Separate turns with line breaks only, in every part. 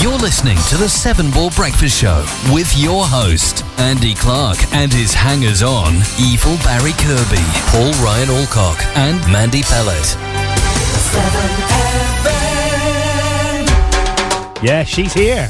You're listening to the Seven Ball Breakfast Show with your host, Andy Clark, and his hangers on, Evil Barry Kirby, Paul Ryan Alcock, and Mandy Pellet.
Yeah, she's here.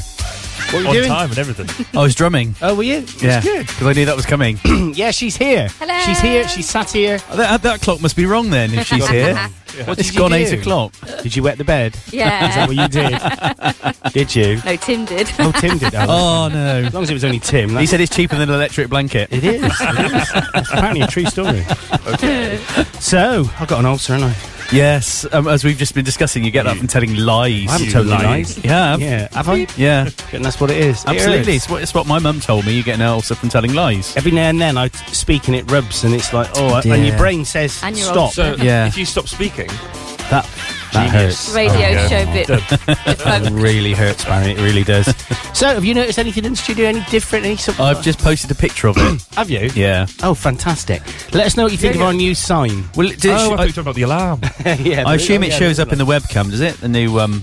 What
On time and everything.
I was drumming.
Oh, were you?
Yeah,
Good. Mm,
because I knew that was coming.
Yeah, she's here.
Hello.
She's here. She's sat here.
that, that clock must be wrong then. If she's here,
What did
it's
you
gone
do?
eight o'clock.
Did you wet the bed? Is that
Yeah.
what you did? did you?
no, Tim did.
Oh, Tim did that.
Oh no!
As long as it was only Tim.
He
That's,
said it's cheaper than an electric blanket.
it is. It is. It's apparently a true story. So, I got an ulcer, and I.
Yes, um, as we've just been discussing, you get up and telling lies.
I haven't
you
told
lion.
lies.
You have.
Yeah, have I?
Yeah,
And that's what it is. It
absolutely.
hurts.
It's what, it's what my mum told me. You get an ulcer from telling lies.
Every now and then I t- speak and it rubs, and it's like, oh, and your
Yeah.
brain says,
And your
stop.
So
Yeah.
if you stop speaking,
That, that hurts.
Oh,
Oh,
Radio show bit.
It really hurts, Barry. It really does. so, have you noticed anything in the studio? Any different? Any something?
I've just posted a picture of it.
have you?
yeah.
Oh, fantastic! Let us know what you think
Yeah,
of
yeah.
our new sign.
oh,
Well,
I thought you were talking about the alarm.
yeah,
I assume it shows up in the webcam, does it? The new um,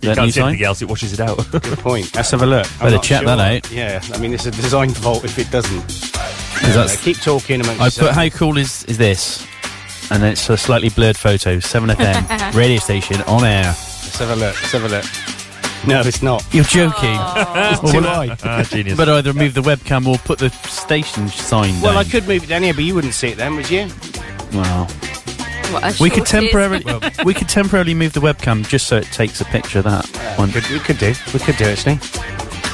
that new
Can't see
sign.
anything else. It washes it out.
Good point. Let's have a look. I'm
Better
not
check that out.
Yeah, I mean it's a design fault if it doesn't.
'Cause
Uh,
that's-
keep talking amongst
I put
yourselves.
how cool is, is this? And then it's a slightly blurred photo. 7FM radio station on air.
Let's have a look. Let's have a look. No, it's not.
You're joking.
It's too high.
ah, genius.
But either move the webcam or put the station sign
Well, I
down.
could move it down here, but you wouldn't see it then, would you?
Well,
What a
we could
short
temporarily we could temporarily move the webcam just so it takes a picture of that one.
Could, we could do. We could do actually.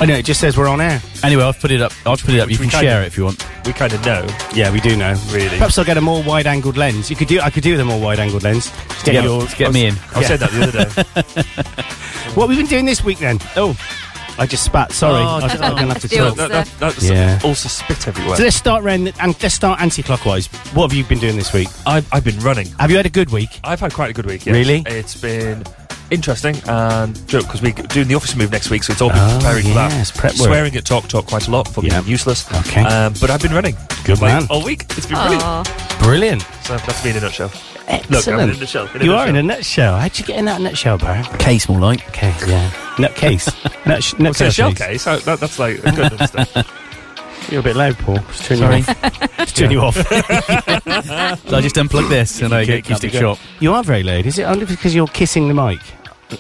I know. It just says we're on air.
Anyway, I've put it up. I'll put it up.
Which
You
we
can
can
share
do.
it if you want.
we kind of know.
Yeah, we do know.
Really.
Perhaps I'll get a more wide-angled lens. You could do. I could do with a more wide-angled lens. Just
Get,
your-
get me in.
I said that the other day.
What have we been doing this week then? Oh, I just spat. Sorry,
Oh,
I,
don't-
am gonna have to
Deal
talk.
with
that, that, that's
Yeah.
also spit everywhere.
So let's start round and let's start anti-clockwise. What have you been doing this week?
I've, I've been running.
Have you had a good week?
I've had quite a good week. yes.
Really?
It's been interesting and joke because we're doing the office move next week, so it's all been
Oh,
preparing
yes,
for that.
prep work.
Swearing at talk talk quite a lot, fucking
Yeah.
useless.
Okay.
Um, but I've been running.
Good
like,
man.
All week. It's been brilliant.
Aw.
Brilliant.
So that's me in a nutshell. Look, I'm in
Excellent.
a nutshell. in a
you are in
nutshell.
a nutshell. How'd you get in that nutshell, Barry?
Case more like.
Okay, yeah. Nutcase. Nutsh-
Well, it's in a
nutshell
shell
please.
case. so that, that's like a good stuff.
You're a bit loud, Paul. Just turn
Sorry.
you off. Just turn you off.
So I just unplug this and I
Okay,
get acoustic
that'd
shop.
you are very loud. Is it only because you're kissing the mic?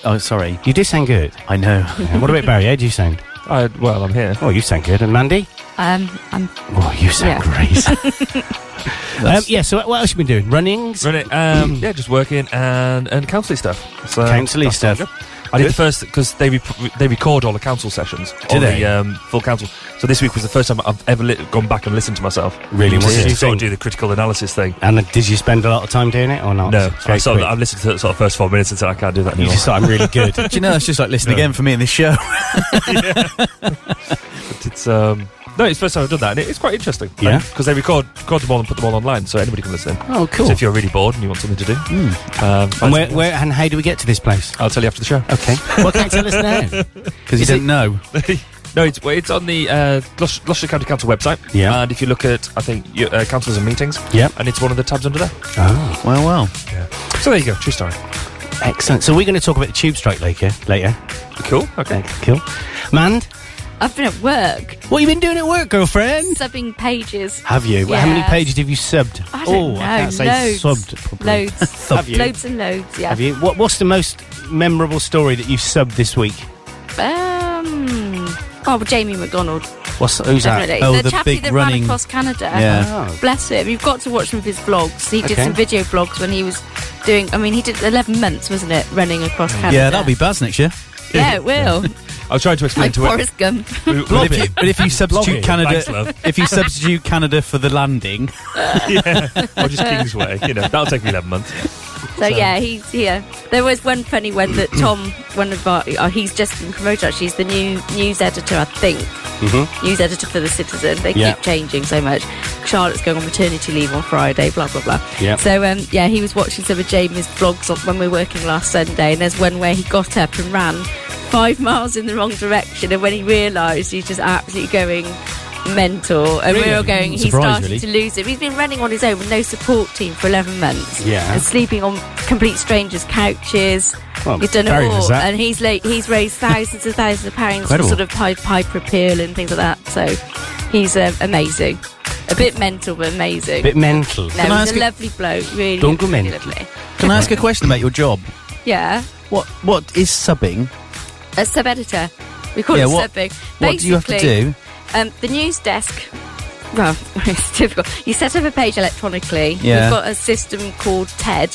Oh, sorry.
You do sound good.
I know.
Yeah, what about Barry? How do you sound?
I, well, I'm here.
Oh, you sound good. And Mandy?
Um, I'm
Oh, you sound great. um, yeah, so what else you been doing? Runnings?
Run it. Um, yeah, just working and and counselling stuff. So
Counselling
that's all
stuff.
good. I did the first because they rep- they record all the council sessions.
Do
all
they?
The, um, full council. So this week was the first time I've ever li- gone back and listened to myself.
Really? What
Just
did
to
you
sort of
think?
do the critical analysis thing.
And uh, did you spend a lot of time doing it or not?
No,
It's very
I sort of,
quick.
I've listened to the sort of first four minutes and said I can't do that
Oh, You
anymore.
just thought I'm really good.
Do you know that's just like listening
Yeah.
again for me in this show?
But it's um, no, it's the first time I've done that, and it, it's quite interesting.
Yeah?
because they record record them all and put them all online, so anybody can listen.
Oh, cool. Hmm.
So if you're really bored and you want something to do, um,
and
find
where,
something
where
else.
and how do we get to this place?
I'll tell you after the show.
Okay. Well, can you tell us now?
Because you
Is
don't
it-
know.
No, it's well, it's on the uh, Gloucester, Gloucester County Council website.
Yeah.
And if you look at, I think, your, uh, councils and meetings.
Yep.
And it's one of the tabs under there.
Oh,
Well, well.
Yeah. So there you go. True story.
excellent. So we're going to talk about the tube strike later. Later.
Cool. Okay.
Cool. Mand,
I've been at work
what have you been doing at work, girlfriend?
subbing pages.
Have you? How many
Yes.
pages have you subbed?
I don't
oh,
know.
I can't say
loads.
subbed. Probably.
Loads.
Have you?
Loads and loads. Yeah.
Have you? What, what's the most memorable story that you've subbed this week?
Um. Oh, well, Jamie McDonald.
What's who's
Definitely.
Oh,
the,
the
chappy
big
that
running-
ran across Canada.
Yeah.
Oh.
Bless him. You've got to watch some of his vlogs. He did
Okay.
some video blogs when he was doing. I mean, he did 11 months, wasn't it, running across Canada?
Yeah, that'll be Baz next year.
Yeah, it will.
I was trying to explain
like
to it.
Forrest Gump.
But if, you, but if you substitute
it.
Canada,
Thanks, love.
if you substitute Canada for the landing,
or just Kingsway. You know, that'll take me 11 months.
So yeah, he's yeah. There was one funny one that Tom, one of our, uh, he's just been promoted. Actually, he's the new news editor, I think.
Mm-hmm.
News editor for the Citizen. They
Yeah.
keep changing so much. Charlotte's going on maternity leave on Friday. Blah blah blah.
Yeah.
So um, yeah, he was watching some of Jamie's vlogs on, when we were working last Sunday, and there's one where he got up and ran five miles in the wrong direction, and when he realised, he's just absolutely going. Mental, and we were all going. He's
Surprise,
starting
really.
to lose it. He's been running on his own with no support team for 11 months
Yeah.
and sleeping on complete strangers' couches.
Well,
You've done it
Barry
all,
knows that.
and he's la- he's raised thousands and thousands of pounds for
Incredible.
sort of Pied Piper appeal and things like that. So he's uh, amazing, a bit mental but amazing.
bit mental.
no,
Can I
he's
ask
a
you-
lovely bloke, really.
Don't go
really
mental.
Lovely.
Can I ask a question about your job?
Yeah,
What What is subbing?
a sub editor. We call
Yeah,
it
what-
subbing.
What do you have to
Basically,
do?
Um, the news desk. Well, it's difficult. You set up a page electronically.
Yeah.
We've got a system called TED,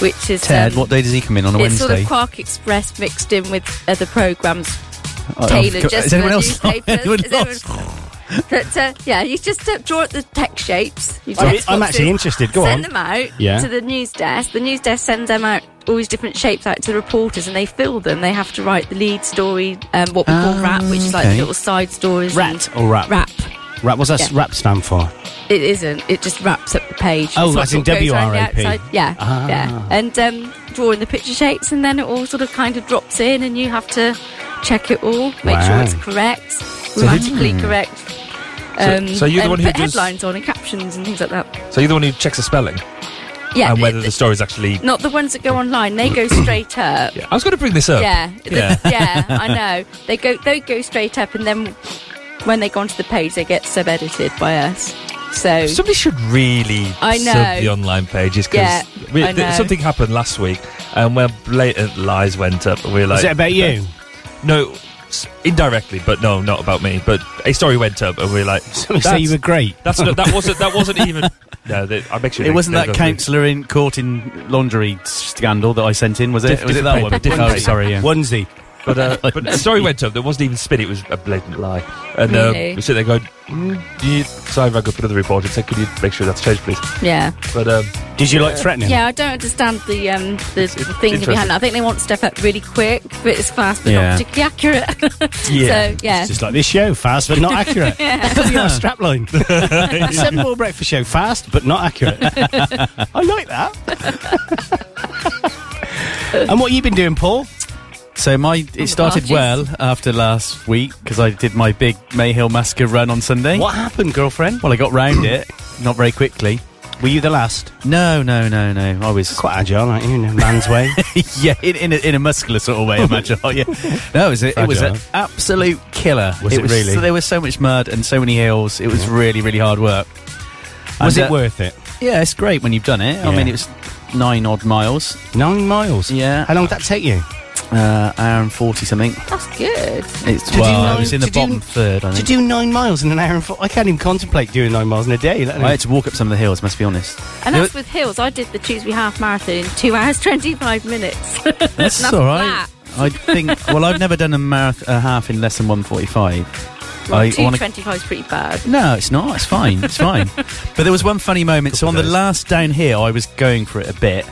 which is
Ted,
um,
what day does he come in on a
it's sort
Wednesday?
of Quark Express mixed in with other programs
Oh,
Taylor
oh,
just
is anyone
for
else?
newspapers.
Anyone
Is everyone-
else?
But uh, yeah, you just uh, draw up the text shapes. You
I'm,
text
I'm
boxes,
actually interested. Go
send
on.
them out
Yeah.
to the news desk. The news desk sends them out all these different shapes out to the reporters, and they fill them. They have to write the lead story, um, what we call
Ah,
rap, which is like
okay.
little side stories.
Rat
and-
or rap?
Rap.
Rap. What's that
Yeah.
rap stand for?
It isn't. It just wraps up the page.
Oh,
It's
that's
what
in
sort of goes around the
WRAP.
outside. Yeah,
Ah.
yeah. And um, drawing the picture shapes, and then it all sort of kind of drops in, and you have to check it all, make sure
Wow.
it's correct, grammatically correct. Um,
Hmm. so you're the
and
one who
put
does-
headlines on and captions and things like that.
So you're the one who checks the spelling
Yeah,
and whether
it-
the story's actually.
not the ones that go online. They go straight up.
Yeah. I was going to bring this up.
Yeah, the-
Yeah.
yeah, I know. They go, they go straight up, and then when they go onto the page, they get sub edited by us. So
Somebody should really
I know.
sub the online pages
Yeah,
because
I know.
something happened last week and when blatant lies went up and we were like.
Is it about you?
No, s- indirectly, but no, not about me. But a story went up and we were like.
Somebody say you were great.
That's no, that wasn't that wasn't even. No, they, I make sure
It
they-
wasn't
they
that
go through.
councillor in caught in laundry scandal that I sent in, was it?
Diff-
was it that
different
one?
paper, different
oh,
paper.
sorry. Yeah.
Onesie.
But, uh, but the story went up. There wasn't even spin. It was a blatant lie. And uh,
Really?
we sit there going, mm, do you, sorry, I've got another report. and said, could you make sure that's changed, please?
yeah.
But um,
Did you like threatening?
Yeah, I don't understand the um, the
It's- it's
things behind that. I think they want stuff up really quick, but it's fast but
Yeah.
not particularly accurate.
Yeah.
so yeah,
It's just like this show, fast but not accurate. That could be our strapline. Seven more breakfast show, fast but not accurate. I like that. and what you been doing, Paul?
So my it started
apologies.
well after last week because I did my big Mayhill Massacre run on Sunday.
What happened, girlfriend?
Well, I got round it, not very quickly.
Were you the last?
No, no, no, no. I was
Quite agile, aren't you? In a man's way.
yeah, in, in, a, in a muscular sort of way, imagine. Oh, yeah. No, it was, a, it was an
Fragile.
absolute killer.
Was it really?
So there was so much mud and so many hills. It was really, really hard work.
Was
And,
it
uh,
worth it?
Yeah, it's great when you've done it. I
Yeah.
mean, it was nine odd miles,
Nine miles.
Yeah.
How long did that take you?
uh, hour and forty something.
that's good.
It's
Did you
well, I
know-
was in the
did you-
bottom third. I
To
think.
do nine miles in an hour and four. I can't even contemplate doing nine miles in a day. Let alone-
I had to walk up some of the hills. Must be honest.
And
You
that's
know-
with hills. I did the Tuesday half marathon in two hours twenty five minutes.
that's
that's
all right.
flat.
I think. Well, I've never done a marath a half in less than one forty-five.
well,
I
two
wanna-
twenty five is pretty bad.
No, it's not. It's fine. It's fine. But there was one funny moment. So on the
days.
last downhill, I was going for it a bit,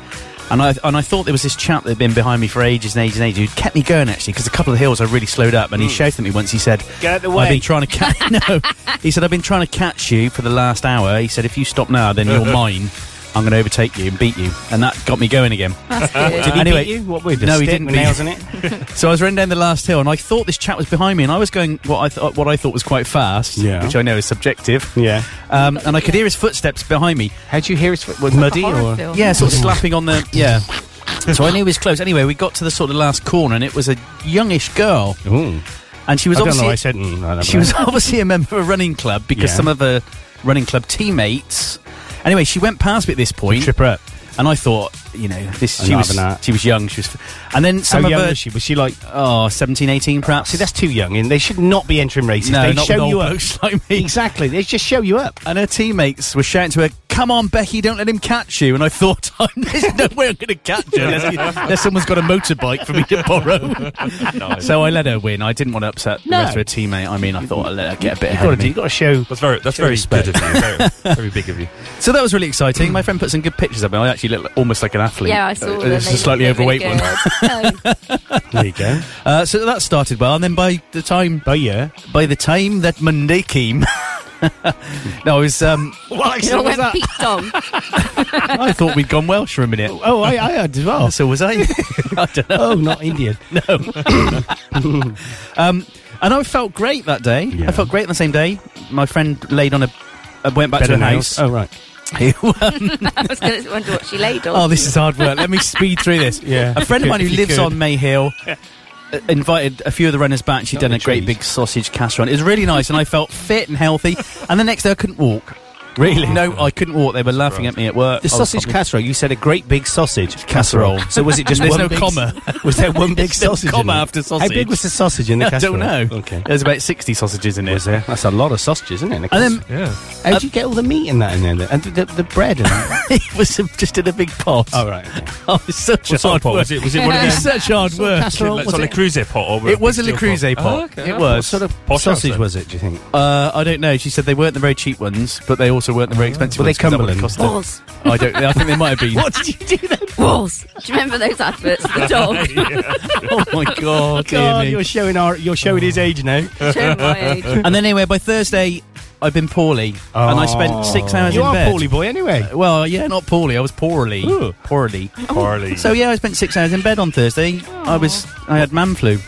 and I and I thought there was this chap that had been behind me for ages and ages and ages who kept me going actually because a couple of hills I really slowed up, and he shouted at me once. He said,
Mm. Get out the
I've
way."
been trying to catch." no, he said, "I've been trying to catch you for the last hour." He said, "If you stop now, then you're mine. I'm going to overtake you and beat you," and that got me going again.
That's good.
Did he
Anyway-
beat you? What with the
No, he
stick
didn't
with
beat-
nails in it?
So I was running down the last hill, and I thought this chap was behind me, and I was going what I th- what I thought was quite fast,
Yeah.
which I know is subjective.
yeah.
Um, and I could hear his footsteps behind me.
How'd you hear it? Was muddy or?
Horror
Yeah, sort of slapping on the yeah. So I knew he was close. Anyway, we got to the sort of last corner, and it was a youngish girl,
Ooh.
and she was
I don't know.
obviously
I said. Mm, I don't
she
know.
was obviously a member of a running club because
Yeah.
some of her running club teammates. Anyway, she went past me at this point,
Trip her up.
and I thought, you know, this
I'm
she
not
was
having that.
she was young, she was, and then some
How
of
young
her
was she? Was she like?
oh 17, 18 perhaps.
See, that's too young, and they should not be entering races.
no,
they
not with
show
old
you up.
blokes like me.
Exactly. They just show you up.
And her teammates were shouting to her, "Come on, Becky! Don't let him catch you!" And I thought, "There's no way I'm going to catch her unless, unless someone's got a motorbike for me to borrow." So I let her win. I didn't want to upset
No.
the rest of her teammate. I mean, I thought I'd let her get a bit
You
ahead
got
of
to. You
me.
got to show.
that's very that's very
Respect.
good of you. Very, very big of you.
So that was really exciting. My friend put some good pictures of me. I actually look like- almost like an athlete.
Yeah, I saw
Uh,
them.
It's
They
a slightly
look really
overweight one.
good. Oh,
There you go.
Uh, so that started well, and then by the time
Oh yeah.
by the time that Monday came, no, I was um,
What
it all went peak dong.
I thought we'd gone Welsh for a minute.
Oh, I, I had as well.
So was I.
oh, not Indian.
Um, and I felt great that day.
Yeah.
I felt great on the same day. My friend laid on a, uh, went back to
Better
her house,
nails. Oh right.
Who, um,
I was going to wonder what she laid on.
Oh, this is hard work. Let me speed through this.
Yeah.
A friend of
Good,
mine who
if you
lives
could.
on May Hill uh, invited a few of the runners back. She'd done a great big sausage casserole. It was really nice, and I felt fit and healthy. And the next day, I couldn't walk.
Really?
No, I couldn't walk. They were laughing at me at work.
The
I was
sausage
probably-
casserole. You said a great big sausage
Casserole.
So was it just
There's
one
no
big-
comma.
Was there one big
There's no
sausage? in
comma
it?
after
How
sausage.
big was the sausage in the
I don't
casserole?
know.
Okay.
There's about 60 sausages in
Was
it.
there? That's a lot of sausage, isn't it? in a
And then
casserole? How would you get all the meat in that in there? And the, the, the bread and that?
it was just in a big pot.
oh, right. okay.
Oh, it's such
What sort
hard
of pot
work.
was it? Was it one of
It's
them?
such hard work.
casserole?
Like
Was
sort of
it-
Le Creuset pot or
It was a Le
steel
Creuset pot.
Oh, okay.
It
What
was.
sort of
Posh house
sausage
then.
was it, do you think?
Uh, I don't know. She said they weren't the very cheap ones, but they also weren't the very expensive
Were they
ones. 'cause that would
Cumberland?
cost them-
Walls.
I don't. I think they might have been.
What did you do then?
Walls. Do you remember those adverts for the dog?
Oh my god! dear
God,
me.
you're showing our, you're showing his age now.
Show my age.
And then anyway, by Thursday, I've been poorly, and I spent six hours
You
in
are
bed. Uh,
poorly boy anyway.
Well, yeah, not poorly. I was poorly,
Ooh. Oh.
poorly.
Barley.
So yeah, I spent six hours in bed on Thursday. I was. I had man flu.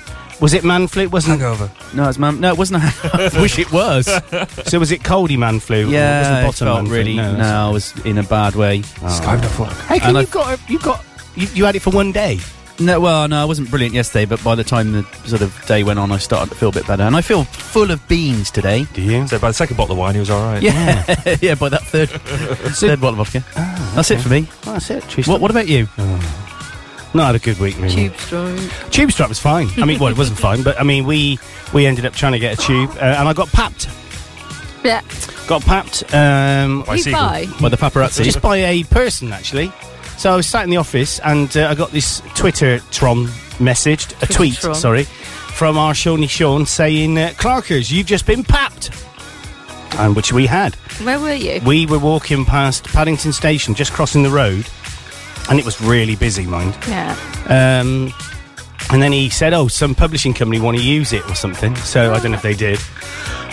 Was it man flu? Wasn't
Hangover.
No, it's man. No, it wasn't. I wish it was.
so? Was it coldy man flu?
yeah,
it
I
wasn't bottom man
felt
flu?
really.
No,
No,
that's-
I was in a bad way. Oh.
How come
And I-
you've got a- you've got you, you had it for one day?
No, well, no, I wasn't brilliant yesterday, but by the time the sort of day went on, I started to feel a bit better, and I feel full of beans today.
Do you?
So by the second bottle of wine, he was all right.
Yeah, yeah. by that third, third bottle of vodka.
Oh,
That's it for me.
that's it. True
What, what about you?
No, I had a good week. Really.
Tube strong.
Tube strap was fine. I mean, well, it wasn't fine, but I mean, we we ended up trying to get a tube, uh, and I got papped.
Yeah.
Got papped um,
By
you
Siegel.
buy.
By the paparazzi.
just by a person actually. So I was sat in the office, and uh, I got this Twitter tron messaged a tweet,
Twitter-tron.
sorry, from our Shawnee Sean saying, uh, "Clarkers, you've just been papped," and which we had.
Where were you?
We were walking past Paddington Station, just crossing the road, and it was really busy, mind.
Yeah.
Um, and then he said, "Oh, some publishing company want to use it or something." So I don't know if they did,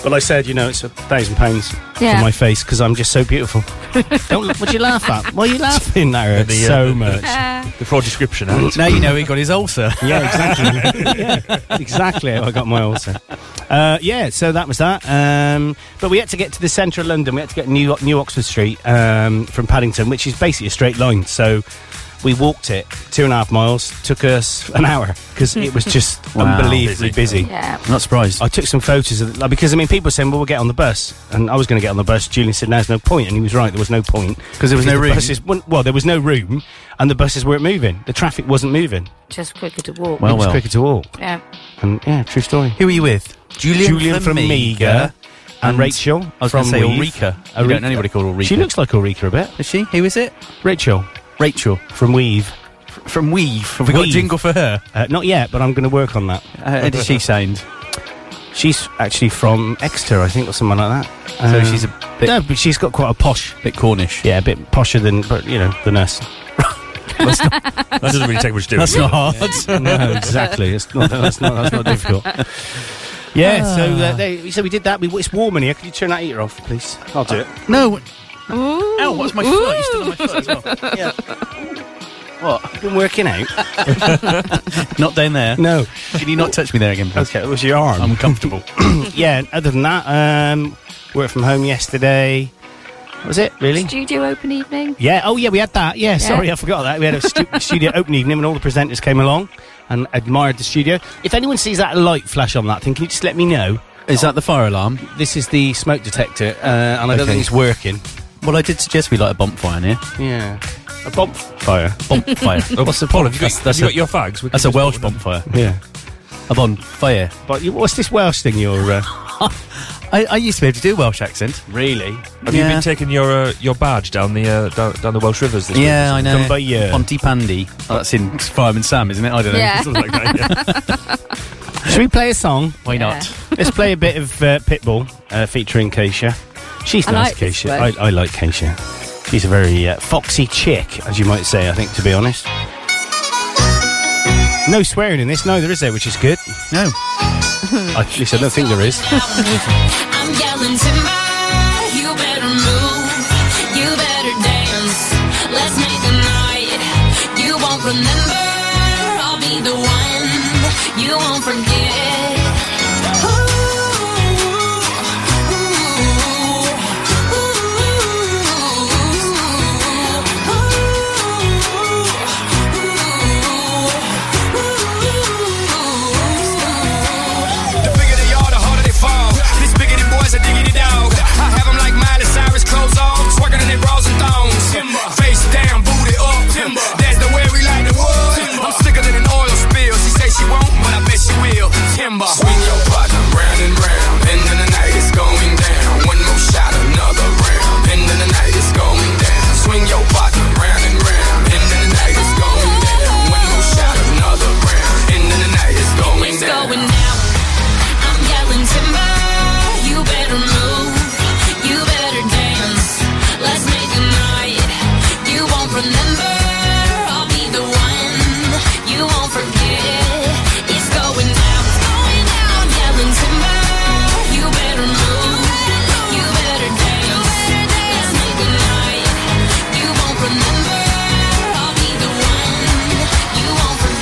but I said, "You know, it's a thousand pounds
Yeah.
for my face because I'm just so beautiful." don't look, what you laugh at? Why are you laughing at
the, uh,
so much?
Uh,
The fraud description act.
now you know he got his ulcer.
yeah, exactly. yeah, exactly. how I got my ulcer. Uh, yeah, so that was that. Um, but we had to get to the centre of London. We had to get New New Oxford Street um, from Paddington, which is basically a straight line. So we walked it two and a half miles. Took us an hour because it was just
Wow.
unbelievably busy.
yeah.
I'm not surprised.
I took some photos of it, like, because I mean, people were saying, "Well, we'll get on the bus," and I was going to get on the bus. Julian said, "No, there's no point," and he was right. There was no point
'Cause there was no
the
room.
buses weren't- well, there was no room, and the buses weren't moving. The traffic wasn't moving.
Just quicker to walk.
Well,
it was
well.
quicker to walk.
yeah.
And yeah, true story.
Who are you with? Julian,
Julian from Mega
Mega
and Rachel.
I was
from
going to say
Weave.
Ulrika. I
Ulrika.
don't know anybody called Ulrika.
She looks like Ulrika a bit.
Is she? Who is it?
Rachel
Rachel
from Weave.
from Weave. Have we got a
Weave.
jingle for her?
Uh, not yet, but I'm going to work on that.
Uh, how does she sound?
She's actually from Exeter, I think, or someone like that.
so
Uh,
she's a bit,
no, but she's got quite a posh.
bit Cornish.
Yeah, a bit posher than, but you know, than us.
That doesn't really take much doing.
That's not hard.
no, exactly. It's not, that's not that's not difficult. Yeah, so uh, they, so we did that. We, it's warm in here. Could you turn that heater off, please? I'll do it.
No.
Ooh.
Ow, Oh, what's my foot? You still on my foot as well.
Yeah. What? I've been working out.
Not down there.
No.
Can you not touch me there again, please?
Okay, it was your arm.
I'm comfortable.
yeah, and other than that, um, worked from home yesterday. That was it, really?
Studio open evening.
Yeah, oh yeah, we had that. Yeah, sorry, I forgot that. We had a stu- studio open evening and all the presenters came along and admired the studio. If anyone sees that light flash on that thing, can you just let me know?
Is that the fire alarm?
This is the smoke detector, uh, and I don't
Okay.
think it's working.
Well, I did suggest we light a bonfire in here.
Yeah. A bonfire.
Bonfire.
What's the Paul? Have you got,
That's- that's
have
a-
you got your fags? We can
That's a
just-
Welsh bonfire.
Yeah.
A bonfire.
But you, what's this Welsh thing you're. Uh,
I, I used to be able to do a Welsh accent.
really?
Have you been taking your uh, your badge down the uh, down, down the Welsh rivers this
Yeah, I know.
Done by you.
Ponty Pandy. Oh, that's in Fireman Sam, isn't it? I don't know.
Yeah.
week? Something like that, yeah.
Should we play a song?
Why not?
Let's play a bit of uh, Pitbull uh, featuring Keisha. She's
I
nice,
like this
Keisha.
one.
I, I like Keisha. She's a very uh, foxy chick, as you might say, I think, to be honest. No swearing in this, no, there is there, which is good.
No.
I, at least I don't think there is.
I'm yelling timber, you better move, you better dance. Let's make a night you won't remember. I'll be the one you won't forget. Ooh, ooh, ooh, ooh.
September. Swing your partner round and round. End of the night is going down. One more shot, another round. End of the night is going down. Swing your partner round and round. End of the night is going down. One more shot, another round. End of the night is going
It's
down.
going down. I'm yelling timber. You better move. You better dance. Let's make a night. You won't remember. I'll be the one. You won't forget it. It's going down. It's going down. I'm yelling timber. You better move. You better dance. Let's make a night. You won't remember. I'll be the one. You won't forget it.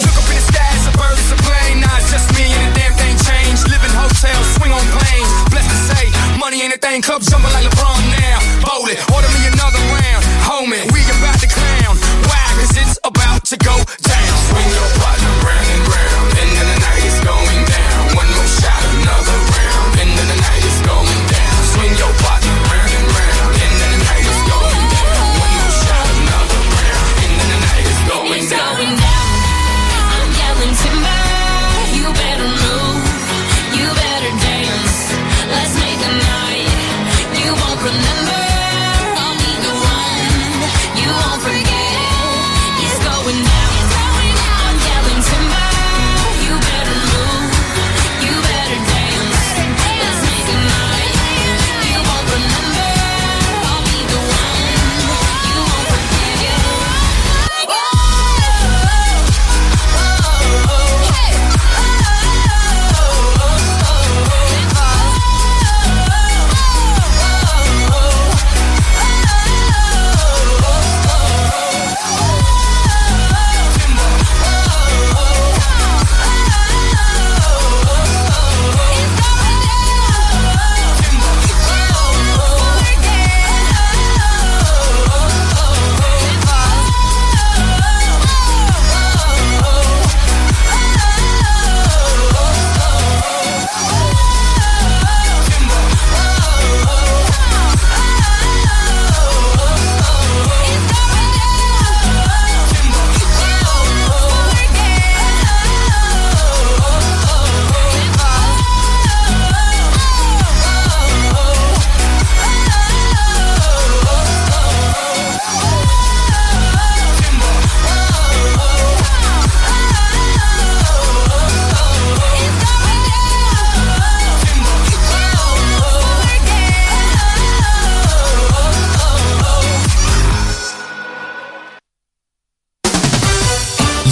Look up in the sky, it's a bird, it's a plane. Nah, it's just me and the damn thing changed. Live in hotels, swing on planes. Blessed to say, money ain't a thing. Club jumping like LeBron now. Bowl it, order me another round. Homie, we about to clown. Why? Cause it's about to go down. Swing your partner round and round. End of the night is going down. One more shot, another round. End of the night is going down. Swing your partner round and round. End of the night is going down. One more shot, another round. End of the night is going
It's
down.
going down. I'm yelling timber. You better move. You better dance. Let's make a night. You won't remember. I'll be the one. You won't forget. It's going down. I'm yelling timber. You better move. You better dance. Let's make a night. You won't remember. I'll be the one. You won't forget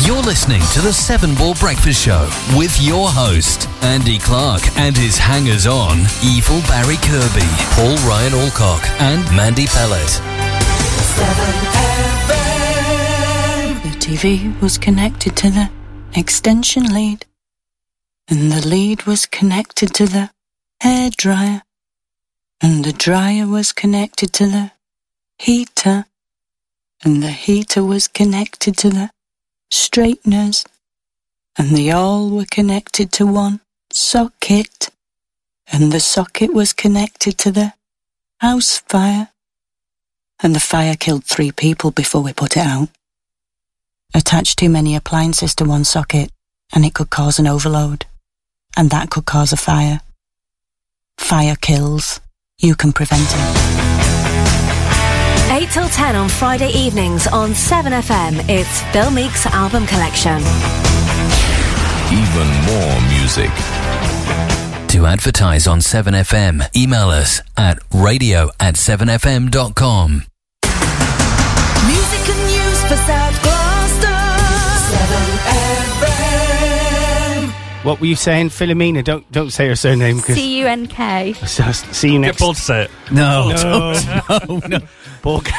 You're listening to the Seven Ball Breakfast Show with your host, Andy Clark, and his hangers on, Evil Barry Kirby, Paul Ryan Alcock, and Mandy Pellet.
The TV was connected to the extension lead, and the lead was connected to the hair dryer, and the dryer was connected to the heater, and the heater was connected to the straighteners, and they all were connected to one socket, and the socket was connected to the house fire, and the fire killed three people before we put it out. Attach too many appliances to one socket and it could cause an overload. And that could cause a fire. Fire kills. You can prevent it.
8 till 10 on Friday evenings on 7FM. It's Bill Meek's album collection.
Even more music.
To advertise on 7FM, email us at radio at 7fm.com.
Music and news for South Gloucester.
What were you saying, Philomena? Don't don't say her surname because
C U N K.
see you
Get
next.
Paul to say it.
No,
No.
Oh, no, no.
Paul.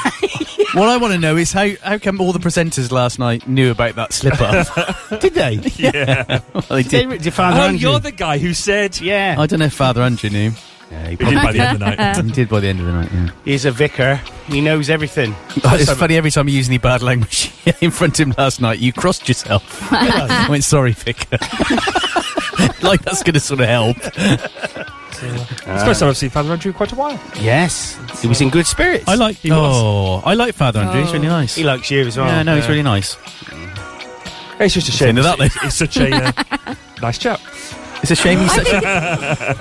What I want to know is how how come all the presenters last night knew about that slip up?
did they?
well, they
Did
did.
they? Did Father
Oh,
Andrew?
you're the guy who said.
yeah.
I don't know if Father Andrew knew.
Yeah, he
He did by the end of the night.
He did by the end of the night, yeah. Oh,
He's a vicar. He knows everything.
it's funny every time you're using the bad language in front of him last night, you crossed yourself. I went, sorry, Vicar. like, that's going to sort of help.
It's the first time I've seen Father Andrew in quite a while.
Yes, he was in good spirits.
I like
He was.
Oh, I like Father Andrew. He's really nice.
He likes you as well.
yeah, no, he's really nice.
It's just a shame.
Into that
He's, he's such a uh, nice chap.
It's a shame he's such a...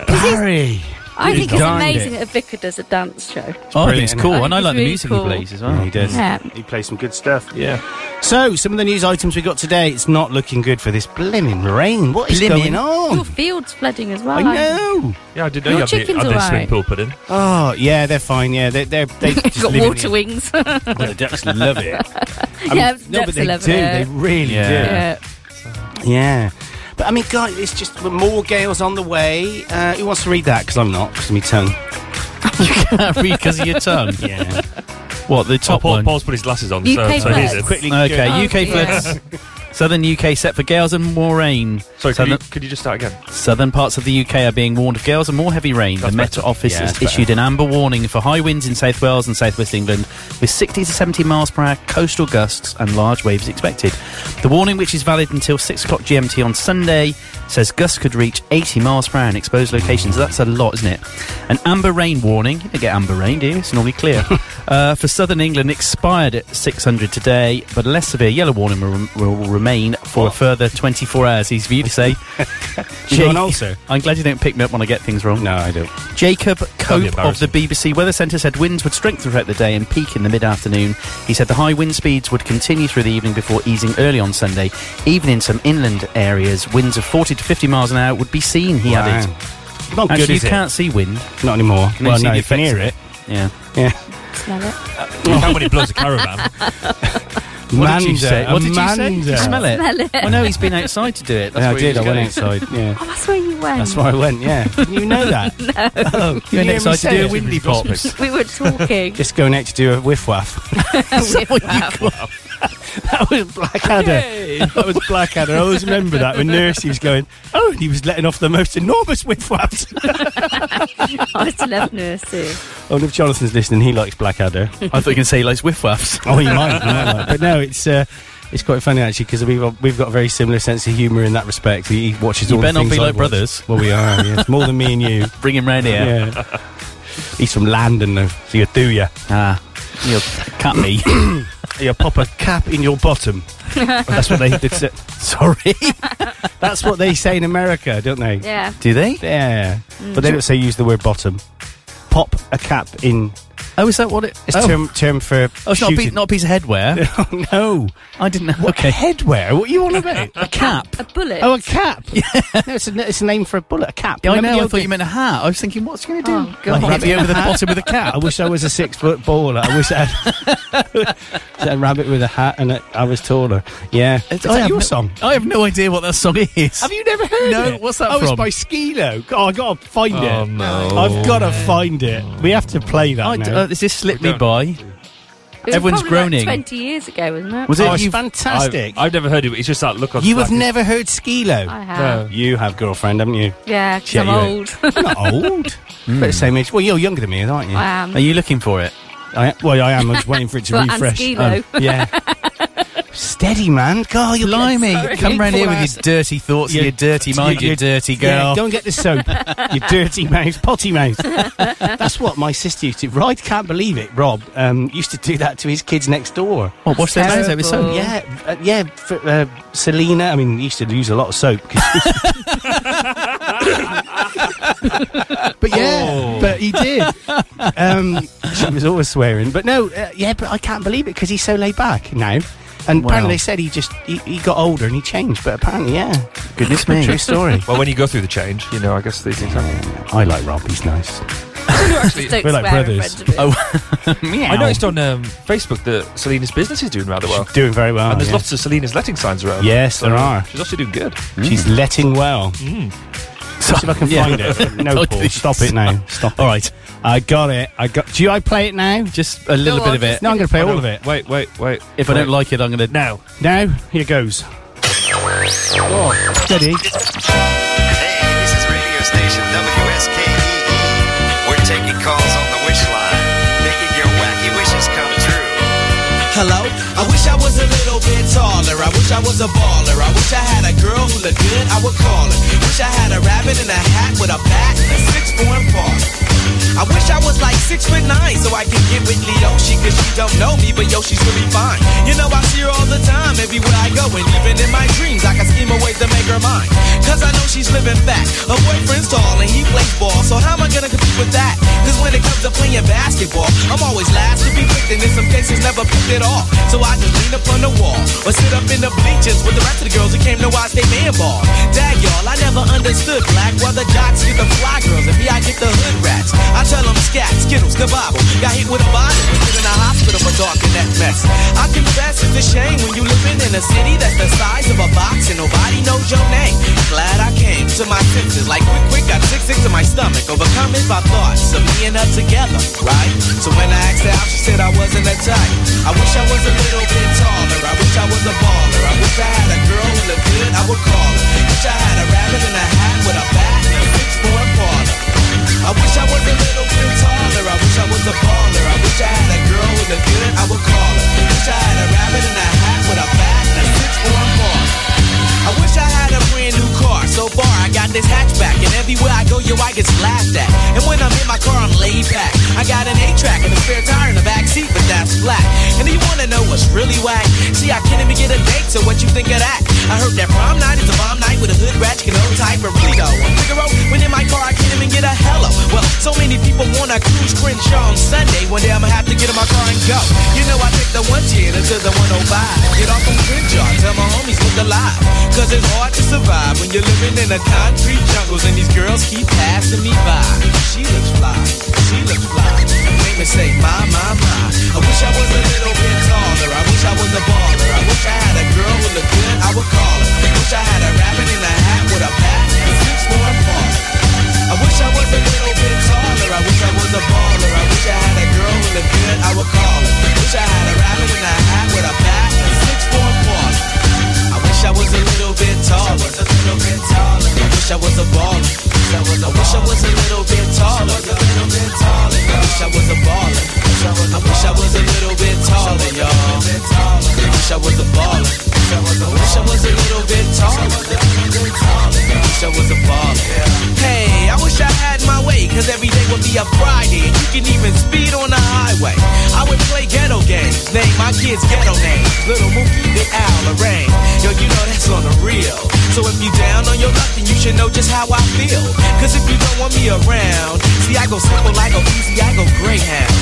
Barry.
I think it's
darned
amazing
it.
that a vicar does a dance show.
Oh, I think
brilliant.
it's cool.
I
And I
think
like the
it's
music
really
he
cool.
plays as well.
he does.
Yeah.
He plays some good stuff.
Yeah.
So, some of the news items we got today. It's not looking good for this blimmin' rain. What is
Blimmin'.
going
Your
on?
field's flooding as well.
I
aren't you?
know.
Yeah, I did know
Your
you had the,
chicken's
had the
all
swimming
right.
pool put in.
Oh, yeah, they're fine. Yeah, they're, they're they just
You've got
live in
water
it.
wings.
Well, the ducks love it. I
Yeah,
no, but
ducks
they
love
do.
it.
They really
Yeah.
do.
yeah.
Yeah. But I mean, guys, it's just more gales on the way. Uh, who wants to read that? Because I'm not, because of my tongue.
because of your tongue.
Yeah.
What, the
Oh,
top
Paul,
one?
Paul's put his glasses on, so,
UK
so here's
floods.
it.
Quickly.
Okay,
Oh,
UK
yeah.
floods. Southern UK set for gales and more rain.
Sorry, could
southern,
you, could you just start again?
southern parts of the UK are being warned of gales and more heavy rain.
That's
the Met
better.
Office
Yeah,
has
that's better.
issued an amber warning for high winds in South Wales and South West England, with 60 to 70 miles per hour coastal gusts and large waves expected. The warning, which is valid until 6 o'clock GMT on Sunday, says gusts could reach 80 miles per hour in exposed locations. That's a lot, isn't it? An amber rain warning. You don't get amber rain, do you? It's normally clear. uh, for southern England, expired at 600 today, but a less severe yellow warning will, will remain for a further 24 hours. Easy for you to say.
You got an
Jake-
ulcer?
I'm glad you don't pick me up when I get things wrong.
No, I don't.
Jacob
be
Cope of the
embarrassing.
BBC Weather Centre said winds would strengthen throughout the day and peak in the mid afternoon. He said the high wind speeds would continue through the evening before easing early on Sunday. Even in some inland areas, winds of 40 to 50 miles an hour would be seen, he added.
Not
Actually,
good,
you
is it?
can't see wind.
Hmm. Not anymore.
Can
well,
you see
no,
the
you can
effects
hear
of
it.
Yeah.
Yeah.
Smell it.
Uh, How many blows a caravan?
What did you say?
Mander.
What did you say? Did
Mander.
you smell it?
Smell it.
Well, no, he's been outside to do it. That's
Yeah, I
where he
did. I
was
went
going.
outside. Yeah.
Oh, that's where you went.
That's where I went, yeah. You know that. Oh,
You
you
went
hear me
outside to
say
do a
it?
windy pop.
We were talking.
Just go next to do a whiff waff. that was Blackadder. That was Blackadder. I always remember that when Nurse was going, oh, and he was letting off the most enormous whiff waffs.
I used to love nursing.
Oh, and if Jonathan's listening, he likes Blackadder.
I thought you were going to say he likes whiff waffs.
oh, he might. he might like. But no, it's uh, it's quite funny actually because we've got, we've got a very similar sense of humour in that respect. He watches
You
all the
better not
things
be
I
like
watch.
brothers.
Well, we are. Yes, more than me and you.
Bring him round here.
Yeah. He's from London though, so you do ya.
Ah, you'll cut me.
You pop a cap in your bottom. that's what they. That's, it.
Sorry.
that's what they say in America, don't they?
Yeah.
Do they? Mm.
Yeah. But they don't say use the word bottom. Pop a cap in.
Oh, is that what it?
It's
oh.
term term for.
Oh, it's not a, piece,
shooting- Oh,
not a piece of headwear.
no.
I didn't know. Okay.
Headwear. What are you on about?
A cap.
A bullet.
Oh, a cap. Yeah. No, it's, a, it's a name for a bullet. A cap.
Yeah, I
Remember
know.
the
I
old
thought
days?
you meant a hat. I was thinking, what's he going to do?
Oh, God.
Wrap you over the bottom with a
I
cap.
wish I was a six foot baller. I wish I had I had a rabbit with a hat and a, I was taller. Yeah. Is
I
that
have
your
no-
song?
I have no idea what that song is.
Have you never heard
No,
it?
what's that
oh,
from?
it's by Skilo. Oh, i got to find
Oh,
it.
no.
I've got to find it. We have to play that
I d-
now.
uh, this just slipped me by.
It was
Everyone's
probably Like
groaning.
Twenty years ago, wasn't it?
Was
oh,
it
it's
you?
fantastic.
I've, I've never heard of it. It's just that look on
you have
Black-
never heard Skilo?
I have.
You have, girlfriend, haven't you?
Yeah, 'cause
Yeah,
I'm
you are.
old.
You're not old.
Mm.
But the same age. Well, you're younger than me, aren't you?
I am.
Are you looking for it?
I, well, I am. I was waiting for it to
Well, and
refresh.
Skilo.
Oh, yeah. Steady, man. God, you're
Blimey! Come round here with
Poor ass.
your dirty thoughts
You-
and your dirty mind, you,
you-
dirty
Yeah,
girl.
don't get the soap. you dirty mouth, potty mouth. That's what my sister used to. Right, can't believe it. Rob um, used to do that to his kids next door.
oh, wash their hands out with
Terrible.
soap.
Yeah, uh, yeah. For, uh, Selena, I mean, he used to use a lot of soap. 'cause she was- but yeah, but he did. Um, she was always swearing. But no, uh, yeah, but I can't believe it because he's so laid back now. And
Wow.
apparently they said he just he, he got older and he changed. But apparently, yeah,
Goodness me.
true story.
Well, when you go through the change, you know, I guess these things happen.
I like Rob. He's nice.
actually,
Don't
We're
swear
like
in
brothers.
front of me.
Oh,
I noticed on um, Facebook that Selena's business is doing rather well.
She's doing very well.
And there's
yeah.
lots of Selena's letting signs around.
Yes, there are.
She's also doing good.
Hmm.
She's letting well.
Hmm.
So if I can
Yeah.
find it. No,
Oh,
Paul,
please.
stop it now. Stop it.
All right.
I got it. I got. Do I play it now?
Just a little
Go
bit
on,
of it.
just-
No, I'm going to play all of it.
Wait, wait, wait.
If I don't like it, I'm going to.
Now.
Now, here goes. Steady.
E Hey, this is radio station WSKEE
Hello? I wish I was a little bit taller. I wish I was a baller. I wish I had a girl who looked good. I would call her. Wish I had a rabbit in a hat with a bat and a six foot paw. I wish I was like six foot nine so I could get with Leoshi cause she don't know me but yo she's really fine You know I see her all the time everywhere I go and even in my dreams I can scheme a way to make her mine Cause I know she's living fast Her boyfriend's tall and he plays ball so how am I gonna compete with that? Cause when it comes to playing basketball I'm always last to be picked and in some cases never picked at all So I just lean up on the wall or sit up in the bleachers with the rest of the girls who came to watch they man ball Dag y'all I never understood black why the jocks get the fly girls and me I get the hood rats I tell them scat, skittles, kabobble. Got hit with a bottle, was in a hospital for darking that mess. I confess it's a shame when you living in a city that's the size of a box and nobody knows your name. Glad I came to my senses, like quick, quick, got sick, sick to my stomach. Overcoming by thoughts of me and her together, right? So when I asked her out, she said I wasn't a type. I wish I was a little bit taller, I wish I was a baller. I wish I had a girl who looked good, I would call her. Wish I had a rabbit in a hat with a bat and a six-foot baller. I wish I was a little bit taller. I wish I was a baller. I wish I had a girl with a good, I would call her. Wish I had a rabbit in a hat with a bat and a six form bar. I wish I had a brand new car. So far, I got this hatchback, and everywhere I go, yo, I get laughed at. And when I'm in my car, I'm laid back. I got an A-track and a spare tire in the back seat, but that's flat. And do you wanna know what's really whack? See, I can't even get a date, so what you think of that? I heard that prom night is a bomb night with a hood ratchet and old type of really though. I'm Figaro, when in my car, I can't even get a hello. Well, so many people wanna cruise Crenshaw on Sunday. One day I'ma have to get in my car and go. You know, I take the 110 until the 105. Get off on Crenshaw, tell my homies look alive. Cause it's hard to survive when you're living in the concrete jungles and these girls keep passing me by. She looks fly, she looks fly. Make me say, my, my, my. I wish I was a little bit taller. I wish I was a baller. I wish I had a girl who looked good. I would call her. Wish I had a rabbit in a hat with a bat and a six form ball. I wish I was a little bit taller. I wish I was a baller. I wish I had a girl who looked good. I would call her. Wish I had a rabbit in a hat with a bat and a six form ball. I wish I was a little bit taller. a little bit taller. I wish I was a baller. I wish I was a little bit taller. A little bit taller. I wish I was a baller. I wish I was a little bit taller, y'all. I wish I was a baller. I wish I was a little bit taller. I wish I was a baller. Hey, I wish I had my way, cause every day would be a Friday. And you can even speed on the highway. I would play ghetto games. Name my kids ghetto names. Little Mookie, the Owl, Lorraine. Yo, you know that's on the real. So if you down on your luck, then you should know just how I feel. Cause if you don't want me around, see I go simple, I go easy, I go greyhound.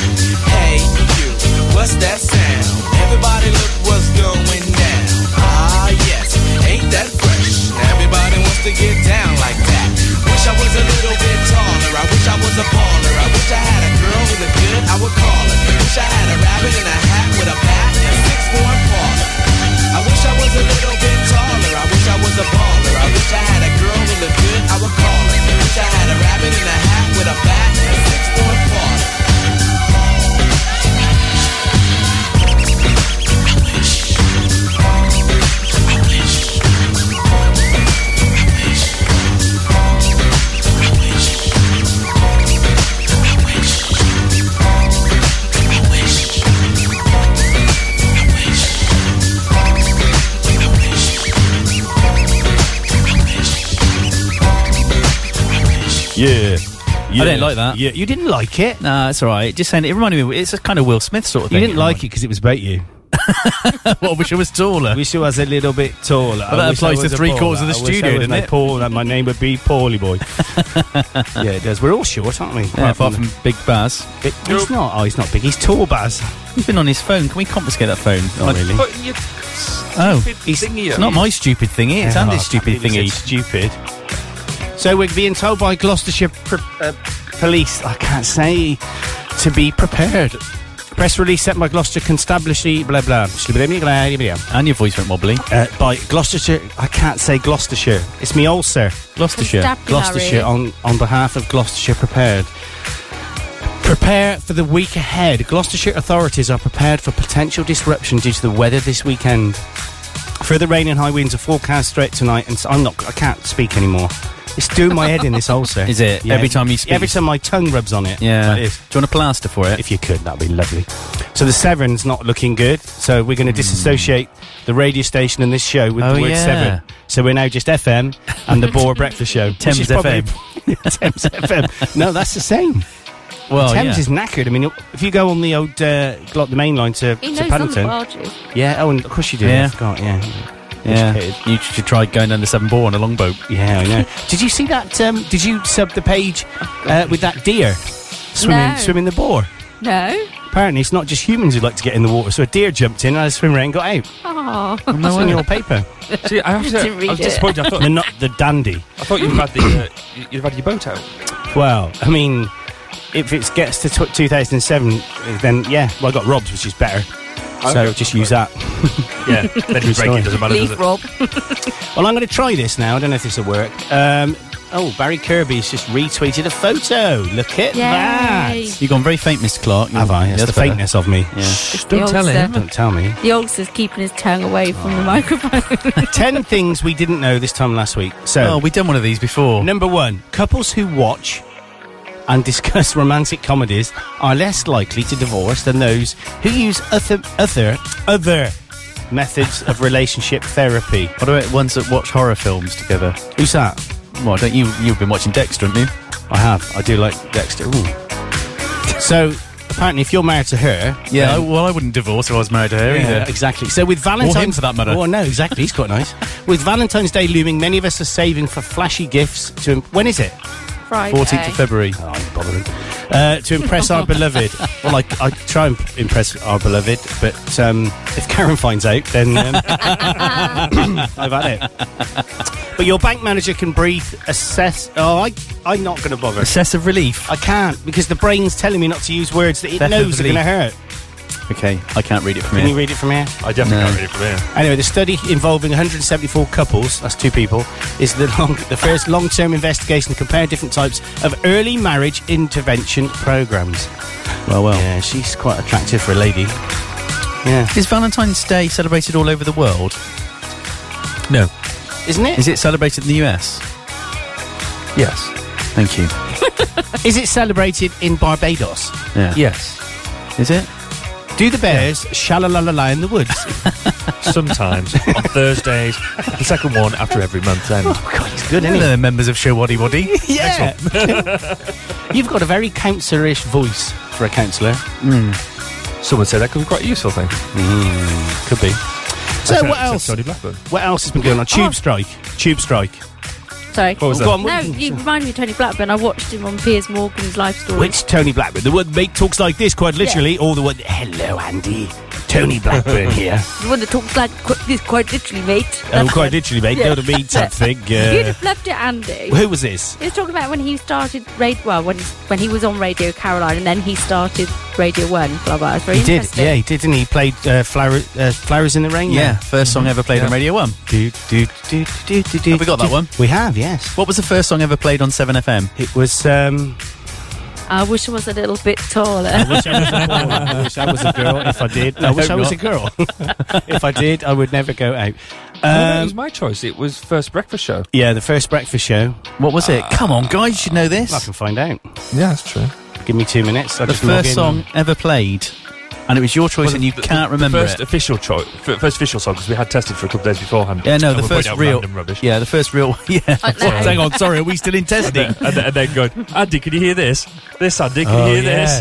Hey, you, what's that sound? Everybody look what's going down. Ah yes, ain't that fresh? Everybody wants to get down like that. Wish I was a little bit taller, I wish I was a baller, I wish I had a girl who looked good, I would call her. Wish I had a rabbit in a hat with a bat and a six-form baller. I wish I was a little bit taller. I wish I was a baller. I wish I had a girl who looked good. I would call her. Wish I had a rabbit in a hat with a bat and a six foot baller.
Yeah. I didn't like that.
Yeah, you didn't like it.
Nah, it's all right. Just saying, it reminded me. It's a kind of Will Smith sort of
You
thing.
didn't like it because it was about you.
well, I wish I was taller.
Wish I was a little bit taller.
Well, that
I wish I
applies to
was a
three quarters of
baller.
the
I wish I
studio,
was
doesn't
a
it?
Paul, and my name would be Paulie Boy. yeah, it does. We're all short, aren't we?
Yeah, apart from Big Baz.
It- he's not. Oh, he's not big. He's tall, Baz.
He's been on his phone. Can we confiscate that phone?
Not really.
Putting your
Oh,
he's thingy
it's
up.
not my stupid thingy. It's
Yeah,
Andy's
I
stupid
can't believe he
thingy.
said Stupid. So we're being told by Gloucestershire pr- uh, Police, I can't say, to be prepared. Press release sent by Gloucester Constabulary, blah blah. Uh,
And your voice went wobbly.
by Gloucestershire, I can't say Gloucestershire. It's me, old sir.
Gloucestershire.
Constabulary.
Gloucestershire on, on behalf of Gloucestershire Prepared. Prepare for the week ahead. Gloucestershire authorities are prepared for potential disruption due to the weather this weekend. Further rain and high winds are forecast straight tonight, and s I'm not. I can't speak anymore. It's doing my head in this ulcer.
Is it? Every time you speak?
Every time my tongue rubs on it.
Yeah.
Like
Do you
this.
want a plaster for it?
If you could, that'd be lovely. So the Severn's not looking good. So we're going to disassociate the radio station and this show with
Hmm. Oh,
the word
yeah.
Severn. So we're now just FM and the Bora Breakfast Show. which
Thames
is probably-
FM.
Thames FM. No, that's the same.
Well,
Thames
yeah.
is knackered. I mean, if you go on the old uh, like the main line to,
He
to
knows them
Paddington,
well, Drew.
yeah. Oh, and of course you do.
Yeah.
Yeah, I forgot, yeah.
Yeah,
Educated.
you should try going down the Seven Bore on a longboat.
Yeah, I know. did you see that? Um, did you sub the page uh, with that deer swimming
No.
swimming the bore?
No.
Apparently, it's not just humans who like to get in the water. So a deer jumped in, and a swimmer and got out.
Oh.
That's on your paper.
See, I, have to,
Didn't read
I was
it.
disappointed. I
They're
thought,
not the dandy.
I thought you'd have had the uh, you'd have had your boat out.
Well, I mean, if it gets to tw 2007, then yeah. Well, I got robbed, which is better. So
Okay.
just use that.
Yeah, then you break
story.
it. Doesn't matter, does
Leave
it?
Rob.
Well, I'm going to try this now. I don't know if this will work. Um, oh, Barry Kirby's just retweeted a photo. Look at
Yay.
that.
You've gone very faint, Miss Clark.
Have I? That's the
better.
faintness of me.
Yeah.
It's the
Don't tell
oldster.
him.
Don't tell me.
The oldster's keeping his tongue away from the microphone.
10 things we didn't know this time last week. So,
Oh, we've done one of these before.
number one, couples who watch and discuss romantic comedies are less likely to divorce than those who use other, other, other methods of relationship therapy.
What about ones that watch horror films together?
Who's that?
Well, don't you? You've been watching Dexter, haven't you?
I have. I do like Dexter. Ooh. So, apparently, if you're married to her,
Yeah.
then-
well, I wouldn't divorce if I was married to her
Yeah, exactly. So with Valentine's
him for that matter.
Oh no, exactly. He's quite nice. With Valentine's Day looming, many of us are saving for flashy gifts to. im- When is it?
Friday.
Fourteenth of February.
Oh, I'm bothering. Uh, to impress our beloved. Well, I, I try and impress our beloved, but um, if Karen finds out, then um, I've had it. But your bank manager can breathe, assess. Oh, I, I'm not going to bother.
Excess of relief.
I can't because the brain's telling me not to use words that it
Definitely.
knows are going to hurt.
Okay, I can't read it from
Can
here.
you read it from here?
I definitely
No.
can't read it from here.
Anyway, the study involving 174 couples, that's two people, is the, long, the first long term investigation to compare different types of early marriage intervention programs.
well, well.
Yeah, she's quite attractive for a lady. Yeah.
Is Valentine's Day celebrated all over the world? No.
Isn't it?
Is it celebrated in the US?
Yes.
Thank you.
Is it celebrated in Barbados?
Yeah.
Yes.
Is it?
Do the bears shalalalala in the woods?
Sometimes on Thursdays, the second one after every month end.
Oh, God, it's good,
Hello, members of Show Waddy Waddy.
Yeah. You've got a very counsellorish voice for a counsellor.
Hmm.
Hmm.
Someone said that could be quite a useful thing.
Could be. Hmm. So, what else?
Tony Blackburn.
What else has been going on? Tube
Oh.
strike. Tube strike.
Sorry.
What was that?
Oh, go on,
No,
what-
you remind me of Tony Blackburn. I watched him on Piers Morgan's Life Story.
Which Tony Blackburn? The one that talks like this, quite literally, or the one? Hello, Andy. Tony Blackburn here.
The one that talks like qu- this quite literally, mate.
oh,
That's
quite
the
literally, mate.
Yeah.
Don't mean something.
one. You'd
Uh,
have loved it, Andy.
who was this?
He was talking about when he started radio. Well, when when he was on Radio Caroline, and then he started Radio One. Blah blah. It's very
He did.
interesting.
Yeah, he did, didn't he? He Played uh, flower, uh, flowers in the rain. Mm-hmm.
Yeah, first song ever played on
Yeah.
Radio 1.
Do, do, do, do, do, do,
Have we got
do.
that one?
We have. Yes.
What was the first song ever played on 7FM?
It was. Um,
I wish I was a little bit taller.
I wish I was a girl. I wish I was a girl. If I did, I, wish I was a girl. if I did, I would never go out.
that
Um,
was my choice. It was first breakfast show.
yeah, the first breakfast show.
What was it? Come on, guys, you should know
I
this.
can find out.
Yeah, that's true.
Give me two minutes. I'll
The
just log
first
in.
song ever played. And it was your choice and you can't remember
first
it.
official choice, first official song because we had tested for a couple days beforehand.
Yeah, no,
And
the
we're
first
putting out
real.
random rubbish.
Yeah, the first real. Yeah.
I know.
Hang on, sorry, are we still in testing? Oh,
and, then, and then going, Andy, can you hear this? This, Andy, can you hear this?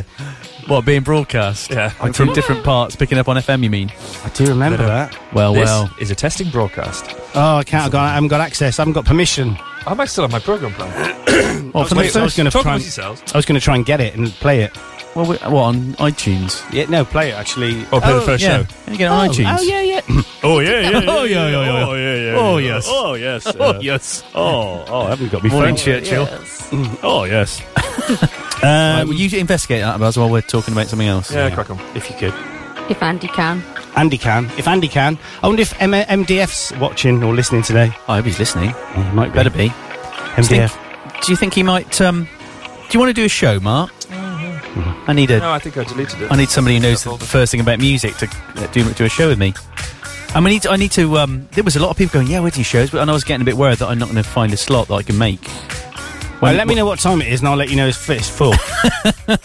What, being broadcast?
Yeah.
From different parts, picking up on FM, you mean?
I do remember that.
Well,
This
well.
is a testing broadcast.
Oh, I can't. I, got, I haven't got access. I haven't got
Oh,
permission.
I might still have my program plan.
Well,
Wait,
I was going to
talk
try.
amongst
And,
yourselves.
I was going to try and get it and play it.
Well, we, what, on iTunes?
Yeah, no, play it actually.
Oh,
Oh,
Or play the first
yeah.
show.
Can you get it on
oh,
iTunes?
yeah.
Oh yeah, yeah,
Oh, yeah, yeah, yeah.
oh yeah, yeah,
Oh,
yeah.
yes.
oh yes, uh,
Oh yes.
oh, oh, I haven't got me
Morning,
phone.
Churchill. Mm,
Oh yes,
Right, well, Um, you investigate that as while we're talking about something else.
yeah, crack on.
If you could,
If Andy can.
Andy can. If Andy can, I wonder if M- MDF's watching or listening today.
Oh, I hope he's listening.
he might
Better be.
MDF.
Do you think he might? Um, do you want to do a show, Mark? I need a.
No, I think I deleted it.
I need somebody who knows the first thing about music to uh, do do a show with me. And we need. To, I need to. Um, there was a lot of people going, "Yeah, we do shows," but and I was getting a bit worried that I'm not going to find a slot that I can make.
Well, let me know what time it is, and I'll let you know it's, it's full.
Uh,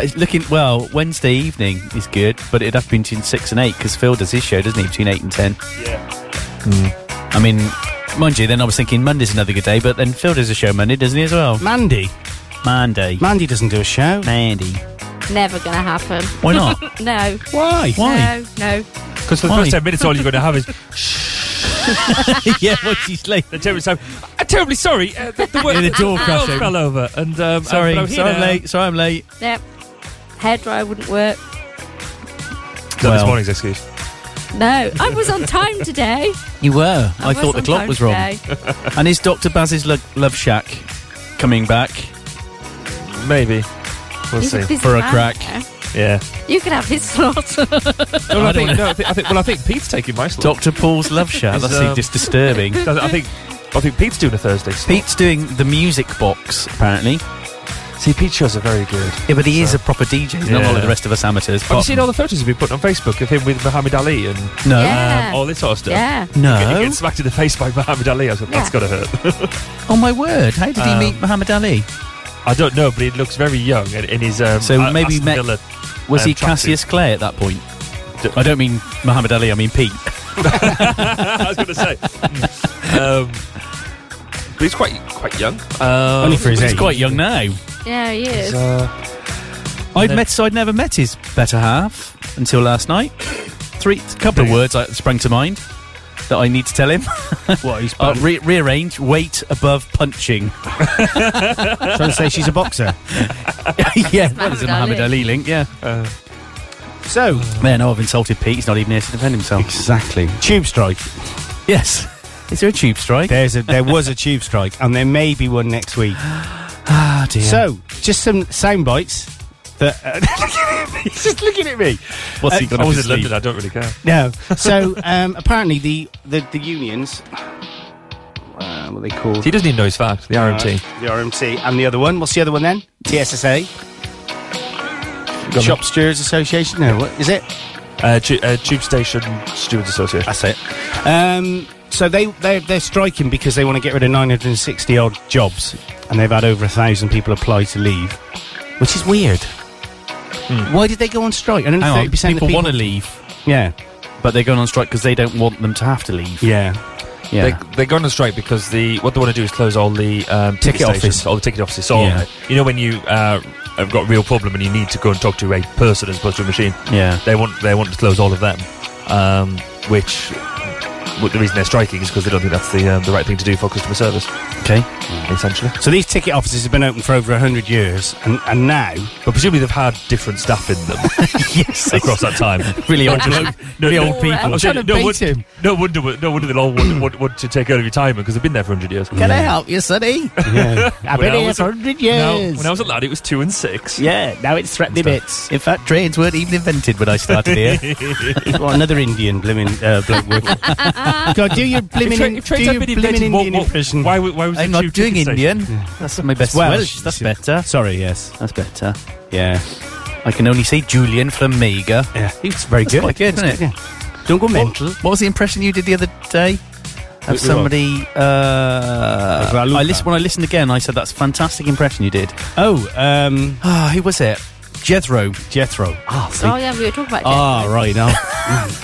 it's looking well. Wednesday evening is good, but it'd have to be between six and eight because Phil does his show, doesn't he? Between eight and ten.
Yeah.
Mm. I mean, mind you, then I was thinking Monday's another good day, but then Phil does a show Monday, doesn't he as well?
Mandy.
Mandy.
Mandy doesn't do a show.
Mandy.
Never going to happen.
Why not?
no.
Why?
Why?
No, no.
Because for the
Why?
first 10 minutes, all you're going to have is.
yeah, once he's late.
The terrible, so, I'm terribly sorry. Uh, the, the, wor-
Yeah, the door
world
crashing.
fell over. And, um,
Sorry,
but I'm here
sorry I'm
now.
late. Sorry I'm late.
Yep. Hairdryer wouldn't work.
Is that
Well.
this morning's excuse.
No. I was on time today.
You were. I,
I was
thought the
on
clock
time
was wrong.
today.
and is Dr. Baz's lo- Love Shack coming back
Maybe. We'll
He's a
see.
busy
for a
man,
crack?
yeah.
Yeah.
You could have his slot.
No,
I
I,
don't
think,
wanna-
no, I, think, I think. Well, I think Pete's taking my slot.
Dr. Paul's Love Shack.
Is,
That's
um,
just disturbing.
I think. I think Pete's doing a Thursday. slot.
Pete's doing the music box, apparently.
See, Pete shows are very good.
Yeah, but he is a proper DJ. He's not
Yeah. Oh,
like the rest of us amateurs.
Have you
apart
seen all the photos he's been putting on Facebook of him with Muhammad Ali and um,
from- No.
Yeah.
all this sort of stuff?
yeah.
No.
He gets smacked in the face by Muhammad Ali. I was like, that's
Yeah.
got to hurt.
Oh my word! How did
Um,
he meet Muhammad Ali?
I don't know, but he looks very young and in his. Um,
So
A-
maybe he
Aston
met-
Villa.
Was
um,
he
tracksuit.
Cassius Clay at that point?
D-
I don't mean Muhammad Ali. I mean Pete.
I was going to say. Mm.
Uh,
um, but he's quite quite young.
Only for his
Um, He's
age.
quite young now.
Yeah, he is.
I'd met. So I'd never met his better half until last night. Three couple of words that sprang to mind that I need to tell him.
What? He's
Uh, re- rearrange weight above punching.
trying to say she's a boxer.
yeah, that is a Muhammad
Muhammad Ali.
Ali link. Yeah.
Uh. So
Man, oh, I've insulted Pete. He's not even here to defend himself.
exactly. Tube strike.
yes. Is there a tube strike?
There's a there was a tube strike, and there may be one next week.
Ah dear.
So just some sound bites. That uh, Look at him. he's just looking at me.
what's he
uh,
got
I
up
was
his
in
sleeve?
London. I don't really care.
No. So um, apparently the the, the unions. Uh, what are they called?
He doesn't even know his fact. The RMT.
Uh, the RMT and the other one. What's the other one then? TSSA. Shop Stewards Association. No, what is it?
Uh, tu- uh, Tube Station Stewards Association.
That's it. Um, so they they're, they're striking because they want to get rid of 960 odd jobs, and they've had over a thousand people apply to leave, which is weird.
Hmm.
Why did they go on strike? I don't know.
Hang on,
30%
people,
of people
want to leave,
Yeah,
but they're going on strike because they don't want them to have to leave.
yeah.
Yeah.
They, they're going on strike because the what they want to do is close all the um,
Ticket
ticket,
office.
offices, all the ticket offices. So
Yeah.
you know when you uh, have got a real problem and you need to go and talk to a person as opposed to a machine,
yeah.
they want they want to close all of them. Um, which well, the reason they're striking is because they don't think that's the um, the right thing to do for customer service,
Okay.
essentially.
So these ticket offices have been open for over hundred years, and, and now
But presumably they've had different staff in them
yes.
across that time.
Really old bloke.
No,
really
no,
old people.
I'm
I'm saying no, wonder- no wonder, no wonder they'll all want, want, want to take early retirement because they've been there for hundred years.
Can I help you, sonny?
yeah. I've
When
been
I
here
was
for
a-
hundred
Now,
years.
when I was a lad, it was two and six.
yeah, now it's threatening bits.
Bits. In fact, trains weren't even invented when I started here.
well, another Indian blimmin' uh, bloke working. God, do your blimmin' in,
If tra-
do
if trains
your
had been invented,
blimmin' Indian
what- what-
impression.
Why, w- why was
I'm
the
not
tube
doing
ticket station?
Indian. That's my best
Welsh,
Welsh. That's
you see.
better.
Sorry, yes,
That's better.
yeah.
I can only say Julian Flamega.
Yeah, it's very
That's quite good, isn't it?
Don't go
What,
mental.
what was the impression you did the other day? Of
Which one?
somebody, uh,
Of Raluca.
I listen, when I listened again, I said that's a fantastic impression you did.
Oh, um,
Ah, who was it? Jethro.
Jethro.
Ah, see,
Oh, yeah, we were talking about
Ah, right now.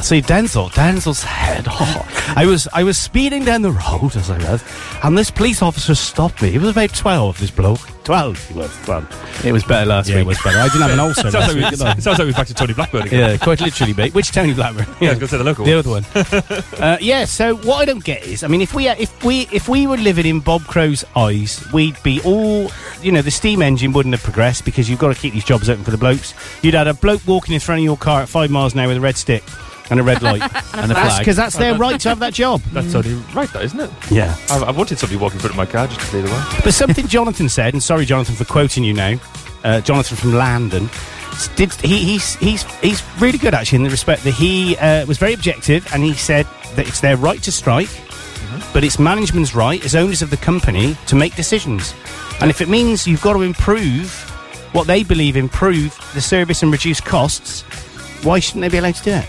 See, Denzel, Denzel's head. Oh, I was I was speeding down the road as I was, and this police officer stopped me. He was about twelve. This bloke, twelve. He was twelve.
it was better last
Yeah, he
week.
was better. I didn't have an ulcer.
Sounds
last
like, we,
week, did I?
sounds like we're back to Tony Blackburn again.
yeah, quite literally, mate. Which Tony Blackburn?
Yeah, I was going to say the local
The
one.
other one. uh, yeah. So what I don't get is, I mean, if we if we if we were living in Bob Crow's eyes, we'd be all, you know, the steam engine wouldn't have progressed because you've got to keep these jobs open for the blokes. You'd had a bloke walking in front of your car at five miles an hour with a red stick and a red light.
And a
that's
flag.
because that's their right to have that job. Mm.
That's only right, that, isn't it?
Yeah.
I, I wanted somebody walking in front of my car just to clear the way.
But something Jonathan said, and sorry, Jonathan, for quoting you now, uh, Jonathan from Landon. s- Did, he, he's, he's, he's really good, actually, in the respect that he uh, was very objective and he said that it's their right to strike, but it's management's right as owners of the company to make decisions. And if it means you've got to improve what they believe improve the service and reduce costs, why shouldn't they be allowed to do it?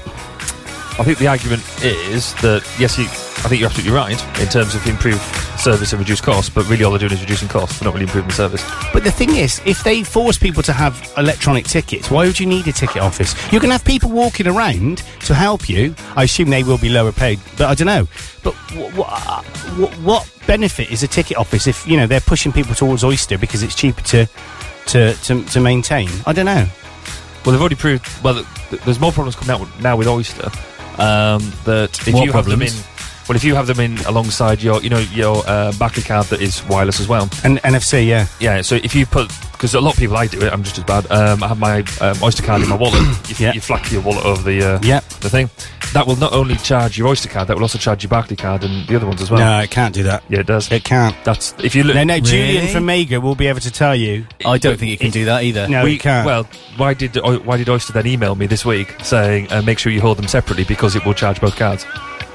I think the argument is that, yes, you, I think you're absolutely right in terms of improved service and reduce cost, but really all they're doing is reducing cost. They're not really improving the service.
But the thing is, if they force people to have electronic tickets, why would you need a ticket office? You can have people walking around to help you. I assume they will be lower paid, but I don't know. But wh- wh- wh- what benefit is a ticket office if you know they're pushing people towards Oyster because it's cheaper to to to, to maintain? I don't know.
Well, they've already proved. Well, th- th- there's more problems coming out w- now with Oyster. Um, that if
More
you have
problems?
them in, well, if you have them in alongside your, you know, your uh, Barclay card that is wireless as well.
And NFC, yeah.
Yeah, so if you put, because a lot of people, I do it, I'm just as bad. Um, I have my um, Oyster card in my wallet. You, f you flack your wallet over the uh,
Yep.
the thing. That will not only charge your Oyster card, that will also charge your Barclay card and the other ones as well.
No, it can't do that.
Yeah, it does.
It can't.
That's if you look.
No, no, Julian from Mega will be able to tell you.
I don't think it can do that either.
No,
we
it can't.
Well, why did Oy- why did Oyster then email me this week saying uh, make sure you hold them separately because it will charge both cards?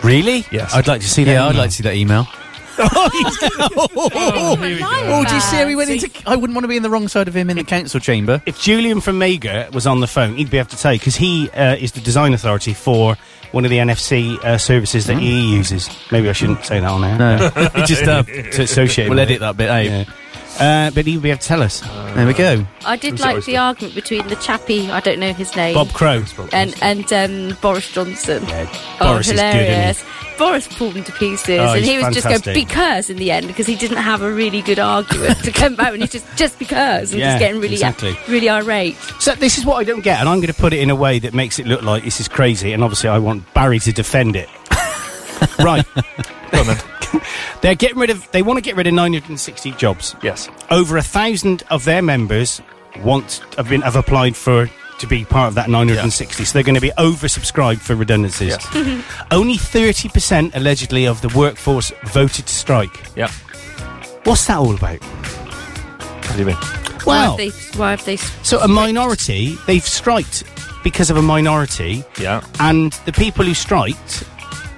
really?
Yes.
I'd like to see that.
Yeah, I'd
email.
like to see that email.
Oh,
Oh, do you see how he went into? I wouldn't want to be in the wrong side of him in the council chamber.
If Julian from Mega was on the phone, he'd be able to tell you because he uh, is the design authority for one of the NFC uh, services that he uses. Maybe I shouldn't say that on air.
Hmm. No, it's just uh,
To associate
We'll
with
edit that bit out.
Yeah. Uh, but he'd be able to tell us.
There we go.
I did like the argument between the chappie, I don't know his name,
Bob Crow.
and and um, Boris Johnson.
Yeah,
Oh,
Boris is good, isn't he?
hilarious! Boris pulled him to pieces,
Oh,
and
he's
he was just
fantastic.
going because in the end, because he didn't have a really good argument to come back, and he's just just because, and
Yeah,
just getting really uh,
exactly.
really irate.
So this is what I don't get, and I'm going to put it in a way that makes it look like this is crazy. And obviously, I want Barry to defend it. right. They're getting rid of. They want to get rid of 960 jobs.
Yes.
Over a thousand of their members want have been have applied for to be part of that 960. So they're going to be oversubscribed for redundancies. Only 30 percent allegedly of the workforce voted to strike.
Yeah.
What's that all about?
What do you mean?
Why
Wow.
have they? Why have they?
So a minority, they've striked because of a minority,
Yeah.
and the people who striked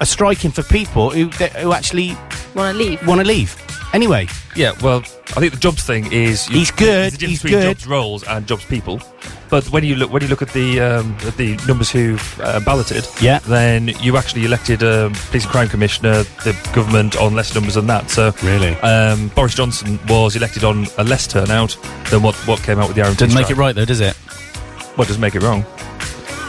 are striking for people who that- who actually
Want to leave?
want to leave. Anyway,
Yeah, well, I think the jobs thing is
He's good,
There's a difference
he's
between
good.
jobs roles and jobs people. But when you look when you look at the um, at the numbers who've uh, balloted,
Yeah.
then you actually elected um, police and crime commissioner, the government on less numbers than that. So
Really?
um, Boris Johnson was elected on a less turnout than what what came out with the RMT.
Doesn't make it
strike.
right though, does it?
Well, it doesn't make it wrong.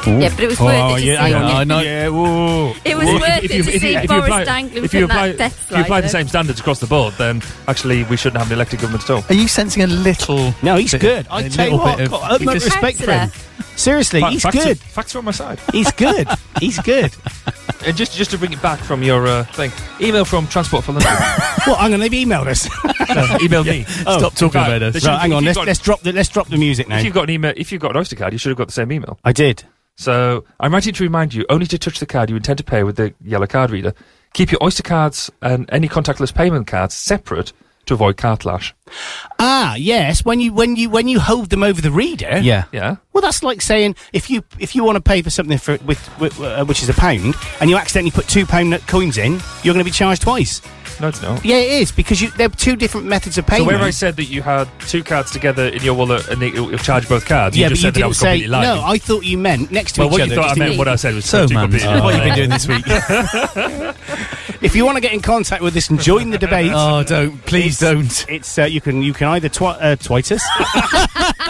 Yeah, but it was worth
Oh,
it.
Oh,
to see him.
I know.
Yeah, whoa.
It was worth it to see Boris dangling
if you
from
apply,
that death
if you apply the
slider.
same standards across the board, then actually we shouldn't have an elected government at all.
Are you sensing a little?
No, he's
bit-
good. I
a
tell you
little
what,
bit of-
got utmost
just-
respect for him. Seriously,
Fa-
he's
facts are-
good.
facts are on my side.
He's good. He's good.
And just just to bring it back from your uh, thing, email from Transport for London.
Well, hang on, they've emailed us.
no, Uh, email me.
Stop talking
right.
about us.
They should-
Oh, right, hang
if
on.
you've
Let's,
got-
let's drop the let's drop the music now.
If you've got an email, if you've got an Oyster card, you should have got the same email.
I did.
So I'm writing to remind you only to touch the card you intend to pay with the yellow card reader. Keep your Oyster cards and any contactless payment cards separate to avoid card clash.
Ah, yes. When you when you when you hold them over the reader,
Yeah.
Yeah.
Well, that's like saying if you if you want to pay for something for with, with uh, which is a pound, and you accidentally put two pound note coins in, you're going to be charged twice.
No, it's not.
Yeah, it is because you, there are two different methods of
So
payment.
where I said that you had two cards together in your wallet and it, it'll charge both cards,
yeah,
you just said
but you
that I
didn't
was
say
completely lying.
no. I thought you meant next to
well,
each
what
other.
you thought I
just in
meant, what I said was
So,
two
man,
completely
what you
lying.
been doing this week?
case. If you want to get in contact with us and join the debate,
oh, don't, please don't.
it's uh, you can you can either twi- uh, twit us.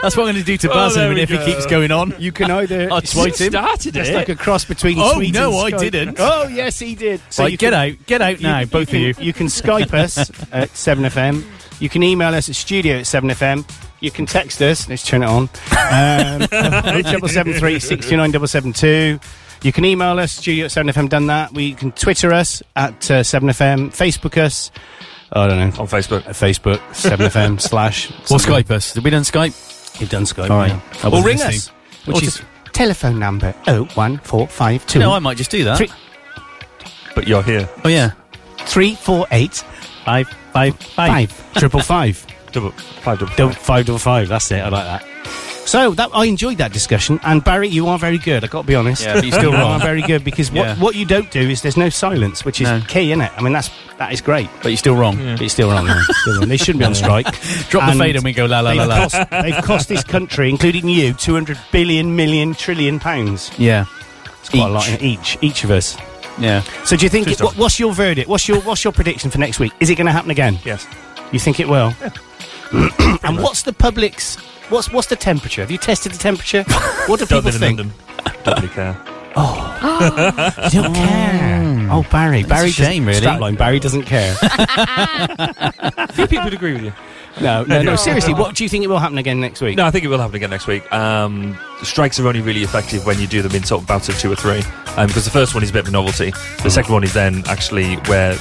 Oh,
That's what I'm going to do to Baz in a
there
minute if
we
he
go.
keeps going on.
You can either
I'll twit him.
started
That's
it.
like a cross between.
Oh,
tweet
no, I
and Skype.
didn't.
Oh yes, he did. So
right,
you
get
can-
out, get out now,
can-
both
can-
of you.
You can Skype us at 7FM. You can email us at studio at 7FM. You can text us. Let's turn it on. Um, 0773 69772. You can email us, studio at 7FM, done that. We you can Twitter us at uh, 7FM, Facebook us. I don't know.
on Facebook.
At Facebook, 7FM slash.
Or Skype us. Did we done Skype?
You've done Skype.
All right.
yeah.
I
Or
wasn't
ring
listening.
us. Which
Or
is
just-
telephone number oh, 01452
No, I might just do that.
Three-
But you're here.
Oh yeah,
348
five, five, five.
5555.
Double, five double.
Don't five double five. That's it. I like that. So that I enjoyed that discussion. And Barry, you are very good. I got to be honest.
Yeah, but you're still
You
wrong.
are very good because what,
Yeah.
what you don't do is there's no silence, which is
No.
key, isn't it? I mean, that's that is great.
But you're still wrong.
But it's still wrong. yeah. Still wrong. They shouldn't be on strike.
Drop
And
the fade and we go la la la
They've
la.
cost, they've cost this country, including you, two hundred billion million trillion pounds.
Yeah.
It's quite a lot in each each of us.
Yeah.
So do you think?
True
It,
story.
what, what's your verdict? What's your what's your prediction for next week? Is it going to happen again?
Yes.
You think it will? and what's the public's? What's what's the temperature? Have you tested the temperature? What do
Don't
people
live in
think?
London. Don't really care.
You don't care. Oh, Barry.
Mm. That's a
Barry
shame,
doesn't-
really.
Strapline, Barry doesn't care.
few people would agree with you.
No, no, no. Seriously, what do you think it will happen again next week?
No, I think it will happen again next week. Um, strikes are only really effective when you do them in sort of bouts of two or three, um, because the first one is a bit of a novelty. The second one is then actually where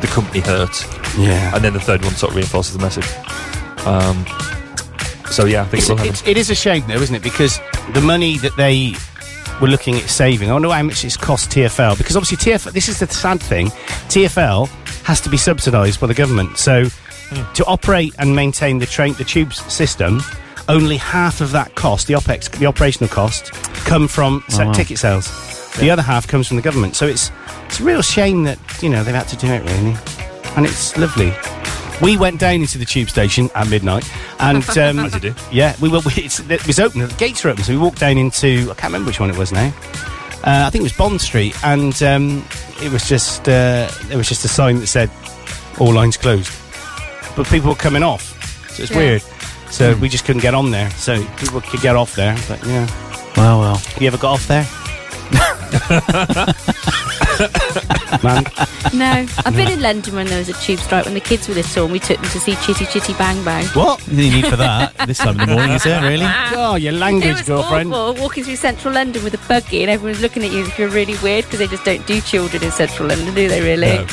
the company hurts,
Yeah.
and then the third one sort of reinforces the message. Um, so yeah, I think
It's,
it will happen.
it's, it is a shame, though, isn't it? Because the money that they were looking at saving, I wonder how much it's cost TFL. Because obviously, TFL, this is the sad thing TFL has to be subsidised by the government. So to operate and maintain the train, the tubes system, only half of that cost, the OPEX, the operational cost, come from sa-
wow.
ticket sales. The other half comes from the government. So it's it's a real shame that you know they've had to do it really, and it's lovely. We went down into the tube station at midnight, and um,
As you do.
yeah, we were. It's, it was open. The gates were open, so we walked down into. I can't remember which one it was now. Uh, I think it was Bond Street, and um, it was just uh, there was just a sign that said all lines closed, but people were coming off, so it's
Yeah.
weird. So we just couldn't get on there. So people could get off there, but yeah.
Well, well.
Have you ever got off there, man?
No, I've been in London when there was a tube strike when the kids were little and we took them to see Chitty Chitty Bang Bang.
What?
Anything you need for that this time in the morning, is there, really?
Oh, your
It
language,
was
girlfriend.
awful walking through central London with a buggy and everyone's looking at you as if you're really weird because they just don't do children in central London, do they really?
No,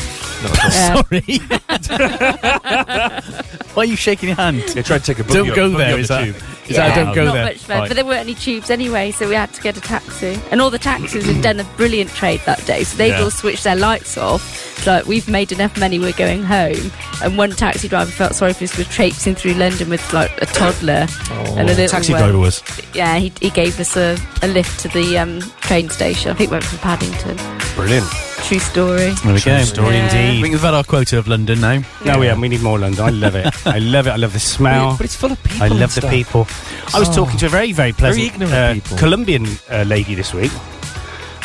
not at all.
Yeah.
Oh, Sorry. Why are you shaking your hand?
They tried to take a buggy
Don't
up-
go
buggy
there,
up
is
the
that?
tube.
Is that don't go
Not
there?
much fun,
Right.
but there weren't any tubes anyway, so we had to get a taxi. And all the taxis had done a brilliant trade that day, so they'd
Yeah.
all switched their lights off. So like, we've made enough money, we're going home. And one taxi driver felt sorry for us for traipsing through London with like a toddler
Oh.
and a little
Taxi
one.
driver was.
Yeah, he, he gave us a, a lift to the um, train station. I think it went from Paddington.
Brilliant.
True story.
There we go.
story
Yeah.
I think
indeed.
we've had our quota of London now.
No, we haven't. We need more London. I love it. I love it. I love the smell.
But it's full of people.
I
and
love the
stuff.
people. I was talking to a very, very pleasant
ignorant
uh,
people.
Colombian uh, lady this week.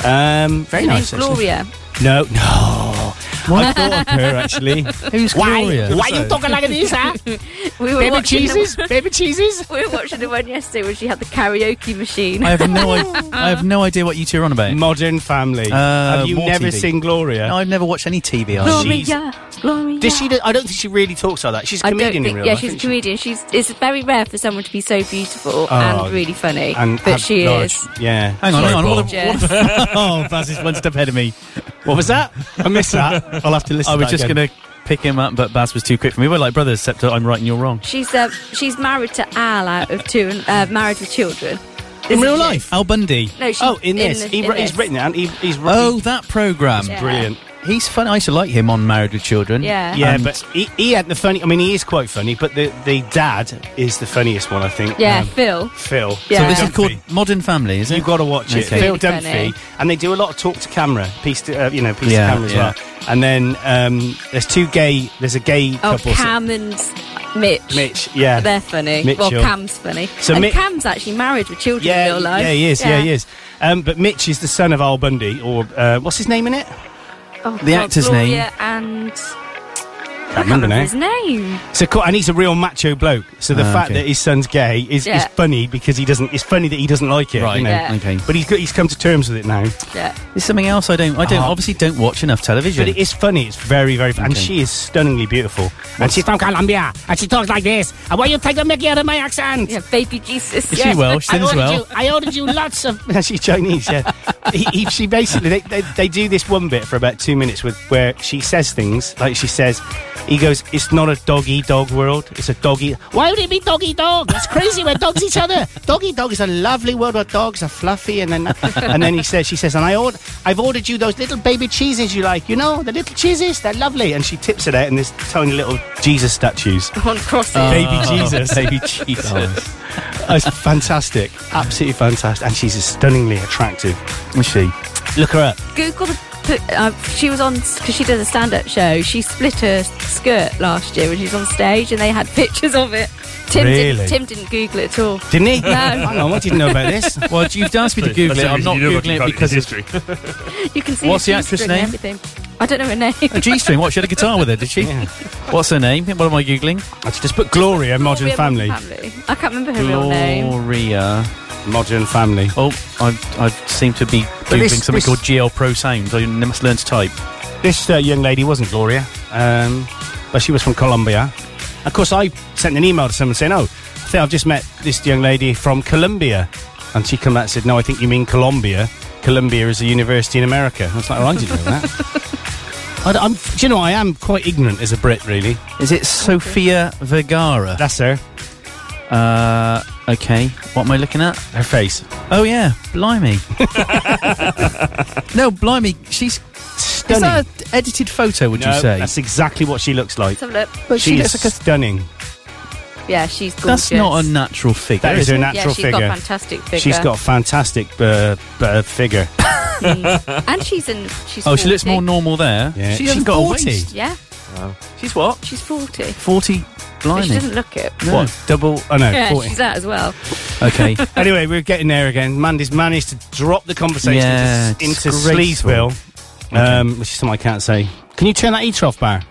Um, very
Her
nice.
name's Gloria.
Actually. No, no. I thought of her actually.
Who's Gloria?
Why you talking like this, huh?
We were
Baby
watching the-
cheeses, baby cheeses.
we were watching the one yesterday where she had the karaoke machine.
I have no I, I have no idea what you two are on about.
Modern Family.
Uh,
Have you
more
never
TV.
seen Gloria?
No, I've never watched any TV. I know.
No.
Gloria, Gloria.
Does she? do- I don't think she really talks like that. She's a
I don't
comedian
think,
in real
yeah,
life.
she's a
isn't she?
comedian. She's it's very rare for someone to be so beautiful and really funny,
Oh, And
but
have
she
large-
is.
Yeah.
Hang on, hang on. What a,
Gorgeous.
oh, Baz is one step ahead of me.
What was that? I missed that. I'll have to listen.
I
to
was
that
just
again.
going to pick him up, but Baz was too quick for me. We're like brothers, except I'm right and you're wrong.
she's uh, she's married to Al out of two, and uh, married with children.
In real
Isn't she?
life.
Al Bundy.
No, she,
Oh, in this,
the-
he,
in
wr- he's
this.
written it. And he, he's written.
Oh, that program.
Yeah.
brilliant.
He's funny. I used to like him on Married with Children.
Yeah.
Yeah,
And-
but he, he had the funny. I mean, he is quite funny, but the, the dad is the funniest one, I think.
Yeah,
Um,
Phil.
Phil.
Yeah.
So this is
Dunphy.
called Modern Family, is it?
You've got to watch it.
Okay.
Phil
Really funny.
Dunphy, and they do a lot of talk to camera, piece to uh, you know, piece
Yeah,
to camera as
yeah.
well. And then um, there's two gay. There's a gay
Oh,
couple.
Cam and Mitch.
Mitch. Yeah.
They're funny. Well,
Mitchell.
Cam's funny.
So
and
Mi-
Cam's actually married with children
yeah,
in real life.
yeah, he is. Yeah, he is. Um, but Mitch is the son of Al Bundy, or uh, what's his name in it?
Oh,
The
God,
actor's
Gloria
name.
and I
Can't remember now.
his name.
So, cool, and he's a real macho bloke. So the
Ah,
fact
okay.
that his son's gay is, is
Yeah.
funny because he doesn't. It's funny that he doesn't like it.
Right.
You know?
Yeah.
Okay.
But he's got, he's come to terms with it now.
Yeah.
There's something else I don't. I don't.
Oh.
Obviously, don't watch enough television.
But it is funny. It's very, very funny. And
Okay.
she is stunningly beautiful. And she's from Colombia. And she talks like this. And why you take the mickey out of my accent?
Yeah, baby Jesus.
Is
yeah.
she Welsh then as
ordered
well?
you- I ordered you lots of. she's Chinese, yeah. he, he, she basically they, they, they do this one bit for about two minutes with where she says things like she says, he goes, "It's not a dog eat dog world. It's a dog eat. Why would it be dog eat dog? It's crazy where dogs each other. Dog eat dog is a lovely world where dogs are fluffy and then and then he says, she says, and I ordered, I've ordered you those little baby cheeses you like. You know the little cheeses, they're lovely. And she tips it out and there's tiny little Jesus statues.
On crosses.
Baby Jesus.
Oh. Baby Jesus.
It's fantastic, absolutely fantastic, and she's stunningly attractive.
Was she?
Look her up.
Google the put, uh, she was on because she does a stand-up show. She split her skirt last year when she was on stage, and they had pictures of it. Tim,
Really?
didn't, Tim didn't Google it at all.
Didn't he?
No.
Hang on, what do you know about this?
Well, you've asked me to Google it. I'm not Googling it because it's
history.
You can see.
What's
her
the actress
G-string and Everything. I don't know her name.
Oh,
a G string. What? She had a guitar with her, did she? What's her name? What am I Googling?
I just put Gloria Modern
Gloria Modern
Family.
Family. I can't remember her real name.
Gloria.
Modern Family.
Oh, I I seem to be
But
Googling
this-
something
this-
called GL Pro Sound. I must learn to type.
This uh, young lady wasn't Gloria, um, but she was from Colombia. Of course, I sent an email to someone saying, "Oh, I think I've just met this young lady from Colombia," and she came back and said, "No, I think you mean Colombia. Colombia is a university in America." I was like, "Oh, I didn't know that." I, am do you know, I am quite ignorant as a Brit, really.
Is it Sophia Vergara?
That's her,
Uh, okay. What am I looking at?
her face.
Oh yeah, blimey. no, blimey. She's
Stunning.
Is that an edited photo? Would
No,
you say?
That's exactly what she looks
Let's
like.
have a look.
But
she,
she
is
looks like a-
stunning.
Yeah, she's gorgeous.
That's not a natural figure.
That is
is it?
her
Yeah,
natural
she's
figure.
got a fantastic figure.
She's got a fantastic uh, uh, figure.
and she's in. She's
Oh, she looks
40.
more normal there.
Yeah.
She
She's
hasn't got a
40.
waist.
Yeah,
She's what?
she's forty.
Forty.
But
Blimey.
she doesn't look it.
No.
What? Double? Oh no,
Yeah,
40.
she's that as well.
Okay.
Anyway, we're getting there again. Mandy's managed to drop the conversation
Yeah,
into, into
disgraceful.
Sleesville, um, which is something I can't say. Can you turn that heater off, Bar?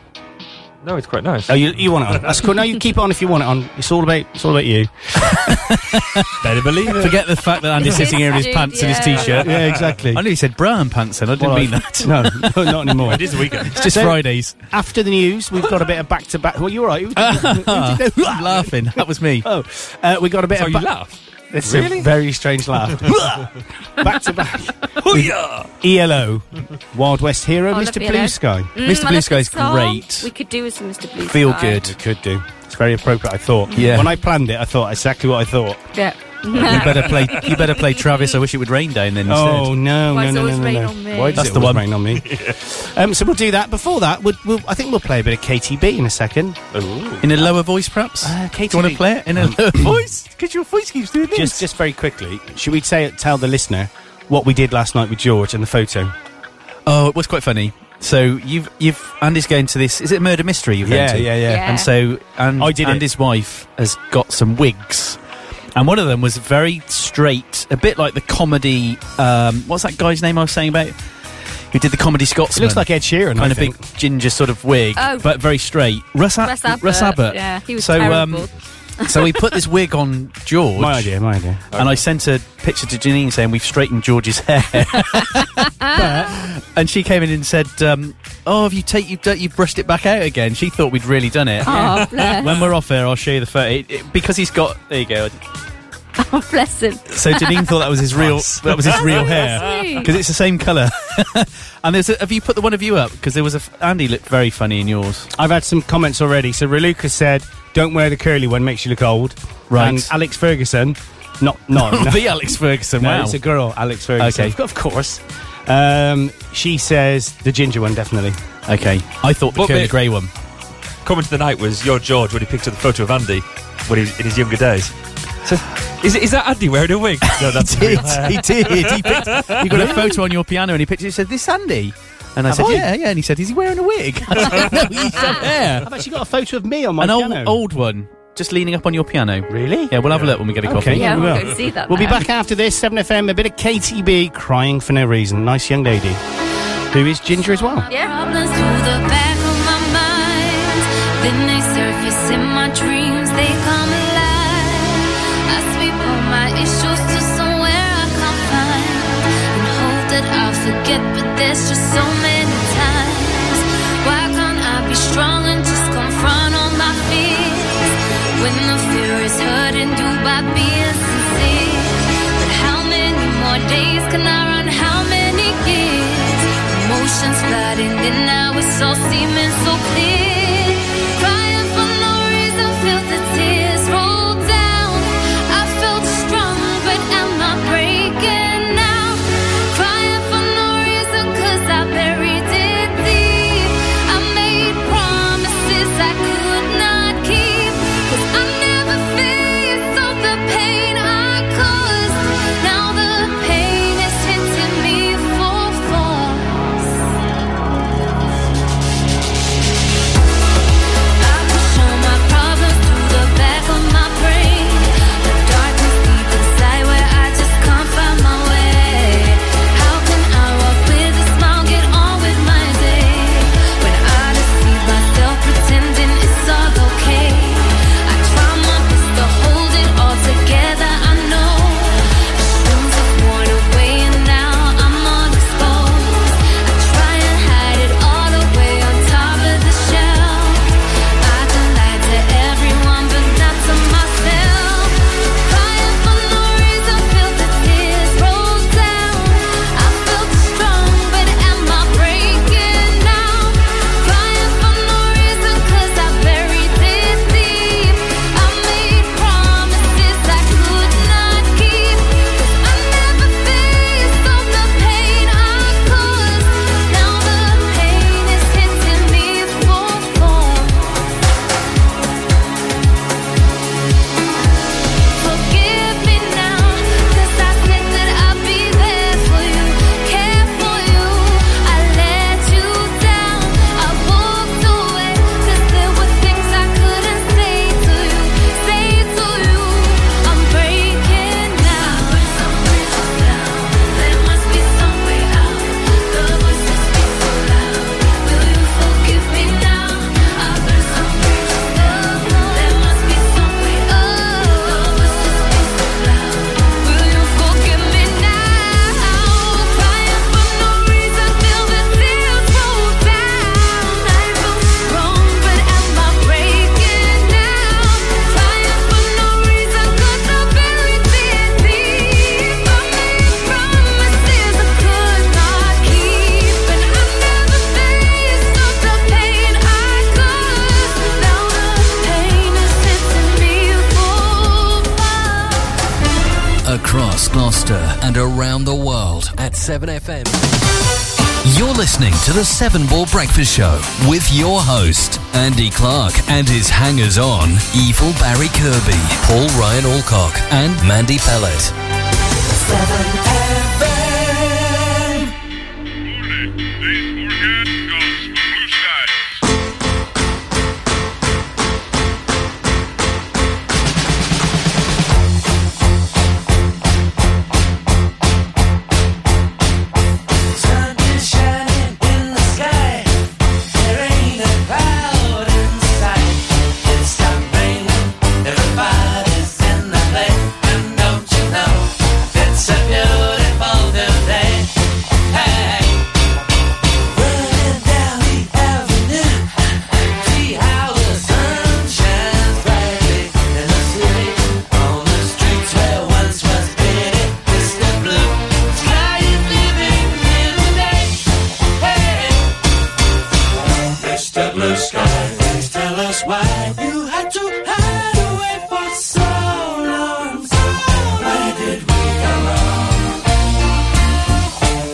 No, it's quite nice.
Oh, you, you want it on? That's cool. No, you keep it on if you want it on. It's all about it's all about you.
Better believe it.
Forget the fact that Andy's
It is
sitting here in his
crude,
pants and his
yeah.
t-shirt.
Yeah, exactly.
I knew he said bra and pants, and I didn't mean that.
no, no, not anymore.
It is the weekend.
It's just
So-
Fridays.
After the news, we've got a bit of back to back. Well, you're right.
Ah, I'm laughing. That was me.
Oh, uh, we got a bit
So
of
you
ba-
laugh.
It's a very strange laugh. back to back.
Hoo-yah!
ELO, E Wild West Hero,
Oh, love
Mr. Blue
ELO.
Sky.
Mm,
Mr.
I
Blue
love
Sky's
the song.
great.
We could do with some Mr. Blue
Feel
Sky.
good.
It could do. It's very appropriate. I thought.
Yeah.
When I planned it, I thought exactly what I thought.
Yeah.
You better play. You better play Travis. I wish it would rain down then.
Oh
instead.
no,
Why does it
no, no, no,
always
no,
rain
no.
on me?
Why does
That's
it
the
always
one.
rain on me? um, so we'll do that. Before that, we'll, we'll, I think we'll play a bit of KTB in a second.
Ooh.
In a lower voice, perhaps.
Uh,
do you
KTV.
want to play it in a lower voice? Because your voice keeps doing this.
Just, just very quickly, should we say tell the listener what we did last night with George and the photo?
Oh, it was quite funny. So you've you've Andy's going to this. Is it a murder mystery? You've going to?
Yeah.
And so and
I did
and
it.
his wife has got some wigs. And one of them was very straight, a bit like the comedy. Um, what's that guy's name I was saying about? Who did the comedy
It
Scotsman?
looks like Ed Sheeran.
kind
I
of big
think.
ginger sort of wig,
Oh.
but very straight. Russ, A-
Russ Abbott.
Russ Abbott.
Yeah, he was
so,
terrible.
Um, so we put this wig on George.
My idea, my idea.
And I sent a picture to Janine saying we've straightened George's hair, and she came in and said, um, "Oh, have you take you you brushed it back out again?" She thought we'd really done it.
Oh, bless,
When we're off air, I'll show you the photo It- it- because he's got. There you go.
oh, bless him.
So Janine thought that was his real. That was his real hair
Oh, That's sweet.
because it's the same colour. and there's a, have you put the one of you up? Because there was a f- Andy looked very funny in yours.
I've had some comments already. So Raluca said, "Don't wear the curly one; makes you look old."
Right.
And Alex Ferguson, not no, no,
the Alex Ferguson.
no,
wow.
it's a girl, Alex Ferguson.
Okay.
of course. Um, she says the ginger one definitely.
okay, I thought the
What
curly
bit?
grey one.
Comment to the night was your George when he picked up the photo of Andy when he was in his younger days. So, is, is that Andy wearing a wig? No, that's
He did. He did. He, picked, he got a photo on your piano and he picked it. He said, "This Andy." And I
Have
said,
I?
"Yeah, yeah." And he said, "Is he wearing a wig?" I said, no, he's got hair.
I've actually got a photo of me on my
An old,
piano.
old one, just leaning up on your piano.
Really?
Yeah, we'll have a look when we get a
Okay.
coffee.
Yeah,
we
we'll
will.
go see that.
We'll be
now.
back after this. 7FM, a bit of KTB, crying for no reason. Nice young lady. Who is Ginger as well.
Yeah.
Problems to the back of my mind. Then they surface in my dreams, they come alive. I sweep all my issues to somewhere I can find. And hope that I'll forget, but there's just so many times. Why can't I be strong and just confront all my fears? When the fear is hurting, do by being sincere. But how many more days can I run? How many years? Emotions flooding, then now it's all seeming so clear. Crying for no reason, feel the tears roll down. I felt strong, but am I breaking now? Crying for no reason, 'cause I buried it deep. I made promises I could not keep. 'Cause I never faced all the pain I caused. Now the pain is hitting me full force.
Gloucester, and around the world at 7FM. You're listening to the Seven Ball Breakfast Show with your host, Andy Clark, and his hangers on, Evil Barry Kirby, Paul Ryan Alcock, and Mandy Pellet.
Sun is shining in the sky. There ain't a cloud in sight. It stopped raining. Everybody's in the place. And don't you know it's a beautiful new day? Hey, running down the avenue. See how the sun shines brightly in the city on the streets where once was pretty distant blue. Sky is living in the day. Hey. Mr. Blue Sky, please tell us why you had to hide away for so long. Where did we go wrong?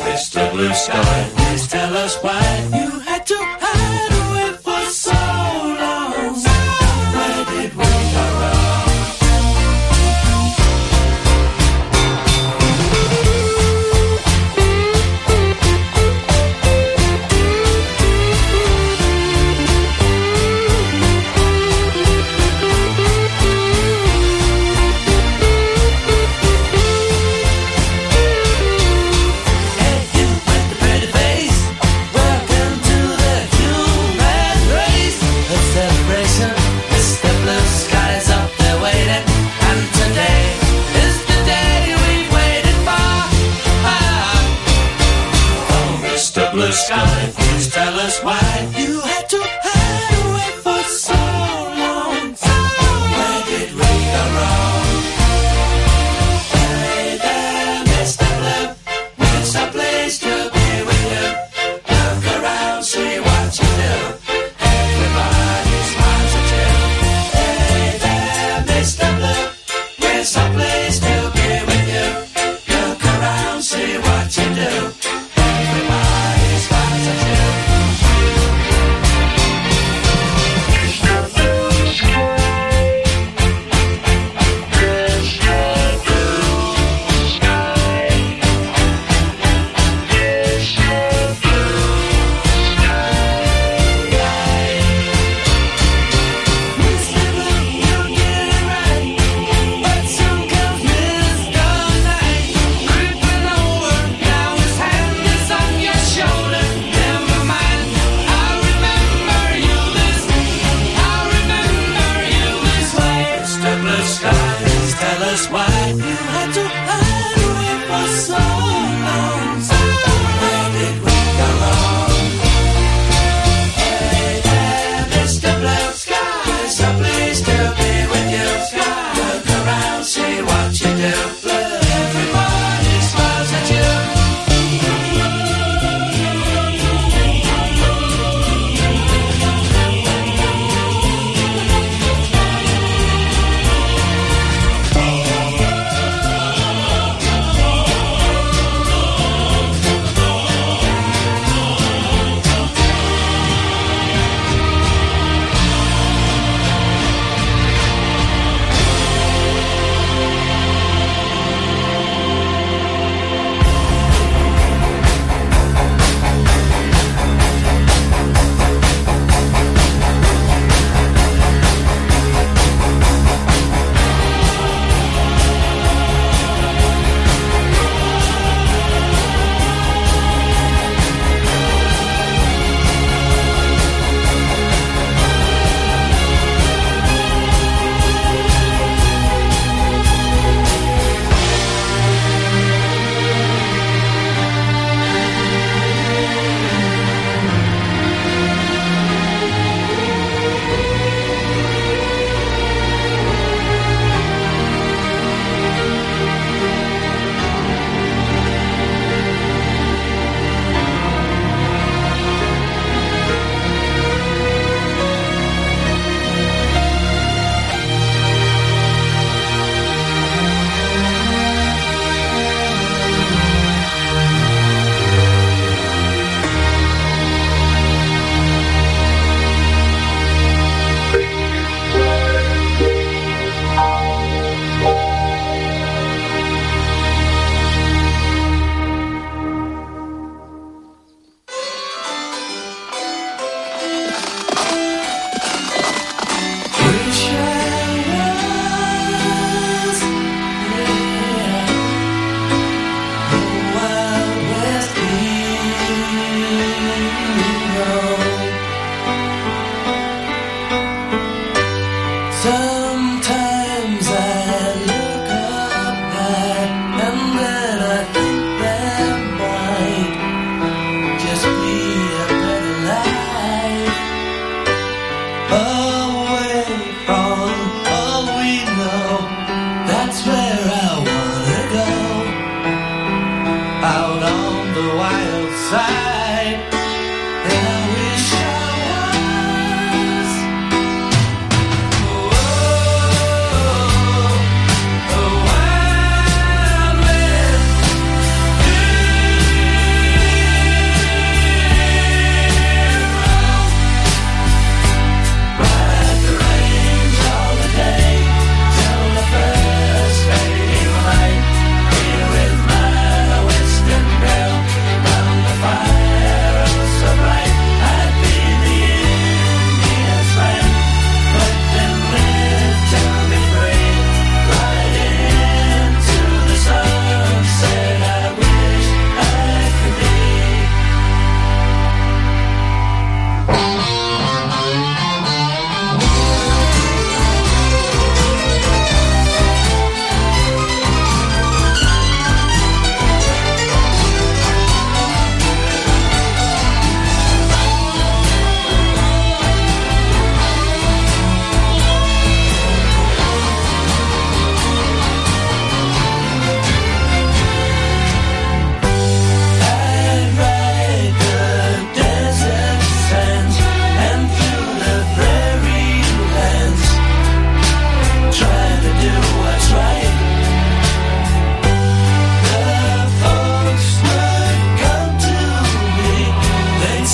Mr. Blue Sky, please tell us why you had to hide away for so long. Where did we go wrong? pretty face. Welcome to the human race. A celebration. It's the blue skies up there waiting. And today is the day we waited for. Ah. Oh, Mr. Blue Sky, please tell us why you had to hide away for so long. Where did we go wrong? Hey there, Mr. Blue. It's a place to be with you. Look around, see what you do. Everybody smiles at you. Hey there, Mr. Blue. It's a place to be with you. Look around, see what you do. Everybody smiles at you. Why you had to hide away for so long? So where did we go wrong? Hey there, Mr. Blue Sky, it's a place to be with you. Sky, look around, see what you do. Everybody smiles at you. Sometimes I look up high and then I think that might just be a better life away from all we know. That's where I wanna go out on the wild side. And I wish I was.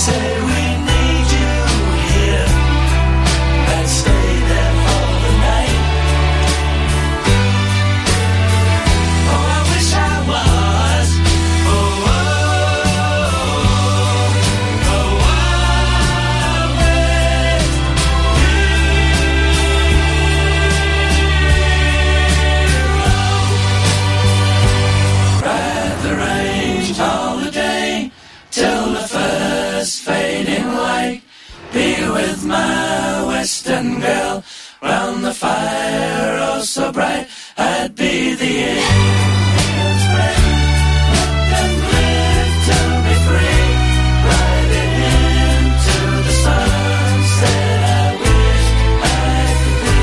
Say we need you here. Let's stay there for the night. Oh, I wish I was. Oh, oh, oh, I wish. Ride the range all the day till the first fading light. Be with my western girl round the fire, oh so bright. I'd be the Indian's friend. Let them live till be free. Riding into the sunset. I wish I could be.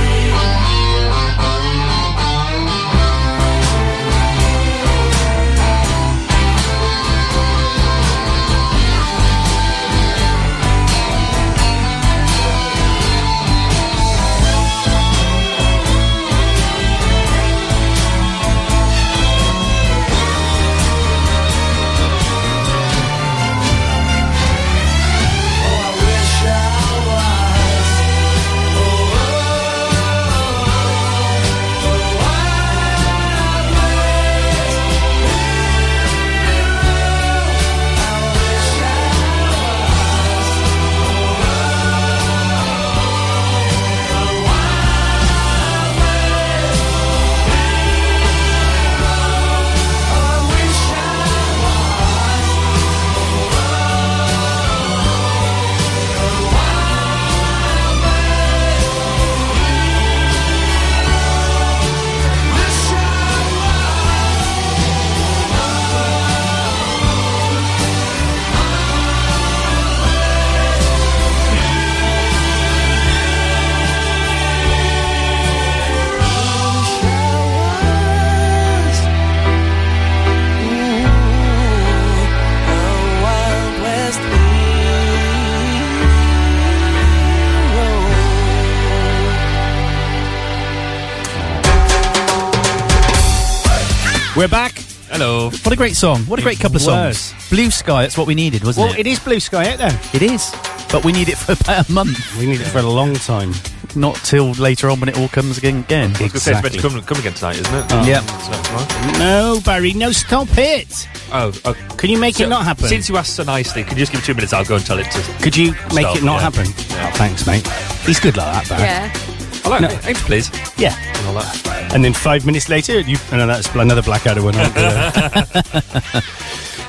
We're back. Hello. What a great song. What a great
It
couple of
was.
songs. Blue Sky, that's what we needed, wasn't
Well,
it?
it is blue sky out there.
It is. But we need it for about a month.
We need it for a long time.
Not till later on when it all comes again.
I
again.
was going to say it's meant to come, come again tonight, isn't it?
Oh. Yep.
Is that tomorrow?
No, Barry, no, stop it.
Oh, okay.
Can you make it not happen?
Since you asked so nicely, can you just give me two minutes? I'll go and tell it to.
Could you make
stop,
it not
yeah.
happen? Oh, thanks, mate. He's good like that, Barry.
Yeah.
I like
No.
it. Thanks, please.
Yeah.
And all that.
And then five minutes later, you. Oh, no, that's bl- another Black Adder one.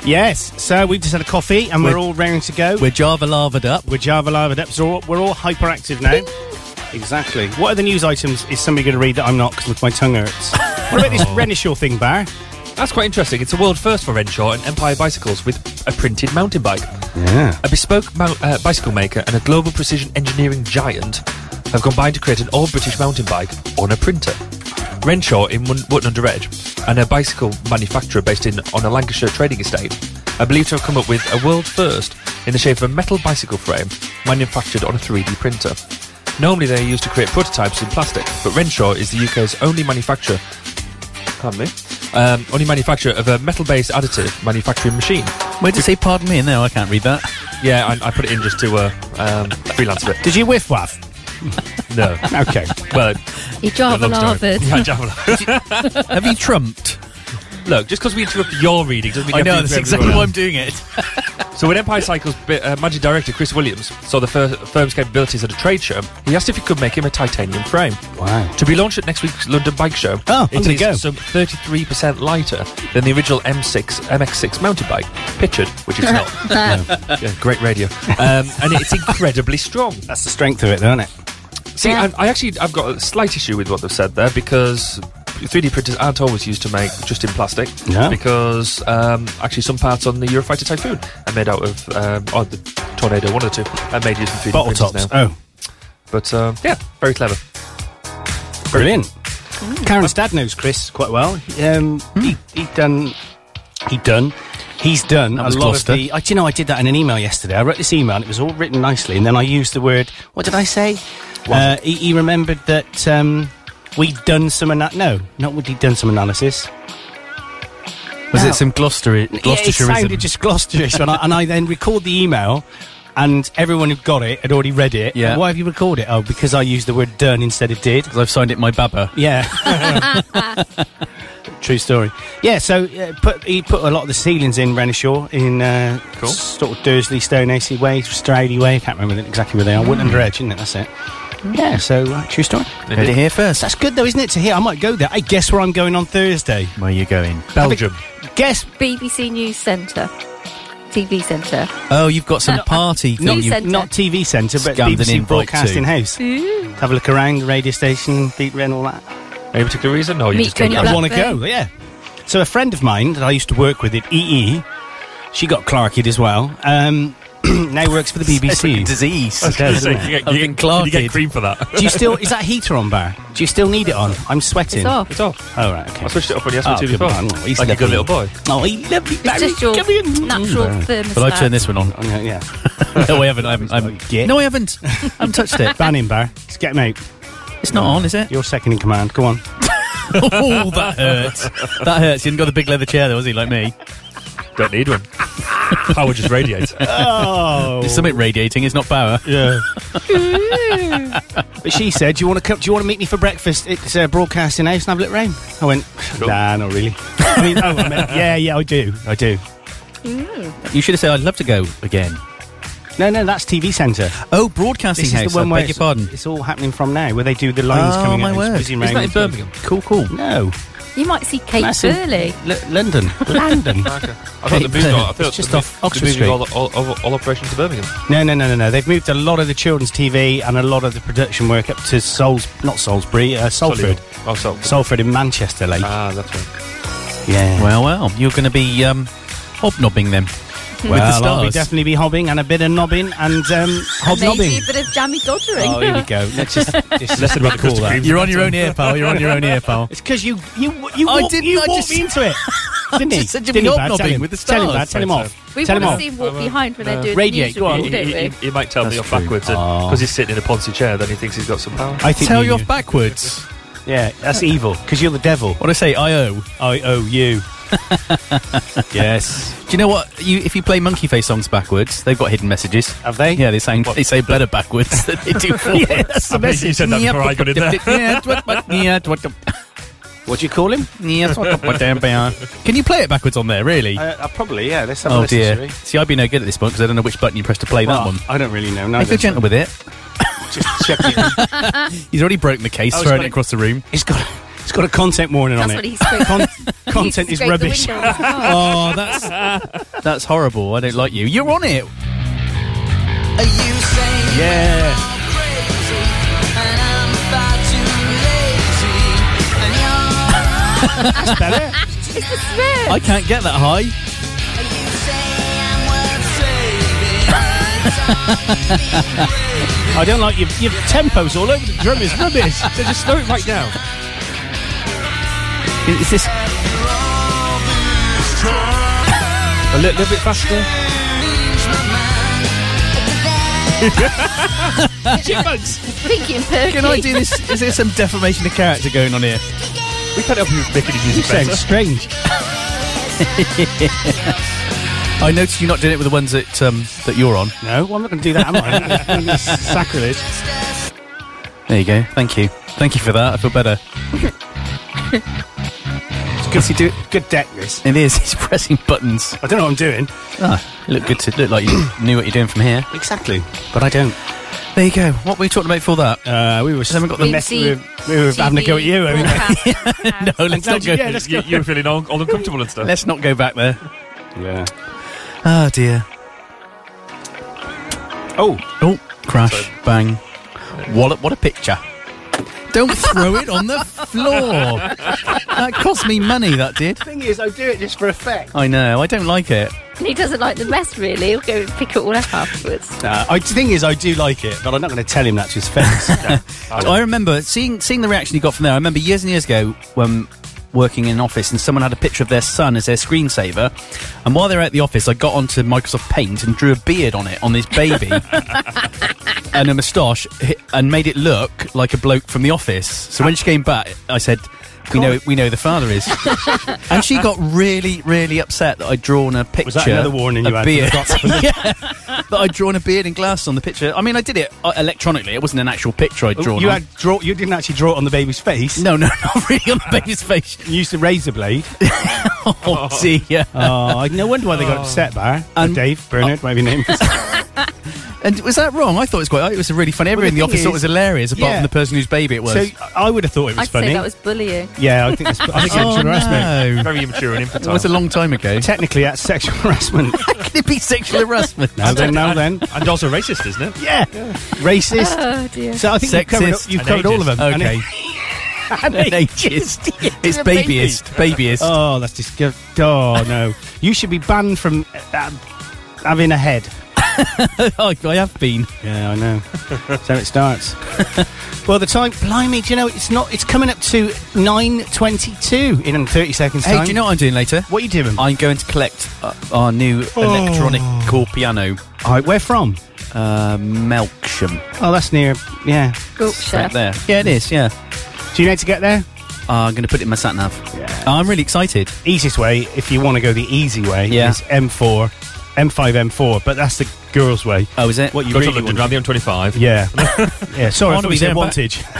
yes. So we've just had a coffee and we're,
We're-
all raring to go.
We're Java lavaed up.
We're Java live up, so we're all, we're all hyperactive now. Exactly. What are the news items is somebody going to read that I'm not because my tongue hurts? what about
Oh.
this Renishaw thing, Bar?
That's quite interesting. It's a world first for Renshaw and Empire Bicycles with a printed mountain bike.
Yeah.
A bespoke mount, uh, bicycle maker and a global precision engineering giant have combined to create an all British mountain bike on a printer. Renshaw in Wun- Wotton under Edge and a bicycle manufacturer based in on a Lancashire trading estate are believed to have come up with a world first in the shape of a metal bicycle frame manufactured on a 3D printer. Normally they are used to create prototypes in plastic, but Renshaw is the UK's only manufacturer Pardon me. Um, only manufacturer of a metal-based additive manufacturing machine.
Where did you say pardon me in there? I can't read that.
Yeah, I, I put it in just to uh, um, freelance a bit.
Did you whiff waff?
No.
Okay.
Well,
You jarvel Harvard.
Yeah, jarvel.
Have you trumped?
Look, just because we interrupt your reading doesn't mean
I
you have
know,
to
that's
interrupt
exactly
everyone
why
else.
I'm doing it.
So when Empire Cycles bi- uh, managing director Chris Williams saw the fir- firm's capabilities at a trade show, he asked if he could make him a titanium frame.
Wow.
To be launched at next week's London Bike Show,
Oh, I'm
it
gonna
is
go.
some 33% lighter than the original M6 MX6 mountain bike pictured, which it's not. Yeah, great radio, um, and it's incredibly strong.
That's the strength of it, though, isn't it?
See, I, I actually I've got a slight issue with what they've said there because 3D printers aren't always used to make just in plastic.
No.
Because um, actually, some parts on the Eurofighter Typhoon are made out of um, or the Tornado, one of the two, are made using 3D
Bottle
printers
tops.
now.
Oh,
But um, yeah, very clever.
brilliant.
Mm.
Karen's dad knows Chris quite well. Um, he, he done. He done. He's done
Hmm. That
a
was
lot
Gloucester.
of the. I, do you know, I did that in an email yesterday. I wrote this email and it was all written nicely, and then I used the word. What did I say? Uh, he, he remembered that um, we'd done some. Ana- no, not we'd done some analysis.
Was
No.
it some Gloucester,
Yeah, it
Gloucestershireism?
sounded just Gloucesterish, and, I, and I then record the email, and everyone who got it had already read it.
Yeah.
Why have you recorded it? Oh, because I used the word done instead of did.
'Cause I've signed it my baba.
Yeah. True story. Yeah, so uh, put, he put a lot of the ceilings in Renishaw in uh,
Cool.
sort of Dursley, Stoneacey way, Stroudy way. I can't remember exactly where they are. Wooden under Edge, isn't it? That's it. Yeah, so uh, true story.
Heard it here first.
That's good though, isn't it? To hear, I might go there. I guess where I'm going on Thursday.
Where are you going?
Belgium.
Guess
BBC News Centre. TV Centre.
Oh, you've got some party.
No,
thing you-
Centre.
Uh, not TV centre, but
Scammed an
BBC
invite
Broadcasting
too.
House.
Ooh.
Have a look around the radio station, Deep Ren, all that.
Any particular reason? No, you
Meet
just go.
Tony
I want to
Blackburn.
go. Yeah. So a friend of mine that I used to work with at EE, she got clarked as well. Um, now works for the BBC.
disease.
It does,
So
doesn't
you
it?
get,
I've
you,
been
get, you
clarked.
get cream for that.
Do you still? Is that heater on, Bar? Do you still need it on? I'm sweating.
It's off.
it's off.
Oh right, okay.
I switched it off when you asked me to
good
before.
man. Oh, he's
like a good
lovely.
little boy.
Oh, he lovely.
It's
Barry,
just your
come in.
natural thermostat.
But I've turned this one on.
Oh, no, yeah.
No, I haven't. I haven't. I haven't.
Git.
No, I haven't. I haven't touched it.
Ban him, Bar. Let's get him out.
It's not on, is it?
You're second in command. Go on.
oh, that hurts. That hurts. He hadn't got the big leather chair, though, has he, like me?
Don't need one. Power just radiates.
Oh.
It's something radiating. It's not power.
Yeah. but she said, "Do you want to come? Do you want to meet me for breakfast? It's uh, broadcasting house, and have a look round." I went, "Nah, not really." I mean, oh, I meant, yeah, yeah, I do, I do.
You should have said, I'd love to go again.
No, no, that's TV Centre.
Oh, Broadcasting
This
House.
is the one
I
where
beg your
it's,
pardon.
it's all happening from now, where they do the lines
oh,
coming
my
out.
word.
It's busy
Isn't
round
that in
and stuff.
Birmingham? Cool, cool.
No,
You might see Kate
That's in-
Burley.
L- London, London.
I thought the
It's
movie. I thought
just
the,
off
the
Oxford
movie
Street.
All, all, all, all operations to Birmingham.
No, no, no, no, no. They've moved a lot of the children's TV and a lot of the production work up to Souls, not Salisbury, uh, Salford,
Oh, Salford.
Salford in Manchester, like
Ah, that's right.
yeah.
Well, well, you're going to be um, hobnobbing them with the
Well, I'll be
stars.
definitely be hobbing and a bit of nobbing and um, hobnobbing.
Maybe a bit of jammy dodgering.
Oh, here we go. Let's just, just
Less about the
call
Krispy
that.
Kreme.
you're on your own here, pal. You're on your own here, pal.
It's because you you you
I
walked,
didn't,
you
I
walked
just-
me into it, didn't he?
just said you'd
Didn't
be
he, Bad?
hobnobbing
Tell him.
with the
Tell him,
stars.
Bad. Tell him off.
We
Tell him
want to
off.
see
Uh,
him walk behind when they're doing
Radiate,
the
go on.
newsroom, don't
He, Uh, he,
we?
he might tell me
That's
off
true.
backwards
Oh.
because he's sitting in a Ponzi chair. Then he thinks he's got some power.
I think
Tell
you
you off backwards.
Yeah, that's evil because you're the devil.
What do I say? I owe.
I owe you. yes.
Do you know what? You, if you play Monkey Face songs backwards, they've got hidden messages.
Have they?
Yeah, they sang.
What?
They say better backwards than they do forwards. yeah, that's
the I bet you message. said that before I got in there.
What do you call him?
Can you play it backwards on there? Really?
Uh, uh, probably. Yeah. Let's have a
oh
listen,
dear.
shall we?
See, I'd be no good at this point because I don't know which button you press to play that
Well,
one.
I don't really know. No,
I feel gentle with it.
Just check it.
He's already broken the case,
Oh, it's
thrown
got
it
a-
across the room.
it's got it's got a content warning
That's
on
what
it.
he's scraped.
Con-
he
content is
scraped the
rubbish.
window of his car.
Oh, that's that's horrible. I don't like you. You're on it.
Yeah.
And I
That's better.
It's the Smiths.
I can't get that high.
I don't like your, your tempos all over the drum is rubbish. so just slow it right down.
Is this
A little, little bit faster.
Pinky and Perky.
Can I do this? Is there some defamation of character going on here?
We can't help you make any
You
music
sound
better.
strange.
I noticed you not doing it with the ones that um, that you're on.
No, well, I'm not going to do that, am I? That's gonna be sacrilege.
There you go. Thank you. Thank you for that. I feel better.
It's good to do it. Good deck, this.
It is. He's pressing buttons.
I don't know what I'm doing.
Ah, you look good to look like you knew what you're doing from here.
Exactly. But I don't.
There you go. What were we talking about before that?
Uh, we were
haven't got the
mess- we were, we were having a go at you. I mean,
no, let's not go.
yeah, let's
You,
go.
you were feeling all, all uncomfortable and stuff.
Let's not go back there.
Yeah.
Oh dear.
Oh,
Oh, crash, bang. What a, what a picture. Don't throw it on the floor. That cost me money, that did.
thing is, I do it just for effect.
I know, I don't like it.
And he doesn't like the mess, really. He'll go and pick it all up afterwards.
Uh, I, the thing is, I do like it, but I'm not going to tell him that's his face.
I remember seeing seeing the reaction you got from there. I remember years and years ago when working in an office and someone had a picture of their son as their screensaver. And while they were at the office, I got onto Microsoft Paint and drew a beard on it on this baby and a moustache hi- and made it look like a bloke from the office. So when she came back, I said. We know, we know who the father is, and she got really, really upset that I'd drawn a picture.
Was that another warning you
a
had?
Beard. yeah, that I'd drawn a beard and glasses on the picture. I mean, I did it uh, electronically. It wasn't an actual picture I'd drawn.
Oh, you
on.
had draw. You didn't actually draw it on the baby's face.
No, no, not really on the baby's face.
You used a razor blade.
Oh, dear.
Oh, I- no wonder why they got upset, Bar.
And-
Dave, Bernard, whatever your name is.
And was that wrong? I thought it was quite. It was really funny. Everyone in the
thing
office thought it was
is-
hilarious, apart
Yeah.
from the person whose baby it was.
so I would have thought it was
I'd
funny.
say that was bullying.
yeah, I think that's, I think
oh
sexual harassment.
no,
Very immature and
that
infantile.
was a long time ago.
Technically, that's sexual harassment.
Could it be sexual harassment?
now then, now then.
and also racist, isn't it?
Yeah. Racist.
Oh dear.
so I think you've covered,
Sexist.
up, you've
and
covered all of them. And
Okay.
it-
An ageist. It's babyist. Babyist.
oh, that's disgusting. Oh, no. You should be banned from uh, having a head.
I Oh, I have been.
Yeah, I know. so it starts. well, the time, blimey, do you know it's not? It's coming up to nine twenty-two in thirty seconds.
Hey,
time.
do you know what I'm doing later?
what are you doing? Oh.
I'm going to collect uh, our new electronic core piano,
All right, where from?
uh, Melksham.
Oh, that's near. Yeah.
Yorkshire.
Right there. Yeah, it is. Yeah.
Do you know how to get there?
Uh, I'm going to put it in my sat nav. Oh, I'm really excited.
Easiest way, if you want to go the easy way,
Yeah.
is M4, M5, M4. But that's the girls' way.
Oh, is it?
What you
Go to
really
London,
want?
round the M25.
Yeah. yeah. Sorry,
I wanna
I thought
be
you said
there, but-
wantage.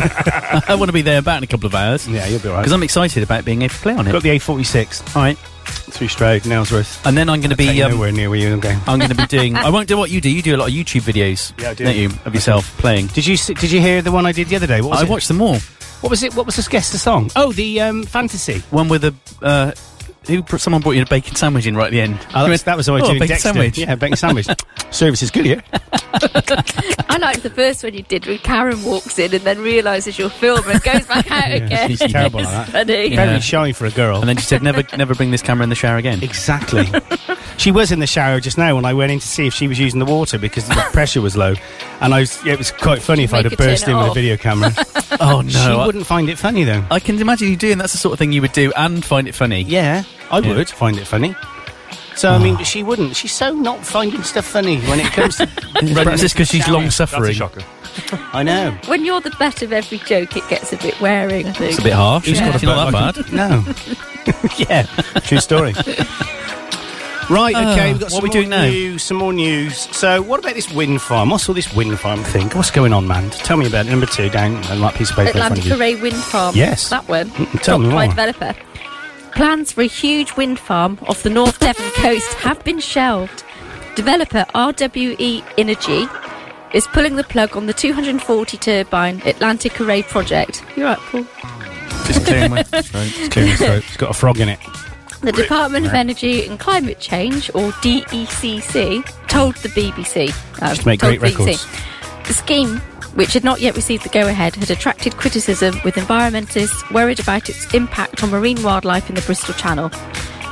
I want to be there about in a couple of hours.
yeah, you'll be all right.
Because I'm excited about being able to play on it.
Got the A46
All right,
through Stroud, Nailsworth.
and then I'm going to
Take
be.
you
Um,
nowhere near where you're going.
I'm going to be doing. uh, I won't do what you do. You do a lot of YouTube videos,
Yeah, I do.
not you, of yourself playing.
Did you s- did you hear the one I did the other day? What was
I
it?
watched them all.
What was it? What was the guess the song? Oh, the um, fantasy.
One with a. Uh, who? br- Someone brought you a bacon sandwich in right at the end.
Oh, that's, that was what I
Oh,
did in
bacon
Dexter.
sandwich.
Yeah, bacon sandwich. Service is good here.
I liked the first one you did when Karen walks in and then realises you're filming and goes back out again.
she's terrible
It's
like
funny.
Yeah.
Very shy for a girl.
And then she said, "Never, never bring this camera in the shower again."
exactly. she was in the shower just now, and I went in to see if she was using the water because the pressure was low. And I was, it was quite funny if
Make
I'd
her
have
turn
burst
it
in with a
off.
video camera.
Oh no!
she
I,
wouldn't find it funny though.
I can imagine you doing. That's the sort of thing you would do and find it funny.
Yeah, I
Yeah.
would find it funny. So I mean, she wouldn't. She's so not finding stuff funny when it comes to.
Is this because she's long
That's a
suffering?
shocker.
I know.
When you're the butt of every joke, it gets a bit wearing. I think.
It's a bit harsh.
Who's got a
It's not that bad.
No. yeah. True story. Right, okay, we've got
Ah, what
some
we
more
doing now?
news, some more news. So, what about this wind farm? What's all this wind farm thing? What's going on, man? Tell me about it. Number two, down on that piece of paper in
Atlantic
front of you.
Array Wind Farm.
Yes. Mm,
That one.
tell me
Dropped by
more.
developer. Plans for a huge wind farm off the North Devon coast have been shelved. Developer RWE Energy is pulling the plug on the 240 turbine Atlantic Array project. You're right, Paul.
Just clearing my
It's clear as throat. It's got a frog in it.
The Department of Energy and Climate Change, or DECC, told the BBC. uh,
Just make
told
great
BBC,
records.
The scheme which had not yet received the go ahead, had attracted criticism with environmentalists worried about its impact on marine wildlife in the Bristol Channel.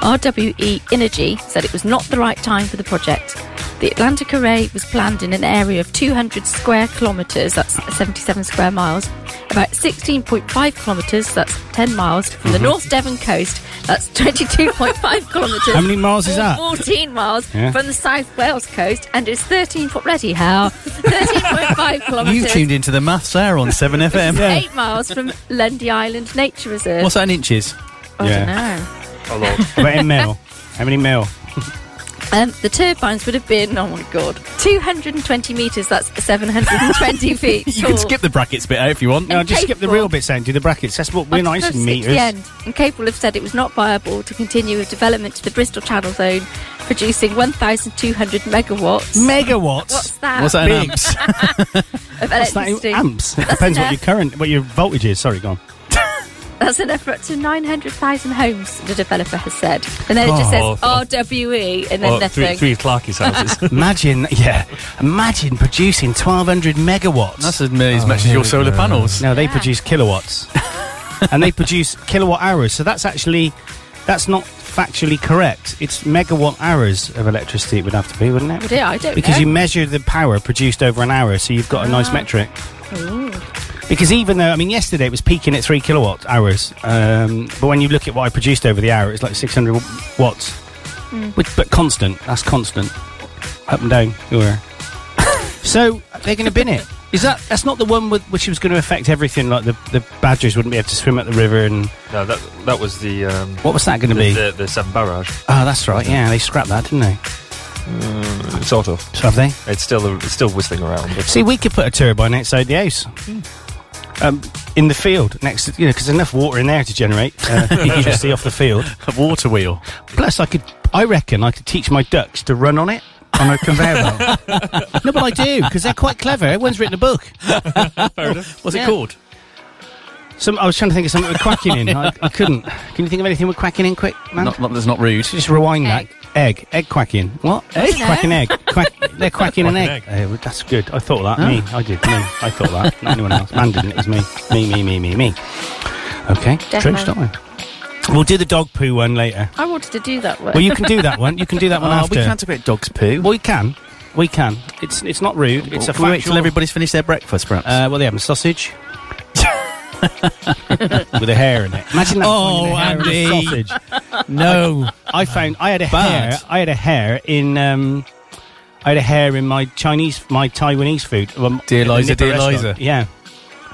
RWE Energy said it was not the right time for the project. The Atlantic Array was planned in an area of 200 square kilometres, that's 77 square miles, about 16.5 kilometres, that's 10 miles, from the
Mhm.
North Devon coast, that's 22.5 kilometres.
How many miles is
or
that?
14 miles
Yeah.
from the South Wales coast, and it's 13 foot ready, Hal. 13.5 kilometres.
You've tuned into the maths hour on 7FM.
It's Eight miles from Lundy Island Nature Reserve.
What's that in inches?
I
Yeah.
don't know.
About in mil. How many mil?
Um, the turbines would have been, oh my god, 220 metres, that's 720 feet.
You can
tall.
skip the brackets bit out if you want.
No, just skip the real bits out and do the brackets. That's what we're
On
nice in
Cliffs at
meters.
The end, and Capel have said it was not viable to continue with development to the Bristol Channel Zone, producing 1,200 megawatts.
Megawatts?
What's that?
What's that in amps?
amps? of
What's that in
electricity.
amps? It
That's
depends what
enough.
your current, what your voltage is. Sorry, go on.
That's enough for up to 900,000 homes, the developer has said. And then it just
Oh.
says RWE and then nothing.
Clarky's
houses.
imagine, yeah, imagine producing 1,200 megawatts.
That's as many as much as your solar panels.
No, they produce kilowatts, and they produce kilowatt hours. So that's actually that's not factually correct. It's megawatt hours of electricity it would have to be, wouldn't it?
Would it? I don't
because
know.
you measure the power produced over an hour, so you've got a nice
Ah.
metric.
Ooh.
Because even though, I mean, yesterday it was peaking at three kilowatt hours, um, but when you look at what I produced over the hour, it's like 600 w- watts,
Mm.
which, but constant. That's constant, up and down. Your so they're going to bin it. Is that that's not the one with, which was going to affect everything? Like the, the badgers wouldn't be able to swim up the river, and
No, that that was the. Um,
What was that gonna
the-
be?
The, the Seven Barrage.
oh, that's right. Yeah, they scrapped that, didn't they?
Mm, sort of.
Have they?
It's still it's still whistling around. But
See, we could put a turbine outside the house. Um, in the field, next, to- you know, because enough water in there to generate uh, electricity off the field.
A water wheel.
Plus, I could, I reckon, I could teach my ducks to run on it on a conveyor belt. no, but I do because they're quite clever. Everyone's written a book.
What's
Yeah.
it called?
Some, I was trying to think of something with quacking in. I, I couldn't. Can you think of anything with quacking in, quick, man?
Not, not that's not rude.
Just rewind that. Egg. Egg quacking. What?
Egg?
Quacking egg. Quack, they're quacking an egg.
Quacking
Eh, well, that's good. I thought that.
Oh.
Me. I did. Me. I thought that. Not anyone else. Man didn't. It was me. Me, me, me, me, me. Okay. Trench
Definitely.
time. We'll do the dog poo one later.
I wanted to do that one.
Well, you can do that one. You can do that one
Oh,
after.
We can't talk about dogs poo.
Well, you can. We can. It's it's not rude. It's a
Can we wait till
factual.
everybody's finished their breakfast, perhaps.
uh, well, they have a sausage with a hair in it. Imagine that.
Oh,
finding a hair in a
Andy.
sausage.
no.
I found I had a
Bad.
hair. I had a hair in. Um, I had a hair in my Chinese, my Taiwanese food. Um,
Dear
at the
Liza,
Nipper
dear
restaurant.
Liza.
Yeah,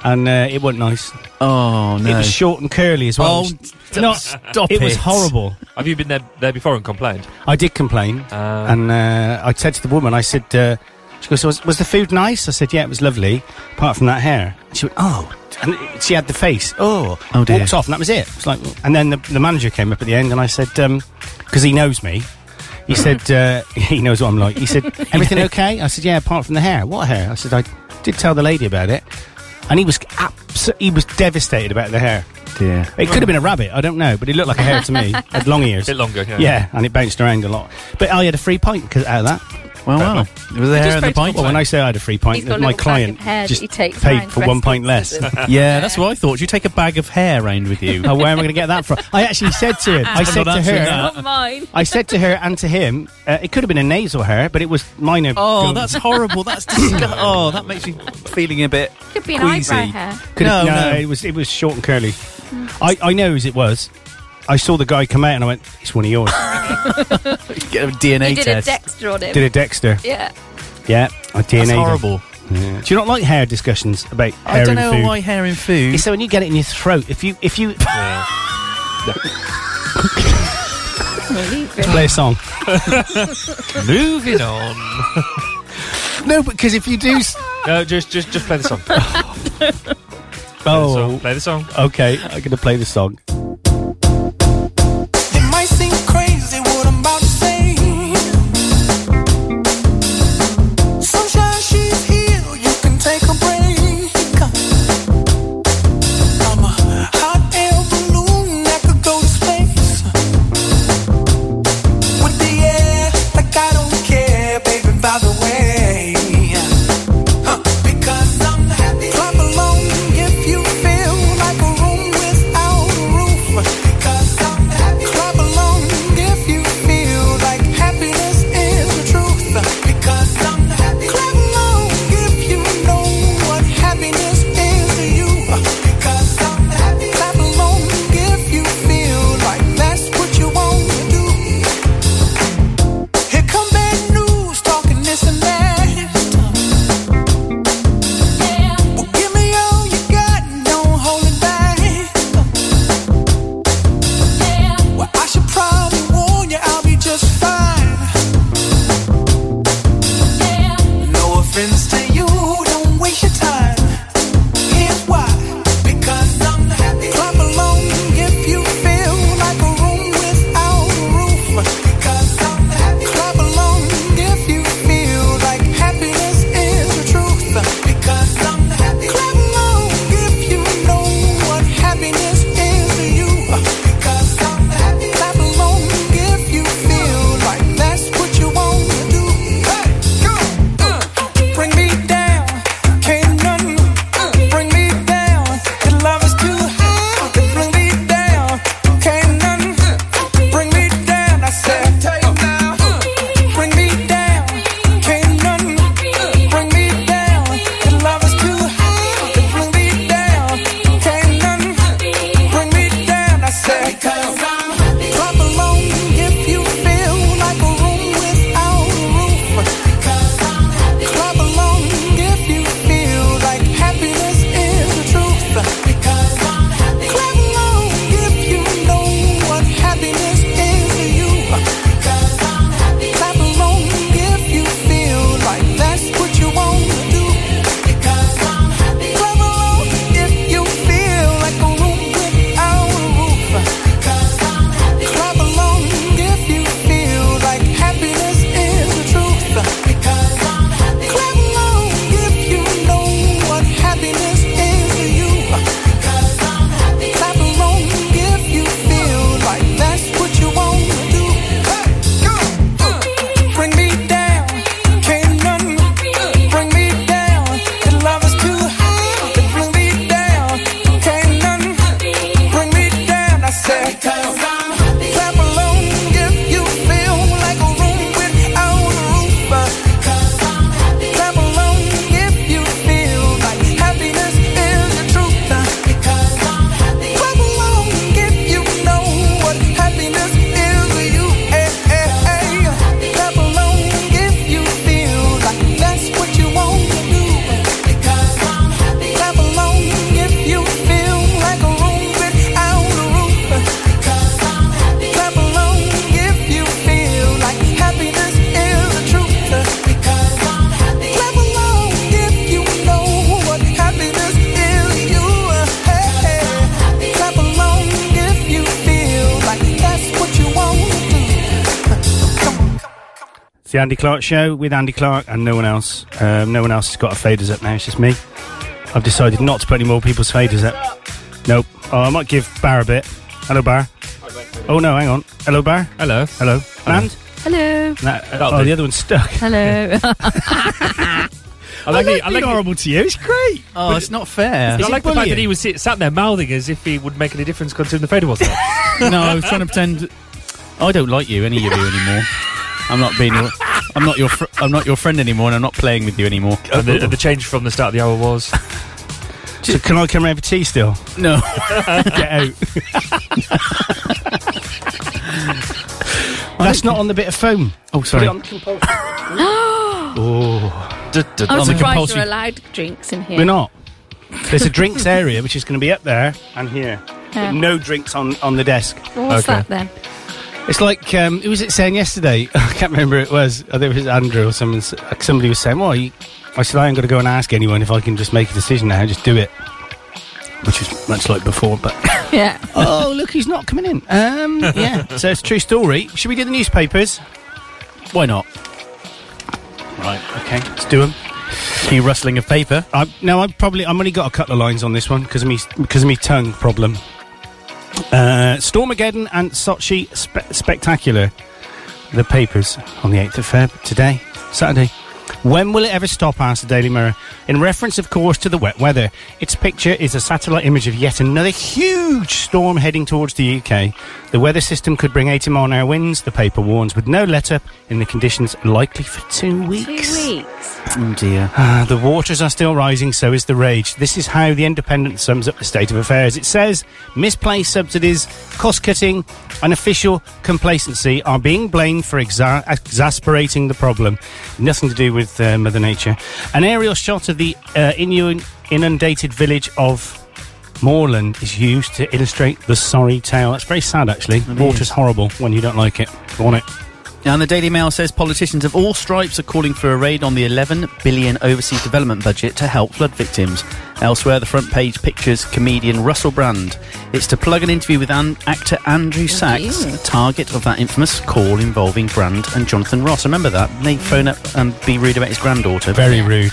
and uh, it wasn't nice.
Oh no.
It was short and curly as
Oh,
well. It was- no,
stop
It was
it.
horrible.
have you been there there before and complained?
I did complain,
Uh,
and uh, I said to the woman, I said, uh, she goes, was, was the food nice? I said, yeah, it was lovely, apart from that hair. And she went, oh. And it- she had the face. Oh,
Oh, dear.
Walked off, and that was it. It's like, and then the, the manager came up at the end, and I said, because he knows me,
Uh-huh.
he said, uh, he knows what I'm like. He said, everything okay? I said, yeah, apart from the hair. What hair? I said, I did tell the lady about it, and he was abs- he was devastated about the hair.
dear.
It could have been a rabbit, I don't know, but it looked like a hare to me. had long ears.
a bit longer. Yeah.
Yeah, and it bounced around a lot. But I had a free pint 'cause- out of that.
Well,
Fair
well.
enough.
It was the
just
hair and the
paid for
pint.
Well, when I say I had a free pint,
He's got a
my
little bag
client
of hair that
just
he takes
paid
round
for
for
one pint less.
expenses.
yeah, that's what I thought. You take a bag of hair round with you.
oh, where am I going to get that from? I actually said to him, I
I'm
said
not
to
answering
her,
that.
Not mine.
I said to her and to him, uh, it could have been a nasal hair, but it was minor.
Oh,
gum.
that's horrible. That's disgusting. Oh, that makes me feeling a bit.
Could be an
queasy.
eyebrow hair.
Could
no,
have- no,
no.
it was it was short and curly. I I know as it was. I saw the guy come out and I went, it's one of yours.
Get a DNA
You did a
test.
Dexter on him.
Did a Dexter.
yeah.
Yeah, I
that's
DNA. 'd him.
horrible.
Yeah. Do you not like hair discussions about hair
I don't
and
know
food?
why hair in food.
It's so when you get it in your throat, if you if you play a song.
Moving on.
No, because if you do. s-
no, just just just play the song.
Oh,
Play the song.
okay. I'm gonna play the song.
It might seem crazy what I'm about to say. Sunshine, she's here. You can take a break. I'm a hot air balloon that could go to space. With the air, like I don't care, baby. By the way, huh? because I'm happy. Uh, Uh, Uh, Uh, because I'm happy. Clap along if you feel like a room without a roof. Because I'm happy. Clap along if you feel like happiness is the truth. Because I'm happy. Clap along if you know what happiness is to you. Eh, eh, eh. Clap along if you feel like that's what you want to do. Because I'm happy. Clap along if you feel like a room without a roof. Because I'm happy. Clap along if you feel like happiness is the truth. Because I'm happy. Clap along if you know what happiness is to you. Hey, hey. Clap along if you feel like that's what you want to do.
It's the Andy Clark Show with Andy Clark and no one else. Um, no one else has got a faders up now. It's just me. I've decided not to put any more people's faders up. Nope. Oh, I might give Bar a bit. Hello, Bar. Oh no, hang on. Hello, Bar. Hello. Hello. And
Hello.
that, oh, the other one's stuck.
Hello.
I like, it. I like
being
it.
horrible to you. It's great.
Oh, it's not fair.
I like the fact that he was sit, sat there mouthing as if he would make any difference considering the fader was there.
no, I was trying to pretend I don't like you, any of you anymore. I'm not being. Your, I'm not your. Fr- I'm not your friend anymore, and I'm not playing with you anymore.
and, the, and the change from the start of the hour was
So can I come round for tea still?
No.
Get out. That's not on the bit of foam.
Oh,
Put
sorry.
it on compulsory. oh,
I'm
on the
surprised you're
compulsory.
allowed drinks in here.
we're not. There's a drinks area which is going to be up there and here.
Yeah.
But No drinks on, on the desk.
Well, What's that then?
It's like um, who was it saying yesterday? I can't remember who it was. I think it was Andrew or someone. s- Somebody was saying, "Well, you, I said I ain't got to go and ask anyone if I can just make a decision now. Just do it," which is much like before. But
Yeah.
oh, look, he's not coming in. Um, yeah. So it's a true story. Should we do the newspapers?
Why not?
Right. Okay. Let's do them.
You rustling of paper.
I, no, I'm probably I'm only got a couple of lines on this one because of me because of me tongue problem. Uh, Stormageddon and Sochi spe- spectacular. The papers on the 8th of Feb today, Saturday. When will it ever stop? asked the Daily Mirror. In reference, of course, to the wet weather. Its picture is a satellite image of yet another huge storm heading towards the UK. The weather system could bring 80 mile an hour winds, the paper warns, with no letter in the conditions likely for two weeks.
Two weeks.
Oh dear.
Ah, the waters are still rising, so is the rage. This is how the Independent sums up the state of affairs. It says misplaced subsidies, cost cutting, and official complacency are being blamed for exa- exasperating the problem. Nothing to do with uh, Mother Nature. An aerial shot of the uh, inu- inundated village of Moorland is used to illustrate the sorry tale. That's very sad, actually. Water's horrible when you don't like it. Want it?
And the Daily Mail says politicians of all stripes are calling for a raid on the 11 billion overseas development budget to help flood victims. Elsewhere, the front page pictures comedian Russell Brand. It's to plug an interview with an- actor Andrew Sachs,
dear.
the target of that infamous call involving Brand and Jonathan Ross. Remember that? They phone up and be rude about his granddaughter.
Very rude.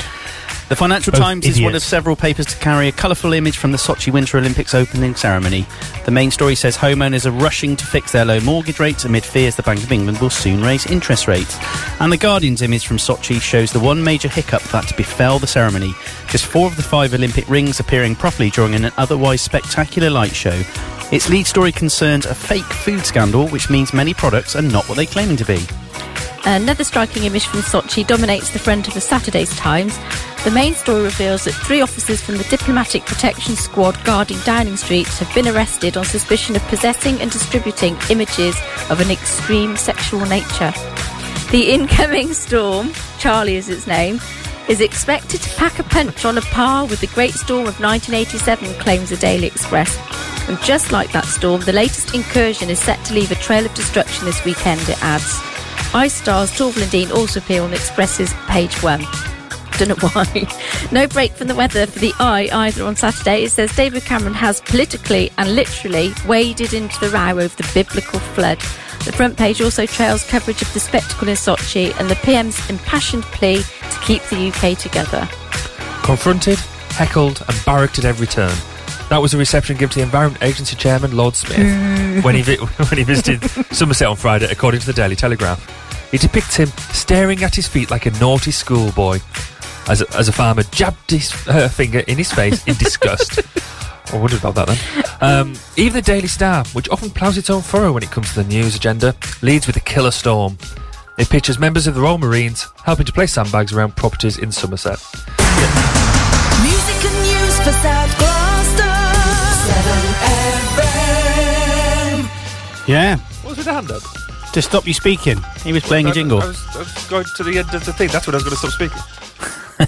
The Financial
Both
Times is one of
idiots.
several papers to carry a colourful image from the Sochi Winter Olympics opening ceremony. The main story says homeowners are rushing to fix their low mortgage rates amid fears the Bank of England will soon raise interest rates. And The Guardian's image from Sochi shows the one major hiccup that befell the ceremony. Just four of the five Olympic rings appearing properly during an otherwise spectacular light show. Its lead story concerns a fake food scandal, which means many products are not what they claim to be.
Another striking image from Sochi dominates the front of the Saturday's Times. The main story reveals that three officers from the Diplomatic Protection Squad guarding Downing Street have been arrested on suspicion of possessing and distributing images of an extreme sexual nature. The incoming storm, Charlie is its name, is expected to pack a punch on a par with the Great Storm of 1987, claims the Daily Express. And just like that storm, the latest incursion is set to leave a trail of destruction this weekend, it adds. Ice stars Torvald and Dean also appear on Express's page one. Don't know why. no break from the weather for the eye either on Saturday. It says David Cameron has politically and literally waded into the row over the biblical flood. The front page also trails coverage of the spectacle in Sochi and the PM's impassioned plea to keep the UK together.
confronted, heckled, and barracked at every turn. That was the reception given to the Environment Agency Chairman Lord Smith when he vi- when he visited Somerset on Friday, according to the Daily Telegraph. It depicts him staring at his feet like a naughty schoolboy, as a, as a farmer jabbed his her finger in his face in disgust. Oh, I wondered about that then. Um, even the Daily Star, which often ploughs its own furrow when it comes to the news agenda, leads with a killer storm. It pictures members of the Royal Marines helping to place sandbags around properties in Somerset.
Music and news for South Gloucester. 7FM.
Yeah.
What's with the hand up?
To stop you speaking. He was playing a jingle.
I was, I was going to the end of the thing. That's when I was going to stop speaking.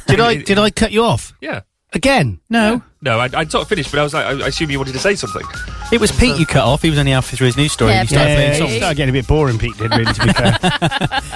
did I did I cut you off?
Yeah.
Again? No.
No, I, I'd sort of finished, but I was like, I, I assume you wanted to say something.
It was Pete you cut off. He was only halfway through his news story.
Yeah,
and he started
Pete.
playing
Yeah,
songs.
he started
getting a bit boring, Pete did, really, to be fair.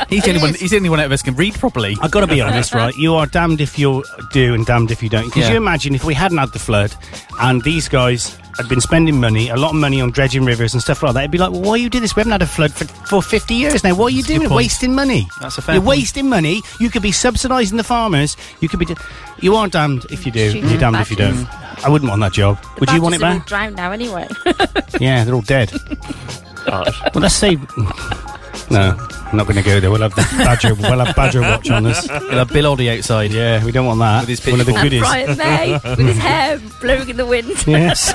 he's, the only one, he's the only one out of us can read properly.
I've got to be honest, right? You are damned if you do and damned if you don't. Because
Yeah.
you imagine if we hadn't had the flood and these guys had been spending money, a lot of money on dredging rivers and stuff like that, it'd be like, well, why you do this? We haven't had a flood for, for 50 years now. What are you
a good
doing?
point.
Wasting money.
That's a fair
You're
point.
wasting money. You could be subsidising the farmers. You could be. Do- you are damned if you do.
Shoot
You're
them
damned if you don't. I wouldn't want that job.
The
Would you want it
badgers are all
back?
Drowned now anyway.
yeah, they're all dead. well, let's say. No, I'm not going to go there. We'll have the badger. we'll have badger watch on us.
We'll have Bill Oddie outside.
Yeah, we don't want that.
With his
One of the
pitchfork.
and
goodies.
Brian May with his hair blowing in the wind.
Yes.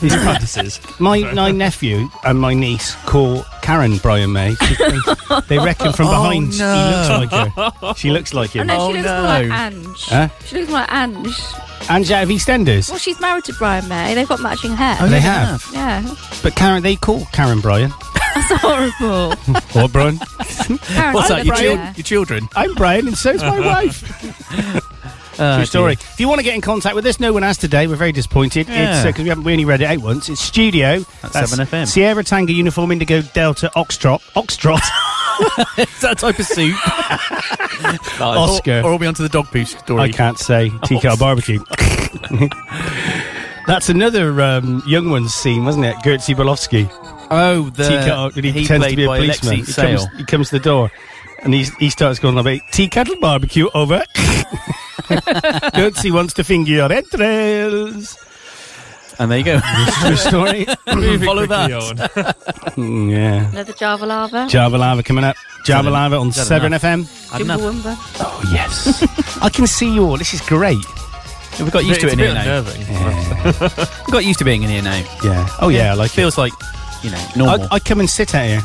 These practices.
My my nephew and my niece call Karen Brian May. They, they reckon from
Oh,
behind
no.
he looks like her. She looks like
Oh,
him.
no, she looks more like Ange.
Huh?
She looks more like Ange.
Ange out of EastEnders.
Well, she's married to Brian May. They've got matching hair.
Oh, They they have.
Yeah.
But Karen, they call Karen Brian.
That's horrible.
or Brian.
Karen
What's
Brian
that? Your,
May.
chil- your children?
I'm Brian, and so's my wife.
Oh,
True
dear.
story. If you want to get in contact with us, no one has today. We're very disappointed. It's
Yeah.
because we haven't we only read it out once. It's studio.
At 7FM.
Sierra Tango Uniform Indigo Delta Oxtrot. Oxtrot.
Is that a type of soup?
Oscar.
Or, or are we onto the dog poo story?
I can't say teakettle barbecue. That's another um, young one's scene, wasn't it? Gertzy Bolofsky.
Oh, the
Teakettle-
he played by Alexei
He comes,
Sale.
he comes to the door and he's, he starts going about teakettle barbecue over. Gertzy wants to finger your entrails.
And there you go.
True story.
Follow that.
Mm, yeah.
Another Java lava.
Java Lava coming up. Java
Is that
Lava on
is that
7FM.
Had enough.
Jumba
Oh, yes. I can see you all. This is great.
We've got used to it in here now. We've got used to being in here now.
Yeah. Oh, yeah, I like it.
Feels like, you know,
I,
normal.
I come and sit out here.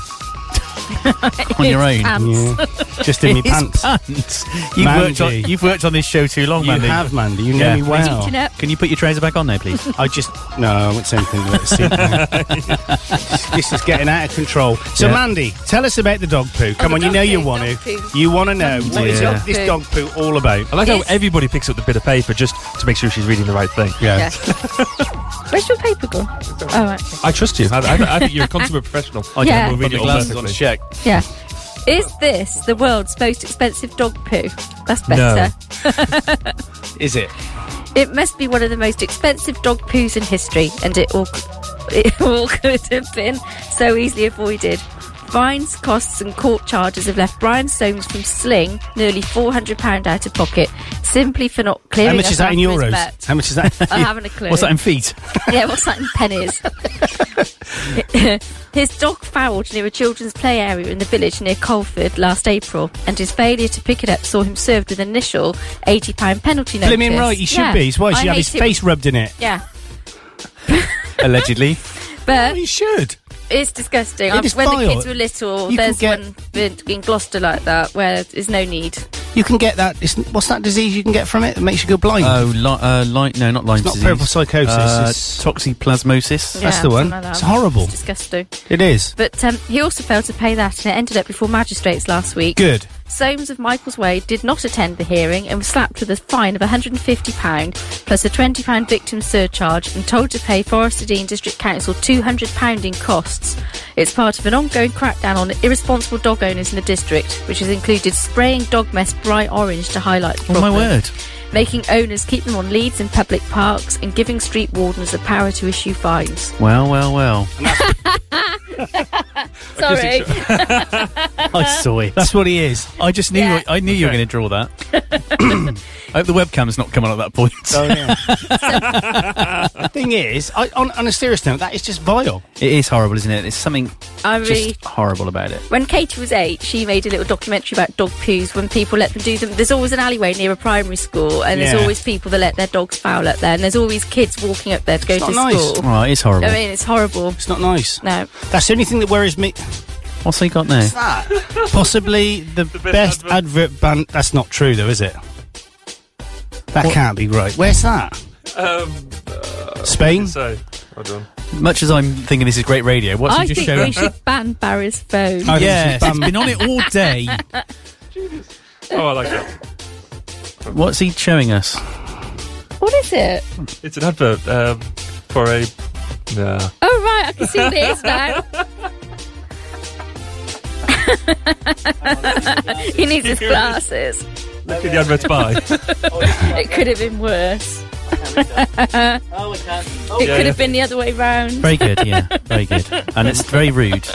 on your own.
Pants.
Yeah. Just in me
His
pants.
pants. You've worked, on,
Mandy.
you've worked on this show too long,
You
Mandy.
have, Mandy. You
Yeah.
know me well.
Teaching up.
Can you put your trousers back on there, please?
I just no, I won't say anything about the seat. now. this is getting out of control. So,
Yeah.
Mandy, tell us about the dog poo. Come
the
on, you
dog
know you
Oh, poo,
want
dog
to.
poo.
You want to know
Dog
what is
poo,
dog-
dog
this
poo.
dog poo all about?
I like how
Yes.
everybody picks up the bit of paper just to make sure she's reading the right thing.
Yeah.
Yes. Where's your paper gone? Oh, okay.
I trust you. I, I, I think you're a consummate professional.
I
Yeah.
can put
Read it
my
all
glasses on
perfectly.
to check.
Yeah. Is this the world's most expensive dog poo? That's better.
Is it?
It must be one of the most expensive dog poos in history, and it all it all could have been so easily avoided. Fines, costs, and court charges have left Brian Soames from Sling nearly four hundred pound out of pocket simply for not clearing.
How much
up
is that in
after his
euros?
bet.
How much is that?
I haven't a clue.
What's that in feet?
yeah, what's that in pennies? his dog fouled near a children's play area in the village near Colford last April, and his failure to pick it up saw him served with an initial £80 penalty notice.
Blimmin' right, he should
Yeah.
be. He's why
I
he should have
hate
his
it.
face rubbed in it.
Yeah,
Allegedly.
but
He should.
It's disgusting.
It
I've-
is
when
vile.
the kids were little,
You can
there's
get-
one in, in Gloucester like that where there's no need.
You can get that. It's, what's that disease you can get from it that makes you go blind?
Oh, li- uh, li- no, not Lyme
not
disease.
purple psychosis,
Uh,
it's-
toxoplasmosis.
That's the one.
something like that.
It's horrible.
It's disgusting.
it is.
But um, he also failed to pay that, and it ended up before magistrates last week.
Good.
Soames of Michael's Way did not attend the hearing and was slapped with a fine of £150 plus a £20 victim surcharge and told to pay Foresterdene District Council £200 in costs. It's part of an ongoing crackdown on irresponsible dog owners in the district, which has included spraying dog mess bright orange to highlight the
Oh, my
problem,
word.
making owners keep them on leads in public parks and giving street wardens the power to issue fines.
Well, well, well.
Sorry.
I saw it.
That's what he is.
I just knew. I knew you were going to draw that. I hope the webcam's not coming at that point.
the Oh, thing is, I, on, on a serious note, that is just vile.
It is horrible, isn't it? There's something
I really-
just horrible about it.
When Katie was eight, she made a little documentary about dog poos when people let them do them. There's always an alleyway near a primary school, and
Yeah.
there's always people that let their dogs foul up there, and there's always kids walking up there to go
It's
to
not nice.
school.
Oh, it is horrible.
I mean, it's horrible.
It's not nice.
No.
That's the only thing that worries me.
What's he got now?
Possibly the, best, advert, ban. That's not true, though, is it? That can't be right. Where's that?
Um,
Uh, Spain.
So, hold on.
Much as I'm thinking this is great radio, what's
I
he just
think
showing?
we should ban Barry's phone.
I think we Yes, should ban- it's been on it all day.
Oh, I like that.
What's he showing us?
What is it?
It's an advert um, for a. uh, Nah.
Oh right, I can see what it is now. he needs his glasses.
Look at the advert's by.
it could have been worse. oh, it can. it
Yeah,
could
yeah.
have been the other way round.
Very good, yeah, very good, and it's very rude.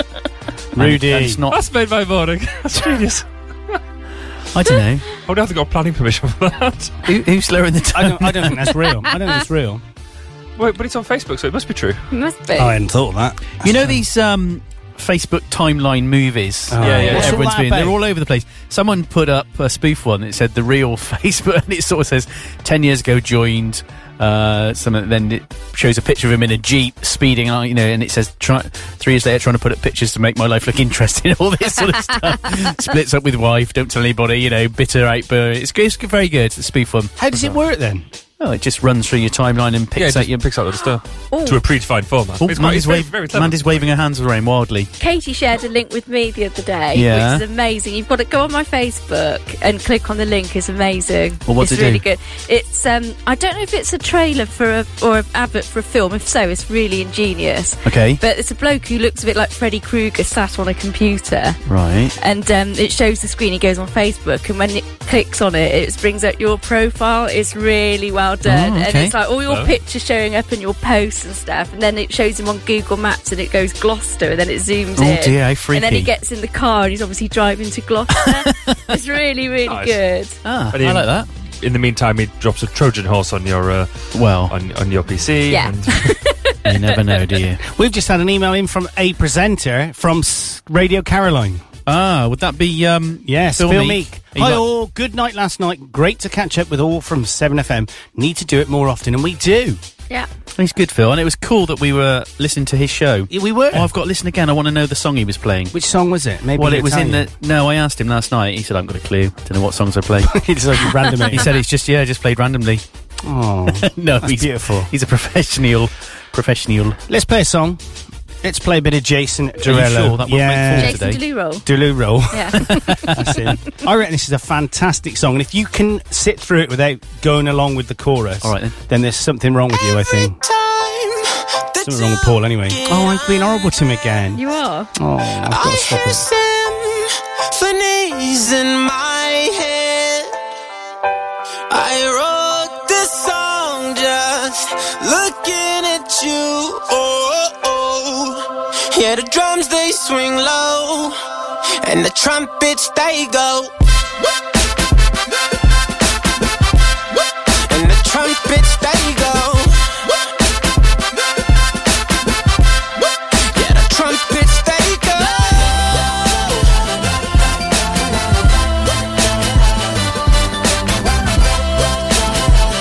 Rude. And it's Oh. not.
That's made my morning. That's genius.
I don't know.
I would have to get planning permission for that.
Who, who's slurring the tongue?
I don't, I don't think that's real. I don't think it's real.
Wait, but it's on Facebook, so it must be true.
Must be.
Oh,
hadn't thought of that.
You know these um, Facebook timeline movies?
Oh. Yeah, yeah.
that
What's all
Everyone's
that
been.
about?
They're all over the place. Someone put up a spoof one that said the real Facebook, and it sort of says ten years ago joined. Uh, some then it shows a picture of him in a jeep speeding, uh, you know, and it says try, three years later trying to put up pictures to make my life look interesting. All this sort of stuff. Splits up with wife, don't tell anybody, you know, bitter outburst. It's, good- it's good- very good. It's a spoof one.
How does it work then?
Oh, it just runs through your timeline and picks out your picks out the stuff
Oh. To a
predefined format.
Oh,
It's quite-
Mandy's,
it's very-
wave-
very clever.
Mandy's waving her hands around wildly.
Katie shared a link with me the other day,
Yeah.
which is amazing. You've got to go on my Facebook and click on the link. It's amazing.
Well, what's
it's
it do?
really good. It's um, I don't know if it's a trailer for a or an advert for a film. If so, it's really ingenious.
Okay.
But it's a bloke who looks a bit like Freddy Krueger sat on a computer.
Right.
And um, it shows the screen. He goes on Facebook, and when it clicks on it, it brings up your profile. It's really well done,
Oh,
and
okay.
it's like all your
Oh.
pictures showing up and your posts and stuff. And then it shows him on Google Maps, and it goes Gloucester, and then it zooms
Oh
in.
dear, how
And then
freaky.
he gets in the car, and he's obviously driving to Gloucester. it's really, really
Nice.
good.
Ah,
And in- In the meantime, he drops a Trojan horse on your uh,
well
on, on your PC.
Yeah.
and-
You never know, do you?
We've just had an email in from a presenter from S- Radio Caroline.
Ah, would that be um
Yes,
Phil
Phil,
Meek?
Meek.
He
Hi
got-
all, good night last night. Great to catch up with all from 7FM. Need to do it more often and we do.
Yeah.
He's good, Phil, and it was cool that we were listening to his show.
Yeah, we were.
Oh, I've got to listen again. I want to know the song he was playing.
Which song was it? Maybe
well,
he'll
it was
tell
in
you.
the. No, I asked him last night. He said, "I haven't got a clue. Don't know what songs I play."
he just like randomly.
He said, "It's just yeah, just played randomly."
Oh,
no,
that's
he's
beautiful.
He's a professional. Professional.
Let's play a song. Let's play a bit of Jason
you
Derulo.
sure? That won't make
yeah.
Jason Delural.
Derulo.
Yeah.
That's it. I reckon this is a fantastic song, and if you can sit through it without going along with the chorus,
All right, then.
there's something wrong with you. I think something wrong with Paul. Anyway, oh, I've been horrible to him again.
you are.
Oh, I've got to stop it.
symphonies in my head. I wrote this song just looking at you. Oh, oh. yeah, the drums they swing low, and the trumpets they go. And the trumpets they go. Yeah, the trumpets they go.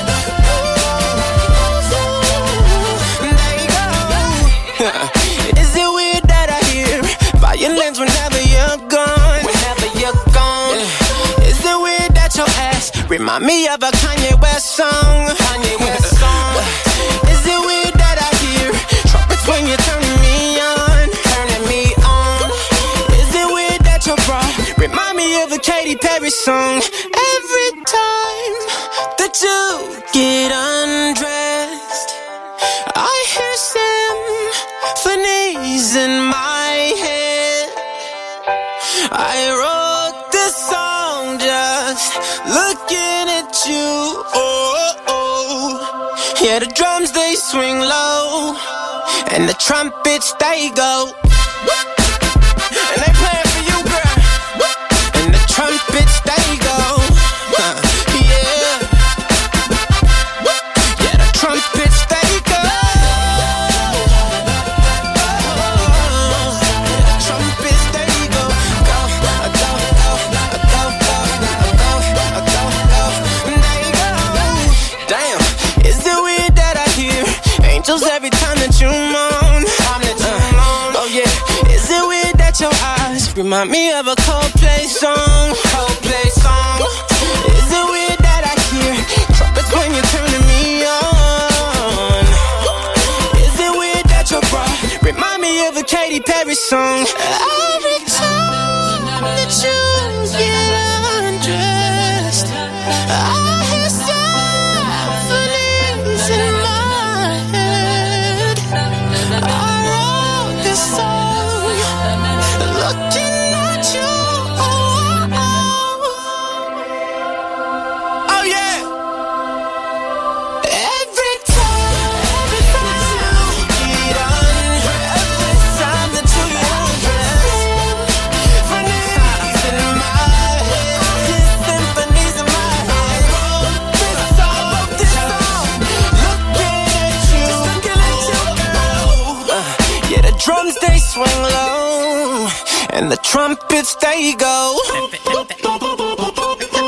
Is it weird that I hear violins whenever you're gone? Whenever you're gone. Is it weird that your ass remind me of a Kanye West song? Kanye West song. Is it weird that I hear trumpets when you're turning me on? Turning me on. Is it weird that your bra remind me of a Katy Perry song? Every time that you get undressed. I hear symphonies in my head. I wrote this song just looking at you. Oh, oh. yeah, the drums they swing low, and the trumpets they go. trumpets, they go. Huh, yeah. Yeah, the trumpets, they go. The trumpets, they go. Go, go, go, go, go, go, go, go. They go. Damn, is it weird that I hear angels every time that you moan? Uh, Oh yeah, is it weird that your eyes remind me of a Coldplay song? Coldplay song. Is it weird that I hear trumpets when you're turning me on? Is it weird that your bra remind me of a Katy Perry song? Every time that you get undressed, I hear symphonies in my head. I wrote this song looking at you. Oh yeah. Every time, every time you get undressed, every time that you get undressed, symphonies in my head, symphonies in my head. I wrote this song, wrote this song, looking at you, looking at you, girl. Uh, Yeah, the drums they swing low, and the trumpets they go.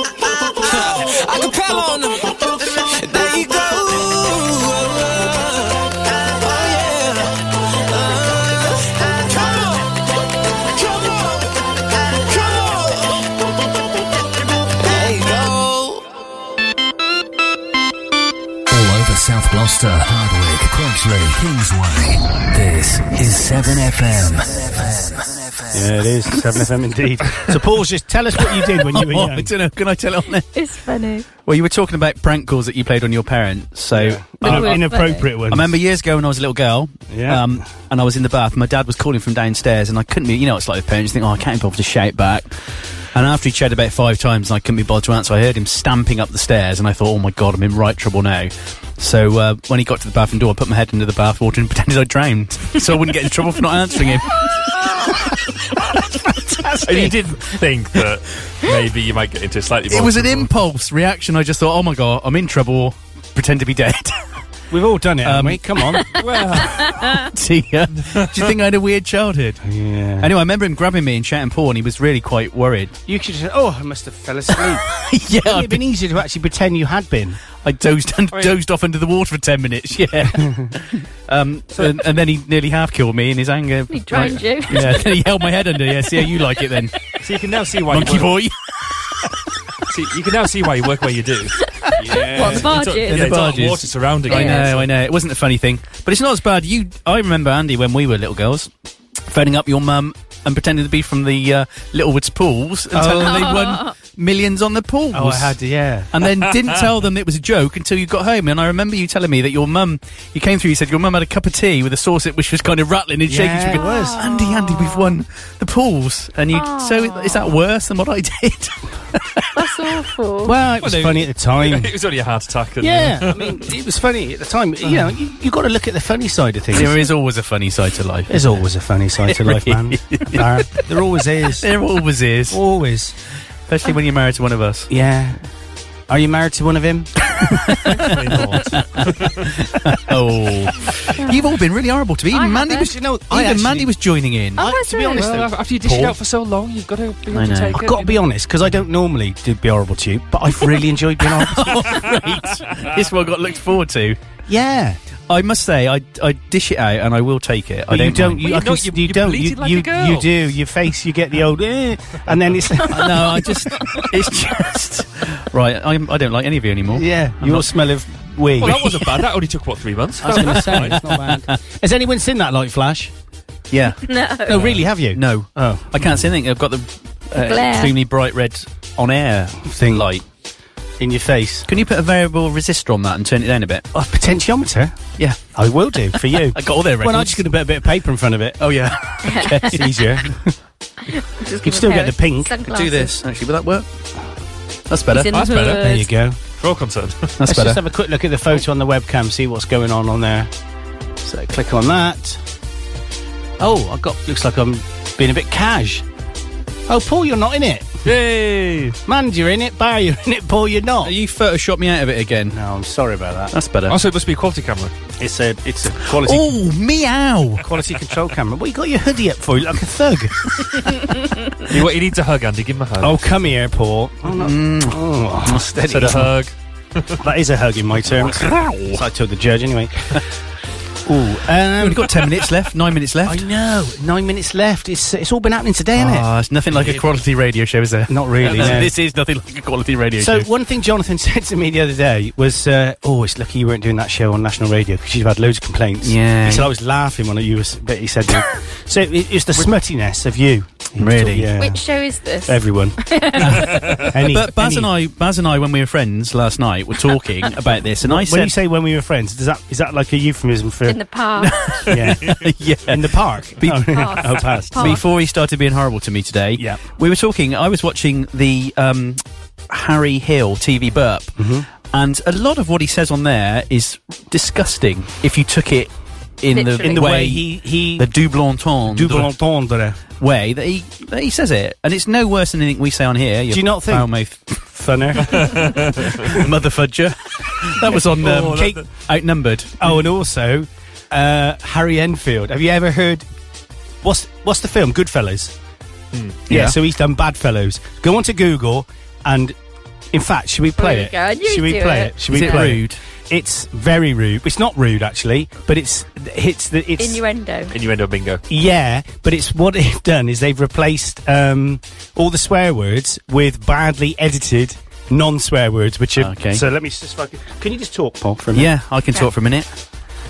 I can pal on them. There you go. Oh, yeah. Uh, come on. Come on. Come on. There you go.
All over South Gloucester, Hardwick, Croxley, Kingsway. This is 7FM.
Yeah, it is. 7FM indeed. So, Paul's just tell us what you did when you were
Oh,
young.
I don't know. Can I tell it on there?
It's funny.
Well, you were talking about prank calls that you played on your parents. So uh,
They were Inappropriate funny. ones.
I remember years ago when I was a little girl.
Yeah.
Um, and I was in the bath. and My dad was calling from downstairs, and I couldn't be. You know, what it's like with parents. You think, oh, I can't be bothered to shout back. And after he shouted about five times, and I couldn't be bothered to answer. I heard him stamping up the stairs, and I thought, oh my god, I'm in right trouble now. So uh, when he got to the bathroom door, I put my head into the bath water and pretended I drowned, so I wouldn't get in trouble for not answering him.
And you didn't think that maybe you might get into slightly more.
It was an
trouble.
impulse reaction. I just thought, oh my god, I'm in trouble. Pretend to be dead. Um,
We've all done it, haven't we? Come on.
See ya. Do you think I had a weird childhood?
Yeah.
Anyway, I remember him grabbing me and shouting Paul, and he was really quite worried.
You could just say, oh, I must have fell asleep.
yeah.
It'd have been easier to actually pretend you had been.
I dozed
Oh,
and dozed off under the water for ten minutes. Yeah. um, and, and then he nearly half killed me in his anger.
He drowned you.
Yeah. Then he held my head under. Yeah. See how you like it then,
So you can now see why
monkey
you work,
boy.
See, you can now see why you work where you do. Yeah.
What, barges?
It's all-
In
yeah,
the
it's all
barges.
water surrounding
I
you.
know, I know. It wasn't a funny thing, but it's not as bad. You, I remember Andy when we were little girls, phoning up your mum and pretending to be from the uh, Littlewoods pools and telling them they won millions on the pools.
Oh, I had, yeah.
and then didn't tell them it was a joke until you got home. And I remember you telling me that your mum, you came through, you said your mum had a cup of tea with a saucer which was kind of rattling and shaking.
Yeah,
She
it
went,
was.
Andy, Andy, we've won the pools. And you, so is that worse than what I did?
That's awful.
Well, it was
Well,
funny at the time.
It was only a heart attack. and-
Yeah, I mean, it was funny at the time. You know, you, you got to look at the funny side of things.
there is always a funny side to life.
There's always a funny side to life, man. Barry. There always is.
There always is,
Always.
especially when you're married to one of us.
Yeah. Are you married to one of him?
Oh, you've all been really horrible to me.
I
Even Mandy
haven't.
was,
You know,
even
I actually-
Mandy was joining in.
Oh, was
to be
it?
honest, though,
Well, after you dish it
Paul?
out for so long, you've got to be able
I
to
know.
take
I've
it.
I've got to be honest because I don't normally do be horrible to you, but I've really enjoyed being horrible. to you.
this one got looked forward to.
Yeah,
I must say, I, I dish it out and I will take it. I
But
don't.
you
Well,
mind.
don't. You, I
you
can
know,
s-
you-
you
you
don't.
bleated
You,
like a
you, you
girl.
do. Your face. You get the old, eh, and then it's
no, I just. It's just right. I'm, I don't like any of you anymore.
yeah. Your smell of weed.
Well, that wasn't bad. That only took what three months.
I was going to say it's not bad. Has anyone seen that light flash?
Yeah.
No, really, have you?
No,
Oh,
I can't see anything. I've got the uh,
glare.
extremely bright red on air thing light.
in your face.
Can you put a variable resistor on that and turn it down a bit?
A potentiometer.
Yeah,
I will do for you.
I got all their records.
Well, I'm just going to put a bit of paper in front of it.
oh yeah,
It's easier.
Just
You'd
give a
still
pair
get
of
the pink.
sunglasses.
do this actually. Will that work? That's better.
He's in
That's
the
better.
There
hood.
you go.
We're all concerned.
That's
Let's just
better.
have a quick look at the photo on the webcam, see what's going on on there. So click on that. Oh, I got. Looks like I'm being a bit cash. Oh, Paul, you're not in it.
Yay!
Man, you're in it. Barry, you're in it. Paul, you're not.
You photoshopped me out of it again.
No, I'm sorry about that.
That's better.
Also, it must be a quality camera.
It's a it's a quality
Oh, meow!
quality control camera. What you got your hoodie up for? You look like a thug.
You, you need to hug Andy. Give him a hug.
oh, come here, Paul. Oh, no. oh, steady.
Said a hug.
that is a hug in my terms. So I told the judge anyway. Ooh, um,
We've got ten minutes left. Nine minutes
I
left.
know. Nine minutes left. It's it's all been happening today, isn't it?
Ah, it's nothing like a quality radio show, is there?
Not really. no.
This is nothing like a quality radio
So
show.
one thing Jonathan said to me the other day was, uh, "Oh, it's lucky you weren't doing that show on national radio because you've had loads of complaints."
Yeah.
He said I was laughing when you was, but he said that. so it, it's the smuttiness of you. He was
Really?
talking- Yeah.
Which show is this?
Everyone. any,
But Baz
any-
and I, Baz and I, when we were friends last night, were talking about this, and I
When you
said,
say when we were friends, does that is that like a euphemism for
in the past.
yeah
"Yeah,
in the park? Be- oh,
Past.
past.
Past.
before he started being horrible to me today,
Yeah.
we were talking. I was watching the um, Harry Hill TV burp,
Mm-hmm.
and a lot of what he says on there is disgusting. If you took it in the
Literally.
In the way he he
the double entendre,
double entendre.
way that he that he says it, and it's no worse than anything we say on here.
Do you not think-
foul-mouthed
Funner.
mother fudger? that was on um,
Oh, that-
Kate outnumbered.
oh, and also uh, Harry Enfield. Have you ever heard? What's what's the film? Goodfellas. Yeah.
Hmm. Yeah.
So he's done Badfellows. Go onto Google and. In fact, should we play
There you
it?
go, I knew
Should we
you'd do
play
it.
it? Should we
Is it
play
rude?
It's very rude. It's not rude actually, but it's it's the it's
Innuendo.
Innuendo bingo.
Yeah, but it's what they've done is they've replaced um, all the swear words with badly edited non-swear words, which are
Okay.
So let me just fucking. Can you just talk, Paul, for a minute?
Yeah, I can talk for a minute.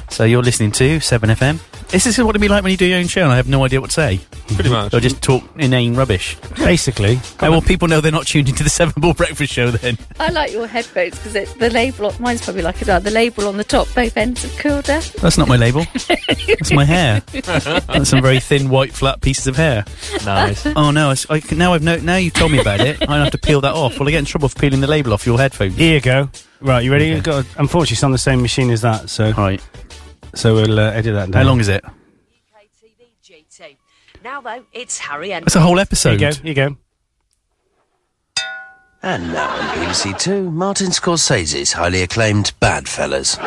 So you're listening to 7FM. This is what it'd be like when you do your own show and I have no idea what to say.
Pretty much.
They'll just talk inane rubbish.
Yeah, basically.
Oh, well, people know they're not tuned into the Seven Ball Breakfast Show then.
I like your headphones because the label, on- mine's probably like it. uh, The label on the top, both ends of Kilda.
That's not my label. That's my hair. That's some very thin, white, flat pieces of hair.
Nice.
Oh no! I, I, can- now I've no, now you've told me about it. I have to peel that off. Will I get in trouble for peeling the label off your headphones?
Here you go. Right, you ready? We've Got unfortunately, it's on the same machine as that, so
Right.
so we'll uh, edit that. Down.
How long is it?
KTVGT. Now, though, it's Harry and
That's a whole
Here
episode.
you go. Here you go.
And now on BBC Two, Martin Scorsese's highly acclaimed Badfellas.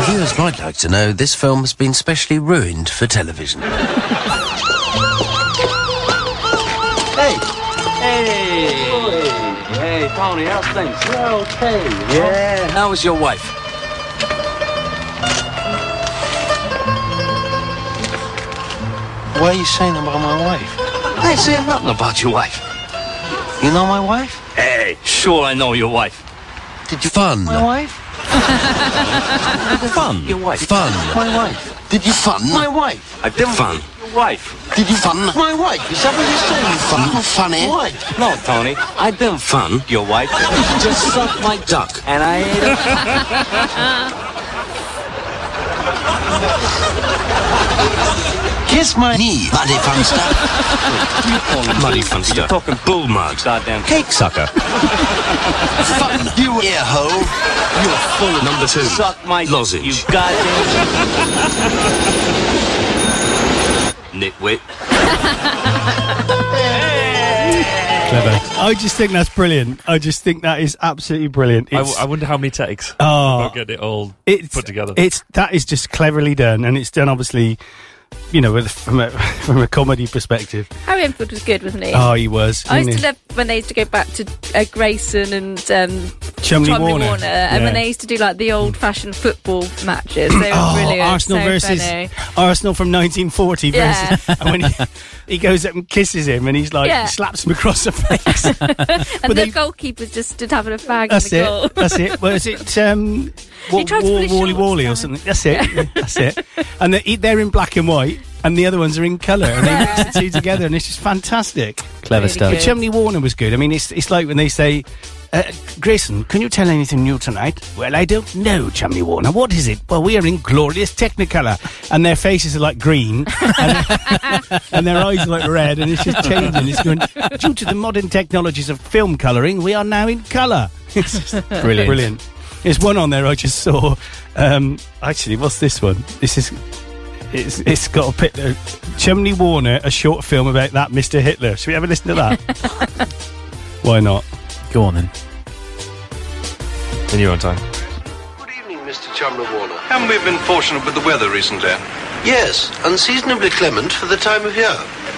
Reviewers might like to know this film has been specially ruined for television.
Hey! Hey! Hey, Tony, how's things? okay.
Yeah. How is your wife? Why are you saying that about my wife? I ain't saying nothing about your wife. You know my wife? Hey, sure I know your wife. Did you fun? My wife? fun. Your wife. Fun. My wife. Did you fun? My wife. I did fun. Your wife. Did you fun? My wife. Is that what you're saying? You fun? Not funny. What? No, Tony. I didn't fun. Your wife. Just sucked my duck. And I ate it. Kiss my knee, muddy funster. muddy funster. You're talking bull mugs, goddamn cake sucker. Fun, you ear hole. You're full of number two. Suck my lozenge. You goddamn nitwit.
Clever. I just think that's brilliant. I just think that is absolutely brilliant.
I,
It's,
w- I wonder how many takes.
Oh.
I'll get it all
it's
put together.
It's that is just cleverly done, and it's done obviously, you know, with, from a from a comedy perspective.
Harry Enfield was good, wasn't he?
Oh, he was.
I used to
wasn't he?
love when they used to go back to uh, Grayson and um,
Chumley
Chumley
Warner.
Warner, and when
Yeah. Oh,
they used to do like the old-fashioned football matches. They were brilliant.
Arsenal
so
versus
funny.
Arsenal from 1940
Yeah.
versus. And when he, he goes up and kisses him, and he's like
Yeah.
slaps him across the face.
and the
they-
goalkeeper just stood having a fag
That's
in the
it.
goal.
That's it. Well, is it um, wa-
tried to
wa-
put his
Wally
shorts
Wally or
down.
something? That's it. That's it. And they're, they're in black and white, and the other ones are in colour, and they mix the two together, and it's just fantastic.
Clever
Really
stuff.
good.
Chumley Warner was good. I mean, it's it's like when they say, uh, Grayson, can you tell anything new tonight? Well, I don't know, Chumley Warner. What is it? Well, we are in glorious Technicolor, and their faces are like green, and, and their eyes are like red, and it's just changing. It's going due to the modern technologies of film colouring. We are now in colour. It's just
Brilliant.
Brilliant. There's one on there I just saw. Um, actually, what's this one? This is it's it's got a picture. Chumley Warner, a short film about that Mr. Hitler. Should we ever listen to that? Why not?
Go on then.
In your own time.
Mr. Chumley Warner.
Haven't we been fortunate with the weather recently?
Yes, unseasonably clement for the time of year.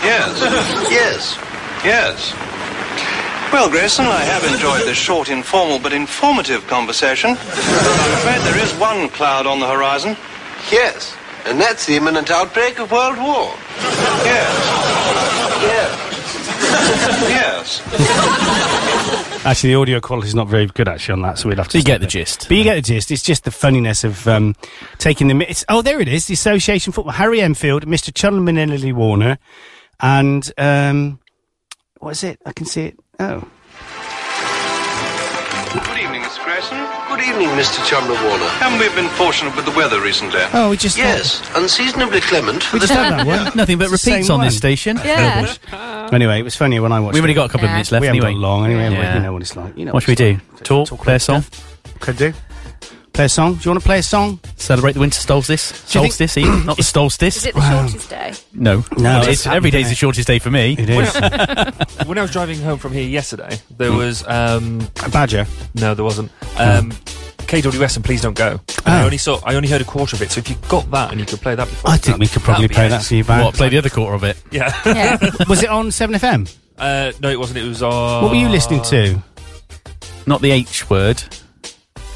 Yes.
yes.
Yes. Well, Grayson, I have enjoyed this short, informal, but informative conversation. But I'm afraid there is one cloud on the horizon.
Yes, and that's the imminent outbreak of World War.
Yes. yes.
Actually, the audio quality is not very good actually on that, so we'd have to.
You get
stop
the
it.
gist.
But you get the gist. It's just the funniness of um, taking the. mi- It's, oh, there it is. The Association Football. Harry Enfield, Mr. Chunman and Lily Warner, and um, what is it? I can see it. Oh,
Good evening, Miss Grayson.
Good evening, Mr. Chumley Warner.
Haven't we been fortunate with the weather recently?
Oh, we just.
Yes, unseasonably clement for
We
the
just
time
had that
of year.
one. Nothing but
It's the
repeats
same
on this
one.
station.
Yeah. Anyway, it was funnier when I watched.
We've only
it.
got a couple of minutes left
We haven't
anyway.
got long anyway. have we?
Yeah.
You know what it's like. You know
what should we do?
it's
Talk, play a song,
like. Could do. Play a song. Do you want to play a song?
celebrate the winter solstice.
you think-
Solstice, Ian, not the solstice.
Is it the shortest day?
No,
No,
But
it's
it's, every
happened,
day's
isn't
the
it?
shortest day for me.
It
When I, when I was driving home from here yesterday, there was um,
a badger.
No, there wasn't.
Hmm.
Um, KWS and please don't go. And I only saw. I only heard a quarter of it. So if you got that and you could play that before,
Oh. I think we could probably
that'd be
play that
nice.
for you, Barry.
What, play the other quarter of it?
Yeah.
was it on Seven FM?
Uh, no, it wasn't. It was on.
What were you listening to?
Not the H word.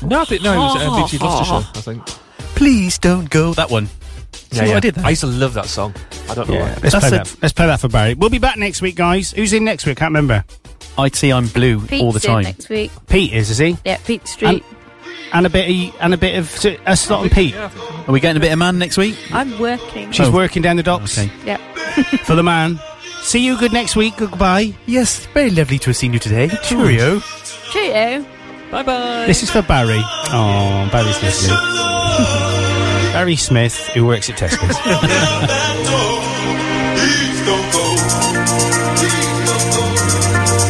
No, I think no. It was uh, BBC Gloucestershire. I think.
Please don't go. That one. See what I did there?
I used to love that song. I don't know
Yeah,
why.
let's
That's
play
a-
that. Let's play that for Barry. We'll be back next week, guys. Who's in next week? Can't remember.
I'd see I'm blue
Pete's
all the
in
time.
next week.
Pete is, is he?
Yeah, Pete Street.
And a bit, of, and a bit of so, a slot and Pete.
Are we getting a bit of man next week?
I'm working.
She's
Oh.
working down the docks
Okay.
Yep.
for the man. See you good next week. Goodbye.
Yes, very lovely to have seen you today. Cheerio.
Cheerio.
Bye bye.
This is for Barry. Oh, Barry's listening. Barry Smith, who works at Tesco's.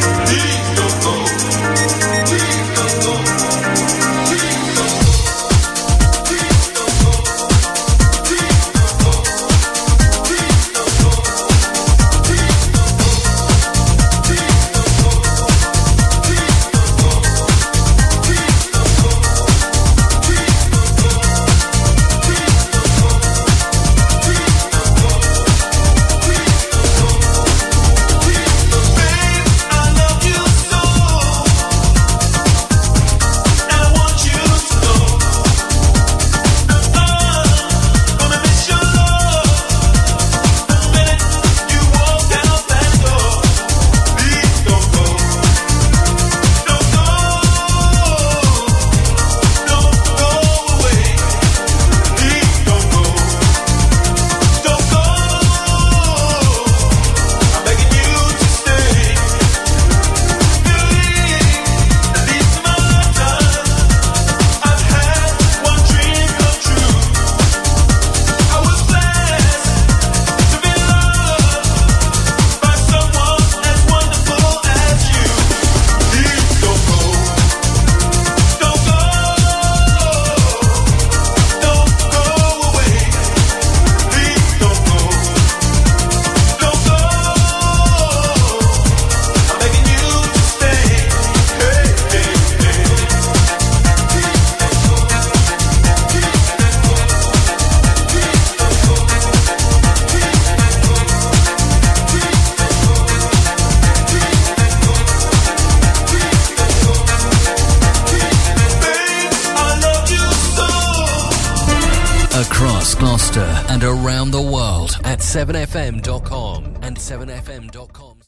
Across Gloucester and around the world at 7fm.com and 7fm.com.